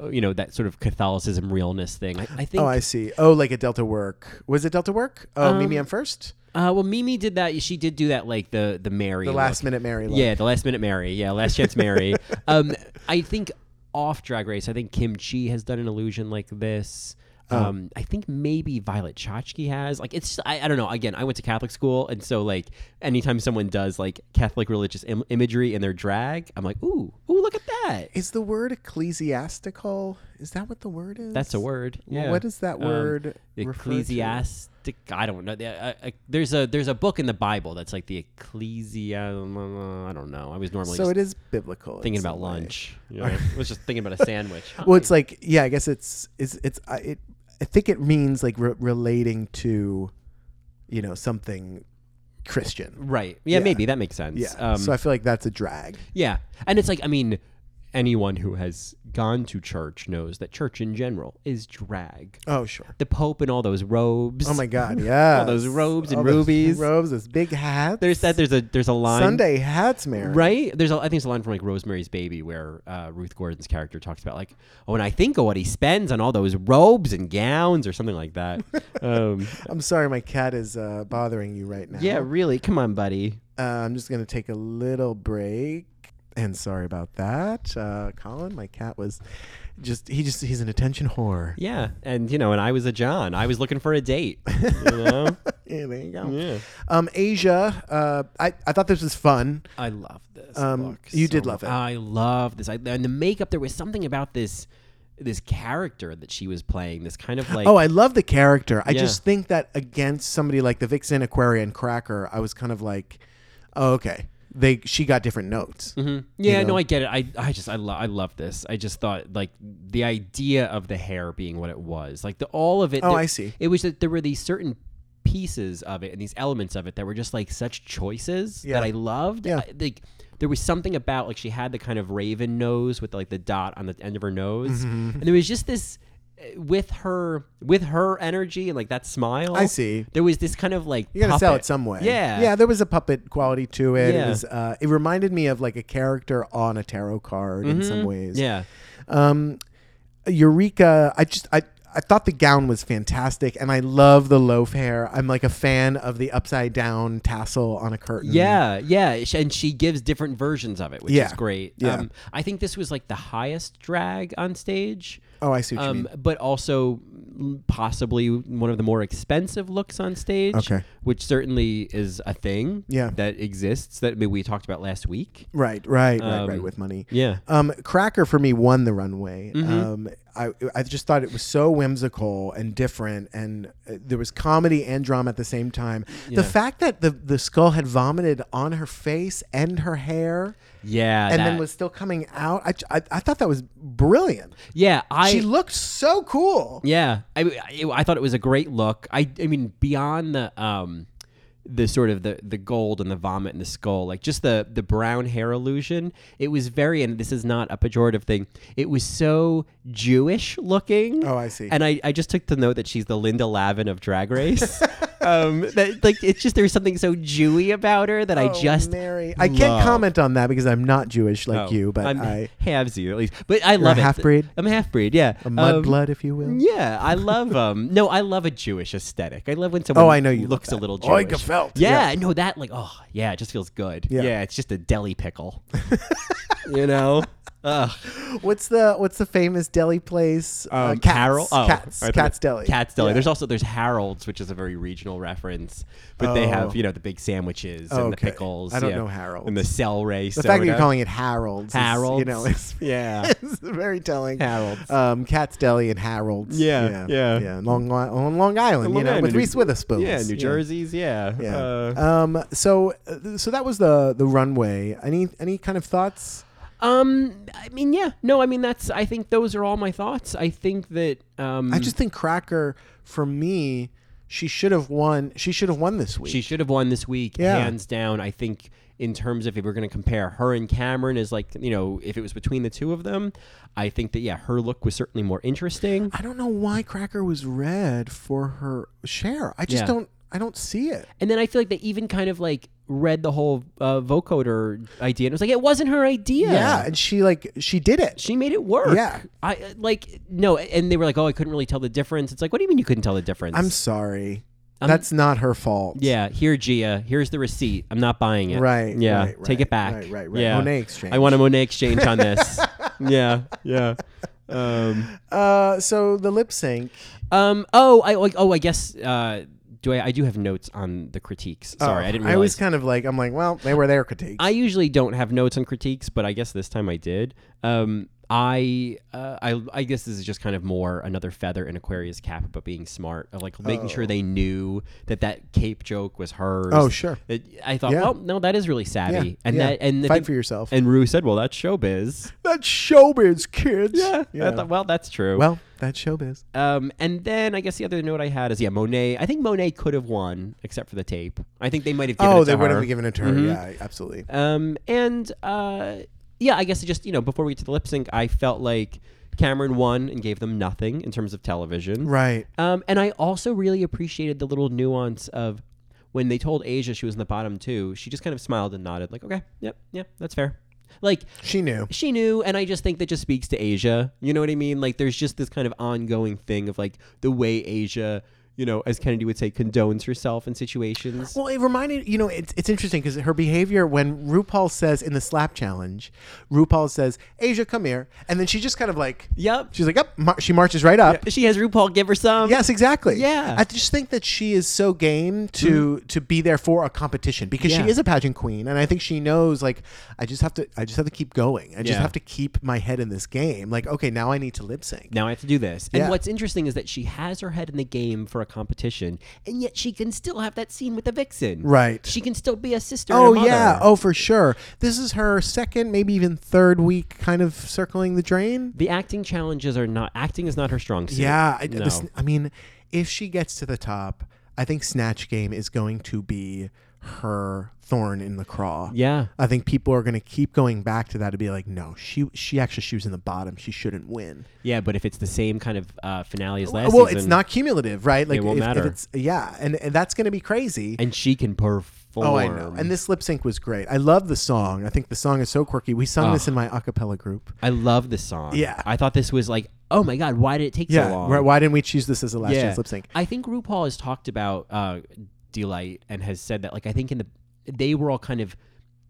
C: uh, you know, that sort of Catholicism realness thing. I, I think. Um,
D: Oh, I see. Oh, like a Delta work. Was it Delta work? Oh, Mimi, I'm first.
C: uh, well, Mimi did that. She did do that, like the the Mary,
D: The
C: look.
D: last minute Mary. Look.
C: Yeah, the last minute Mary. Yeah, last chance Mary. um, I think off Drag Race, I think Kim Chi has done an illusion like this.
D: Oh.
C: Um, I think maybe Violet Chachki has. Like, it's, I, I don't know. Again, I went to Catholic school. And so, like, anytime someone does, like, Catholic religious Im- imagery in their drag, I'm like, ooh, ooh, look at that.
D: Is the word ecclesiastical? Is that what the word is?
C: That's a word.
D: Well,
C: Yeah.
D: What does
C: Um,
D: that word refer to?
C: ecclesiastic. I don't know. The- uh, uh, there's a there's a book in the Bible that's like the ecclesia. uh, I don't know. I was normally
D: So
C: just
D: it is biblical. in
C: thinking about
D: some way.
C: lunch. You know, I was just thinking about a sandwich.
D: Well, it's like yeah, I guess it's it's it's I it. I think it means like re- relating to, you know, something Christian.
C: right. Yeah,
D: yeah.
C: maybe that makes sense.
D: Yeah.
C: Um,
D: so I feel like that's a drag.
C: yeah, and it's like I mean, anyone who has gone to church knows that church in general is drag.
D: Oh sure.
C: The Pope in all those robes.
D: Oh my God. Yeah.
C: those robes and
D: All those
C: rubies.
D: Robes. Those big hats.
C: There's that. There's a there's a line.
D: Sunday hats, Mary.
C: Right? There's, a, I think, it's a line from like Rosemary's Baby where uh, Ruth Gordon's character talks about like, oh, and I think of what he spends on all those robes and gowns or something like that. um,
D: I'm sorry, my cat is uh, bothering you right now.
C: yeah, really. Come on, buddy.
D: Uh, I'm just going to take a little break. And sorry about that. Uh, Colin, my cat was just, he just, he's an attention whore.
C: Yeah, and you know, and I was a John. I was looking for a date. You know?
D: Yeah, there you go.
C: yeah.
D: Um, Asia, uh, I, I thought this was fun.
C: I love this.
D: Um,
C: book
D: you
C: so
D: did love
C: much.
D: it.
C: I love this. I, and the makeup. There was something about this this character that she was playing, this kind of like
D: Oh, I love the character. I
C: Yeah.
D: just think that against somebody like the Vixen, Aquaria, and Cracker, I was kind of like, oh, okay. They she got different notes.
C: Yeah, no, I get it. I, I just I, lo- I love this. I just thought like the idea of the hair being what it was, like the all of it.
D: Oh,
C: there-
D: I see.
C: It was that there were these certain pieces of it and these elements of it that were just like such choices
D: Yeah.
C: that I loved.
D: Yeah.
C: I- like there was something about like she had the kind of raven nose with like the dot on the end of her nose,
D: Mm-hmm.
C: and there was just this uh, with her with her energy and like that smile.
D: I see.
C: There was this kind of like
D: You gotta sell
C: puppet.
D: it some way.
C: Yeah,
D: yeah. There was a puppet quality to it.
C: Yeah.
D: It was. Uh, it reminded me of like a character on a tarot card in some ways.
C: Mm-hmm.
D: Uh,
C: yeah.
D: Eureka. I just I. I thought the gown was fantastic, and I love the loaf hair. I'm like a fan of the upside down tassel on a curtain.
C: Yeah, yeah, sh- and she gives different versions of it, which
D: Mm-hmm. Yeah,
C: is great.
D: yeah.
C: Um, I think this was like the highest drag on stage,
D: Oh, I see what you mean.
C: um, but also mm, possibly one of the more expensive looks on stage.
D: Okay.
C: which certainly is a thing.
D: Yeah.
C: that exists. That I mean, we talked about last week.
D: Right, right, right, right.
C: Um,
D: With money.
C: yeah. Mm-hmm.
D: Um, Cracker for me won the runway. Um, I I just thought it was so whimsical and different, and uh, there was comedy and drama at the same time. The fact that the the skull had vomited on her face and her hair,
C: Yeah,
D: and then
C: that-
D: was still coming out. I, I, I thought that was brilliant.
C: yeah. I
D: she looked so cool.
C: Yeah, I, I, I thought it was a great look. I I mean beyond the um the sort of the the gold and the vomit and the skull, like just the the brown hair illusion. It was very, and this is not a pejorative thing. It was so Jewish looking.
D: Oh, I see.
C: And I I just took the note that she's the Linda Lavin of Drag Race. um, that like it's just there's something so Jewy about her that I
D: Oh,
C: just
D: Mary. I
C: love.
D: can't comment on that because I'm not Jewish like
C: Oh,
D: you, but
C: I'm
D: I'm
C: halvesy at least. But I love it.
D: half-breed?
C: I'm a half breed. Yeah,
D: a mudblood,
C: Um,
D: if you will.
C: yeah, I love um no, I love a Jewish aesthetic. I love when someone
D: Oh, I know you love
C: looks a
D: that.
C: little Jewish.
D: Oika Felt,
C: Yeah, no, that like oh yeah, it just feels good. Yeah,
D: Yeah.
C: it's just a deli pickle. you know? Ugh.
D: What's the what's the famous deli place? Uh,
C: Um,
D: Cats.
C: Carol- oh,
D: Cats.
C: I thought-
D: Cats Deli.
C: Cats Deli.
D: Yeah.
C: There's also there's Harold's, which is a very regional reference, but they have you know the big sandwiches and the
D: Oh. Okay.
C: pickles.
D: I don't
C: yeah,
D: know Harold's.
C: and the cell race.
D: The fact that you're calling it Harold's, is,
C: Harold's,
D: you know, it's,
C: yeah,
D: it's very telling.
C: Harold's.
D: um, Cat's Deli and Harold's.
C: Yeah, yeah.
D: yeah. Long I- on Long Island, you know, with Reese Witherspoon.
C: Yeah, New Jersey's. Yeah,
D: Yeah.
C: Uh,
D: um. So, uh, so that was the the runway. Any any kind of thoughts?
C: Um, I mean, yeah, no, I mean that's. I think those are all my thoughts. I think that. Um,
D: I just think Cracker, for me, she should have won. She should have won this week.
C: she should have won this week,
D: Yeah.
C: hands down. I think in terms of if we're going to compare her and Cameron as like you know if it was between the two of them, I think that yeah, her look was certainly more interesting.
D: I don't know why Cracker was red for her share. I just
C: Yeah.
D: don't. I don't see it.
C: And then I feel like they even kind of like read the whole uh, vocoder idea and it was like it wasn't her idea.
D: Yeah, and she like she did it.
C: She made it work.
D: Yeah.
C: I like no, and they were like, "Oh, I couldn't really tell the difference." It's like, "What do you mean you couldn't tell the difference?"
D: I'm sorry. That's not her fault.
C: Yeah, here, Gia. Here's the receipt. I'm not buying it.
D: Right,
C: Yeah.
D: right,
C: Take it
D: right,
C: back.
D: right, right, right.
C: Yeah.
D: Monet exchange.
C: I want a Monet exchange on this. yeah. Yeah. Um.
D: Uh, so the lip sync.
C: Um. Oh. I. like, Oh. I guess. Uh. Do I? I do have notes on the critiques. Sorry,
D: Oh,
C: I didn't
D: I was
C: realize.
D: kind of like, I'm like, well, they were their critiques.
C: I usually don't have notes on critiques, but I guess this time I did. Um. I, uh, I I guess this is just kind of more another feather in Aquarius' cap about being smart, of like making sure they knew that that cape joke was hers.
D: Oh, sure.
C: It, I thought,
D: Yeah.
C: well, no, that is really savvy,
D: Yeah,
C: and
D: yeah.
C: that and I
D: Fight
C: think-
D: for yourself.
C: And Rue said, "Well, that's showbiz."
D: that's showbiz, kids. Yeah.
C: I thought, well, that's true.
D: well, that's showbiz.
C: um, and then I guess the other note I had is, yeah, Monet. I think Monet could have won, except for the tape. I think they might have. Given
D: oh,
C: it
D: they
C: to
D: would
C: her. Mm-hmm.
D: have given it to her. Yeah, absolutely.
C: Um, and uh, yeah, I guess it just you know before we get to the lip sync, I felt like Cameron won and gave them nothing in terms of television.
D: Right.
C: Um, and I also really appreciated the little nuance of when they told Asia she was in the bottom two. She just kind of smiled and nodded, like, "Okay, yep, yep, that's fair." Like
D: She knew.
C: she knew and i just think that just speaks to asia you know what i mean like there's just this kind of ongoing thing of like the way asia you know, as Kennedy would say, condones herself in situations.
D: Well, it reminded you know it's it's interesting because her behavior when RuPaul says in the slap challenge, RuPaul says Asia come here, and then she just kind of like
C: Yep.
D: she's like up, mar- she marches right up.
C: she has RuPaul give her some.
D: Yes, exactly.
C: Yeah. Mm-hmm.
D: I just think that she is so game to to be there for a competition because
C: Yeah.
D: she is a pageant queen, and I think she knows like I just have to I just have to keep going. I just
C: Yeah.
D: have to keep my head in this game. Like okay, now I need to lip sync.
C: Now I have to do this. And
D: Yeah.
C: what's interesting is that she has her head in the game for a competition, and yet she can still have that scene with the vixen.
D: Right.
C: She can still be a sister.
D: Oh
C: and a
D: yeah,
C: mother.
D: oh for sure. This is her second, maybe even third week, kind of circling the drain.
C: The acting challenges are not acting is not her strong suit.
D: Yeah, I,
C: no.
D: this, I mean, if she gets to the top, I think Snatch Game is going to be her thorn in the craw.
C: Yeah.
D: I think people are going to keep going back to that to be like, no, she she actually she was in the bottom. She shouldn't win.
C: yeah, but if it's the same kind of uh, finale as last
D: well,
C: season,
D: it's not cumulative, right? Like,
C: won't
D: if,
C: matter.
D: If it's, yeah, and, and that's going to be crazy.
C: and she can perform.
D: Oh, I know. And this lip sync was great. I love the song. I think the song is so quirky. We sung this in my a cappella group.
C: I love this song.
D: Yeah.
C: I thought this was like, oh my god, why did it take
D: Yeah.
C: so long?
D: why- Why didn't we choose this as a last
C: yeah.
D: chance lip sync?
C: I think RuPaul has talked about uh, Delight and has said that like I think in the they were all kind of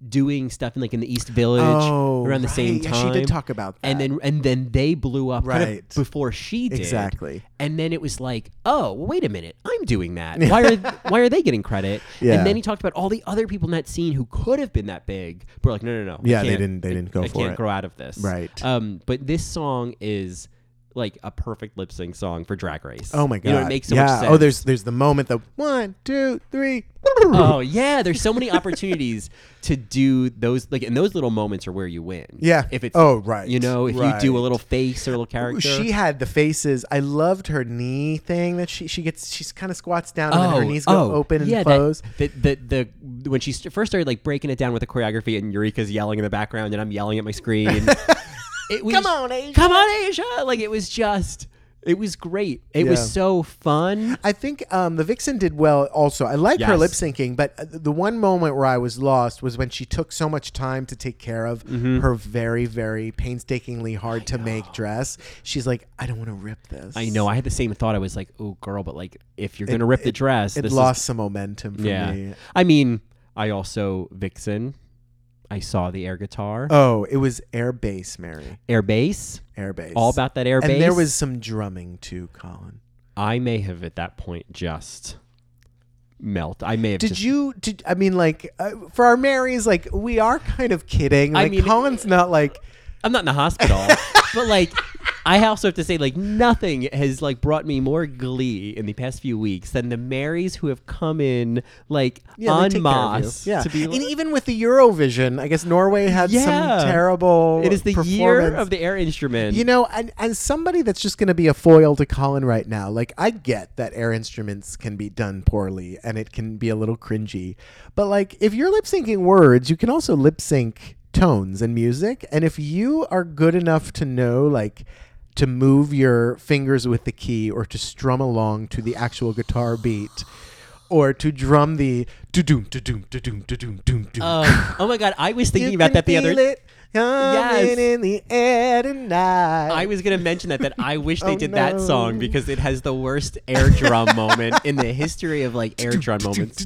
C: doing stuff in like in the East Village
D: Oh,
C: around the
D: right.
C: same
D: Yeah,
C: time.
D: she did talk about that.
C: and then and then they blew up kind of
D: Right.
C: before she did
D: Exactly.
C: and then it was like oh well, wait a minute i'm doing that why are why are they getting credit
D: Yeah.
C: and then he talked about all the other people in that scene who could have been that big but were like no no no I
D: Yeah, they
C: can't-
D: didn't- they
C: I-
D: didn't go
C: I
D: for
C: can't
D: it.
C: grow out of this
D: Right.
C: um but this song is like a perfect lip sync song for drag race
D: Oh my god!
C: you know, it makes so
D: yeah.
C: much sense
D: Oh, there's there's the moment the one, two, three.
C: oh yeah there's so many opportunities to do those like and those little moments are where you win
D: Yeah.
C: if it's
D: Oh, right.
C: you know if you do a
D: Right.
C: little face or a little character
D: She had the faces. I loved her knee thing that she she gets. She's kind of squats down and then her knees go open and
C: Oh, yeah, that-
D: close.
C: That, the, the, when she st- first started like breaking it down with the choreography and Eureka's yelling in the background and I'm yelling at my screen. it was,
D: Come on, Asia.
C: Come on, Asia! Like it was just, it was great. It
D: Yeah.
C: was so fun.
D: I think um, the vixen did well. Also, I like her
C: Yes.
D: lip syncing, but uh, the one moment where I was lost was when she took so much time to take care of
C: Mm-hmm.
D: her very, very painstakingly hard to make dress. She's like, I don't want to rip this.
C: I know. I had the same thought. I was like, oh, girl, but like if you're gonna rip the dress,
D: It
C: this
D: lost some momentum for
C: Is, yeah.
D: me.
C: I mean, I also Vixen. I saw the air guitar,
D: Oh, it was air bass, Mary.
C: air bass.
D: Air bass.
C: All about that air
D: and
C: bass.
D: there was some drumming too, Colin.
C: I may have at that point just melt. I may have
D: Did
C: just
D: you? Did I mean like uh, for our Marys? Like we are kind of kidding.
C: I
D: Like
C: mean-
D: Colin's not like
C: I'm not in the hospital, but like I also have to say like nothing has like brought me more glee in the past few weeks than the Marys who have come in like
D: yeah, they
C: en
D: take care of you.
C: masse
D: Yeah,
C: to be like,
D: and even with the Eurovision, I guess Norway had
C: Yeah.
D: some terrible.
C: it is the year
D: performance.
C: of the air instrument.
D: You know, and, and somebody that's just going to be a foil to Colin right now, like, I get that air instruments can be done poorly and it can be a little cringy. But, like, if you're lip syncing words, you can also lip sync tones and music. And if you are good enough to know, like, to move your fingers with the key or to strum along to the actual guitar beat or to drum the do-doom, do-doom, do-doom, do-doom, do-doom.
C: Um, oh my god, I was thinking about that the other
D: day.
C: Yes.
D: in the air tonight.
C: I was gonna mention that that I wish they
D: Oh,
C: did
D: no.
C: that song because it has the worst air drum moment in the history of like air drum moments.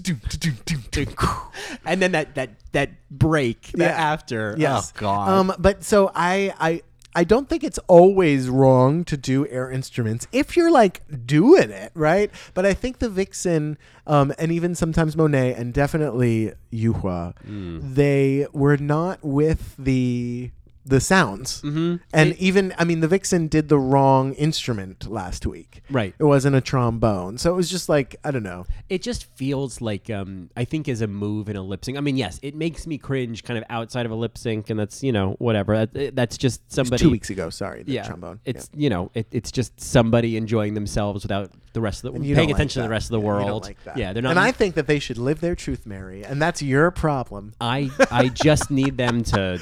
C: and then that that that break that
D: Yeah.
C: after.
D: Yes.
C: Oh god.
D: Um, but so I, I, I don't think it's always wrong to do air instruments if you're like doing it right. But I think the Vixen, um, and even sometimes Monet, and definitely Yuhua,
C: Mm.
D: they were not with the the sounds. Mm-hmm. And even I mean, the Vixen did the wrong instrument last week.
C: Right.
D: It wasn't a trombone, so it was just like I don't know.
C: it just feels like um, I think as a move in a lip sync. I mean, yes, it makes me cringe kind of outside of a lip sync, and that's you know whatever. That, eh, that's just somebody.
D: Two weeks ago, sorry, the
C: Yeah,
D: trombone. Yeah.
C: it's you know it, it's just somebody enjoying themselves without the rest of the
D: You
C: paying
D: don't like
C: attention to the
D: that.
C: rest of the
D: Yeah, you don't
C: world.
D: like that.
C: Yeah, they're not.
D: And I think that they should live their truth, Mary, and that's your problem.
C: I I just need them to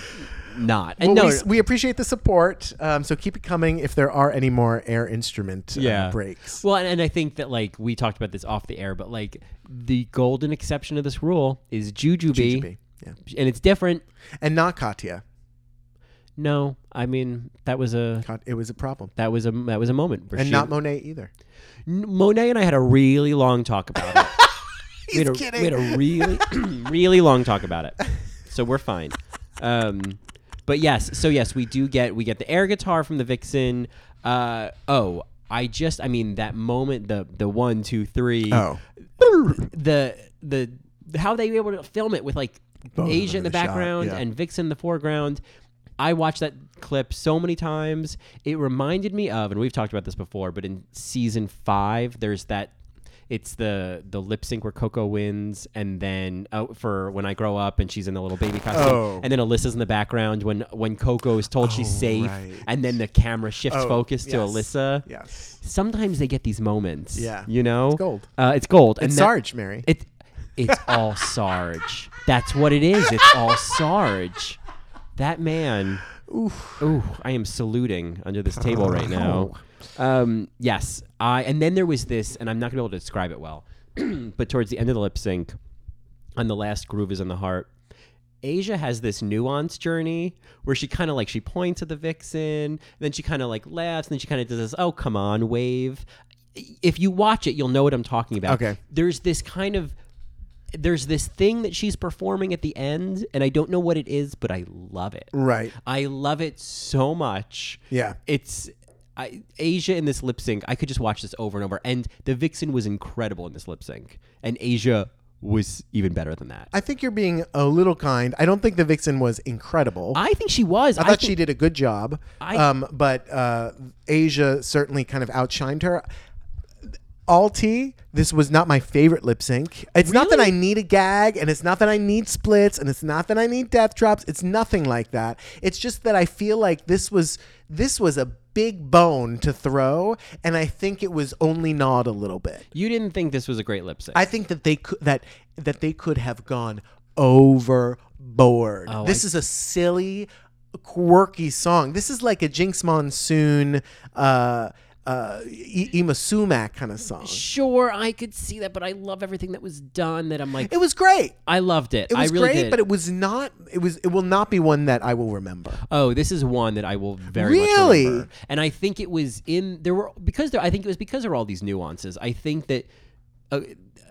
C: not. And
D: Well,
C: no,
D: we, we appreciate the support, um, so keep it coming. If there are any more air instrument uh,
C: yeah
D: breaks,
C: Well, and, and I think that like we talked about this off the air, but like the golden exception to this rule is Jujubee,
D: Jujubee, yeah,
C: and it's different.
D: and not Katya.
C: No, I mean that was a
D: Con- It was a problem,
C: that was a that was a moment. where
D: and
C: she-
D: not Monet either.
C: N- Monet and I had a really long talk about it. we had a,
D: kidding.
C: We had a really, really long talk about it. So we're fine. Um, but yes, so yes, we do get we get the air guitar from the Vixen. Uh, oh, I just I mean that moment the the one two three
D: Oh.
C: the the how they were able to film it with like
D: Both
C: Asia in the
D: of the shot,
C: background
D: yeah.
C: and Vixen in the foreground. I watched that clip so many times. It reminded me of, and we've talked about this before, but in season five, there's that. It's the the lip sync where Coco wins, and then oh, for when I grow up, and she's in the little baby costume,
D: Oh.
C: and then Alyssa's in the background when when Coco is told she's
D: Oh,
C: safe,
D: right.
C: and then the camera shifts
D: Oh,
C: focus to
D: yes.
C: Alyssa.
D: Yes,
C: Sometimes they get these moments.
D: Yeah.
C: you know,
D: It's gold.
C: Uh, it's gold.
D: it's
C: that-
D: Sarge, Mary.
C: it, it's all Sarge. That's what it is. It's all Sarge. That man. Oof. Ooh, I am saluting under this table right now. Um, yes. I and then there was this, and I'm not gonna be able to describe it well, but towards the end of the lip sync, on the last groove is on the heart. Asia has this nuanced journey where she kind of like she points at the vixen, then she kind of like laughs, and then she kind of does this "oh come on" wave. If you watch it, you'll know what I'm talking about.
D: Okay.
C: There's this kind of there's this thing that she's performing at the end, and I don't know what it is, but I love it.
D: right.
C: I love it so much.
D: Yeah.
C: It's I, Asia in this lip sync. I could just watch this over and over. And the Vixen was incredible in this lip sync, and Asia was even better than that. I,
D: I think you're being a little kind. I don't think the vixen was incredible. I,
C: think she was. I,
D: thought
C: think-
D: she did a good job.
C: I-
D: um, but uh, Asia certainly kind of outshined her. All T, this was not my favorite lip sync. It's not that I need a gag, and it's not that I need splits, and it's not that I need death drops. It's nothing like that. It's just that I feel like this was this was a big bone to throw, and I think it was only gnawed a little bit.
C: You didn't think this was a great lip sync.
D: I think that they could that that they could have gone overboard. this is a silly, quirky song. This is like a Jinx Monsoon, uh, uh, I- Ima Sumac kind of song.
C: sure, I could see that, but I love everything that was done. That I'm like,
D: It was great.
C: I loved it.
D: It was
C: I really
D: great,
C: did.
D: but it was not. It was. It will not be one that I will remember.
C: Oh, this is one that I will very
D: Really?
C: much remember. And I think it was in there were because there. I think it was because there were all these nuances. I think that uh,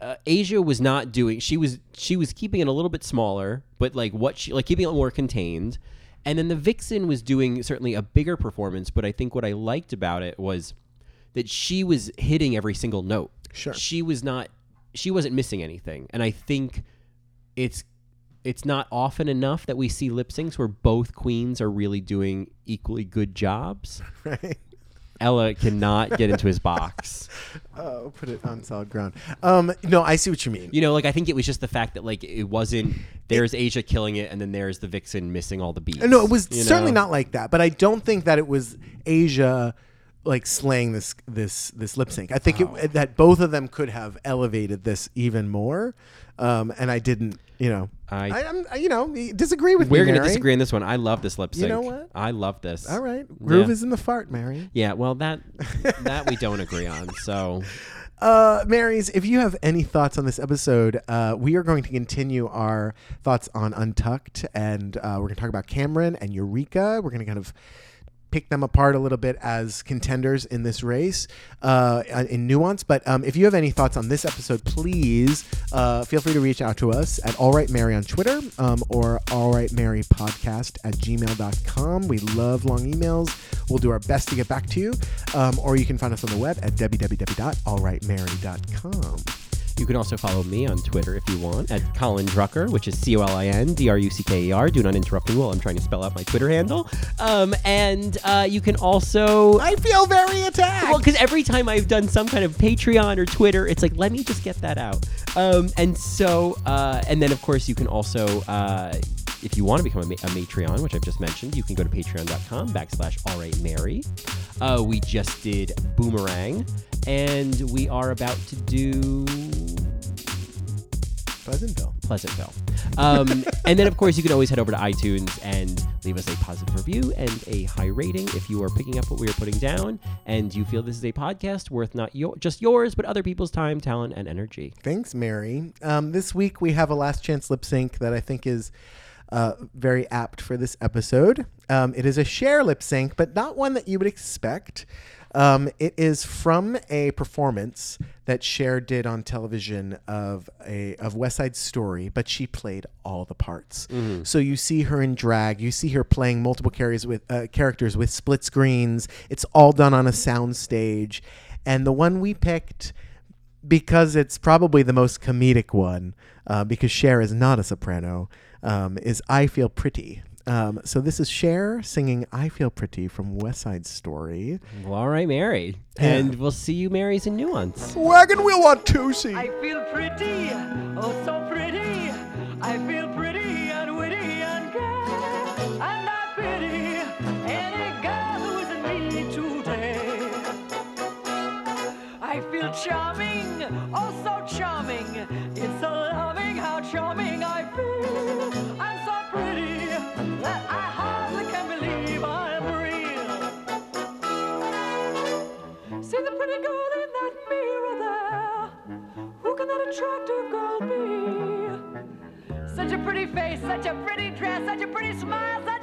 C: uh, Asia was not doing. She was she was keeping it a little bit smaller, but like what she like keeping it more contained. And then the Vixen was doing certainly a bigger performance, but I think what I liked about it was that she was hitting every single note.
D: Sure.
C: She was not she wasn't missing anything. And I think it's it's not often enough that we see lip syncs where both queens are really doing equally good jobs.
D: Right.
C: Ella cannot get into his box.
D: Oh, put it on solid ground. Um, no, I see what you mean.
C: You know, like I think it was just the fact that like it wasn't there's Asia killing it and then there's the vixen missing all the beats.
D: No, it was
C: you
D: certainly
C: know?
D: not like that. But I don't think that it was Asia like slaying this this this lip sync. I think
C: Oh.
D: it, that both of them could have elevated this even more, um, and I didn't. You know,
C: I-
D: I I'm, I, you know disagree with
C: We're
D: me,
C: gonna
D: Mary.
C: disagree on this one. I love this lip sync.
D: know what?
C: I love this.
D: All right, groove
C: Yeah.
D: is in the fart, Mary.
C: Yeah, well that that we don't agree on. So
D: Uh, Marys, if you have any thoughts on this episode, uh, we are going to continue our thoughts on Untucked, and uh, we're going to talk about Cameron and Eureka. We're going to kind of pick them apart a little bit as contenders in this race uh, in nuance. But um, if you have any thoughts on this episode, please uh, feel free to reach out to us at All Right Mary on Twitter um, or All Right Mary Podcast at gmail.com. We love long emails. We'll do our best to get back to you. Um, or you can find us on the web at www.allrightmary.com.
C: You can also follow me on Twitter if you want at Colin Drucker, which is C O L I N D R U C K E R. Do not interrupt me while I'm trying to spell out my Twitter handle. Um, and uh, you can also.
D: I feel very attacked.
C: Well, because every time I've done some kind of Patreon or Twitter, it's like, let me just get that out. Um, and so, uh, and then of course, you can also, uh, if you want to become a, ma- a Matreon, which I've just mentioned, you can go to patreon.com backslash all right Mary. Uh, we just did Boomerang, and we are about to do
D: Pleasantville.
C: Pleasantville. Um, and then, of course, you can always head over to iTunes and leave us a positive review and a high rating if you are picking up what we are putting down and you feel this is a podcast worth not your, just yours, but other people's time, talent, and energy.
D: Thanks, Mary. Um, this week we have a last chance lip sync that I think is uh, very apt for this episode. Um, it is a share lip sync, but not one that you would expect. Um, it is from a performance that Cher did on television of a of West Side Story, but she played all the parts. So you see her in drag, you see her playing multiple carries with uh, characters with split screens. It's all done on a sound stage, and the one we picked because it's probably the most comedic one, uh, because Cher is not a soprano, um, is I Feel Pretty. Um, so this is Cher singing I Feel Pretty from West Side Story.
C: Well, all right, Mary. And we'll see you, Marys in Nuance.
D: Wagon wheel on Tootsie.
E: I feel pretty, oh so pretty. I feel pretty and witty and gay, and I pity any girl who isn't me today. I feel charming, oh so charming. It's so loving how charming I feel. I'm so pretty that I hardly can believe I'm real. See the pretty girl in that mirror there. Who can that attractive girl be? Such a pretty face, such a pretty dress, such a pretty smile, such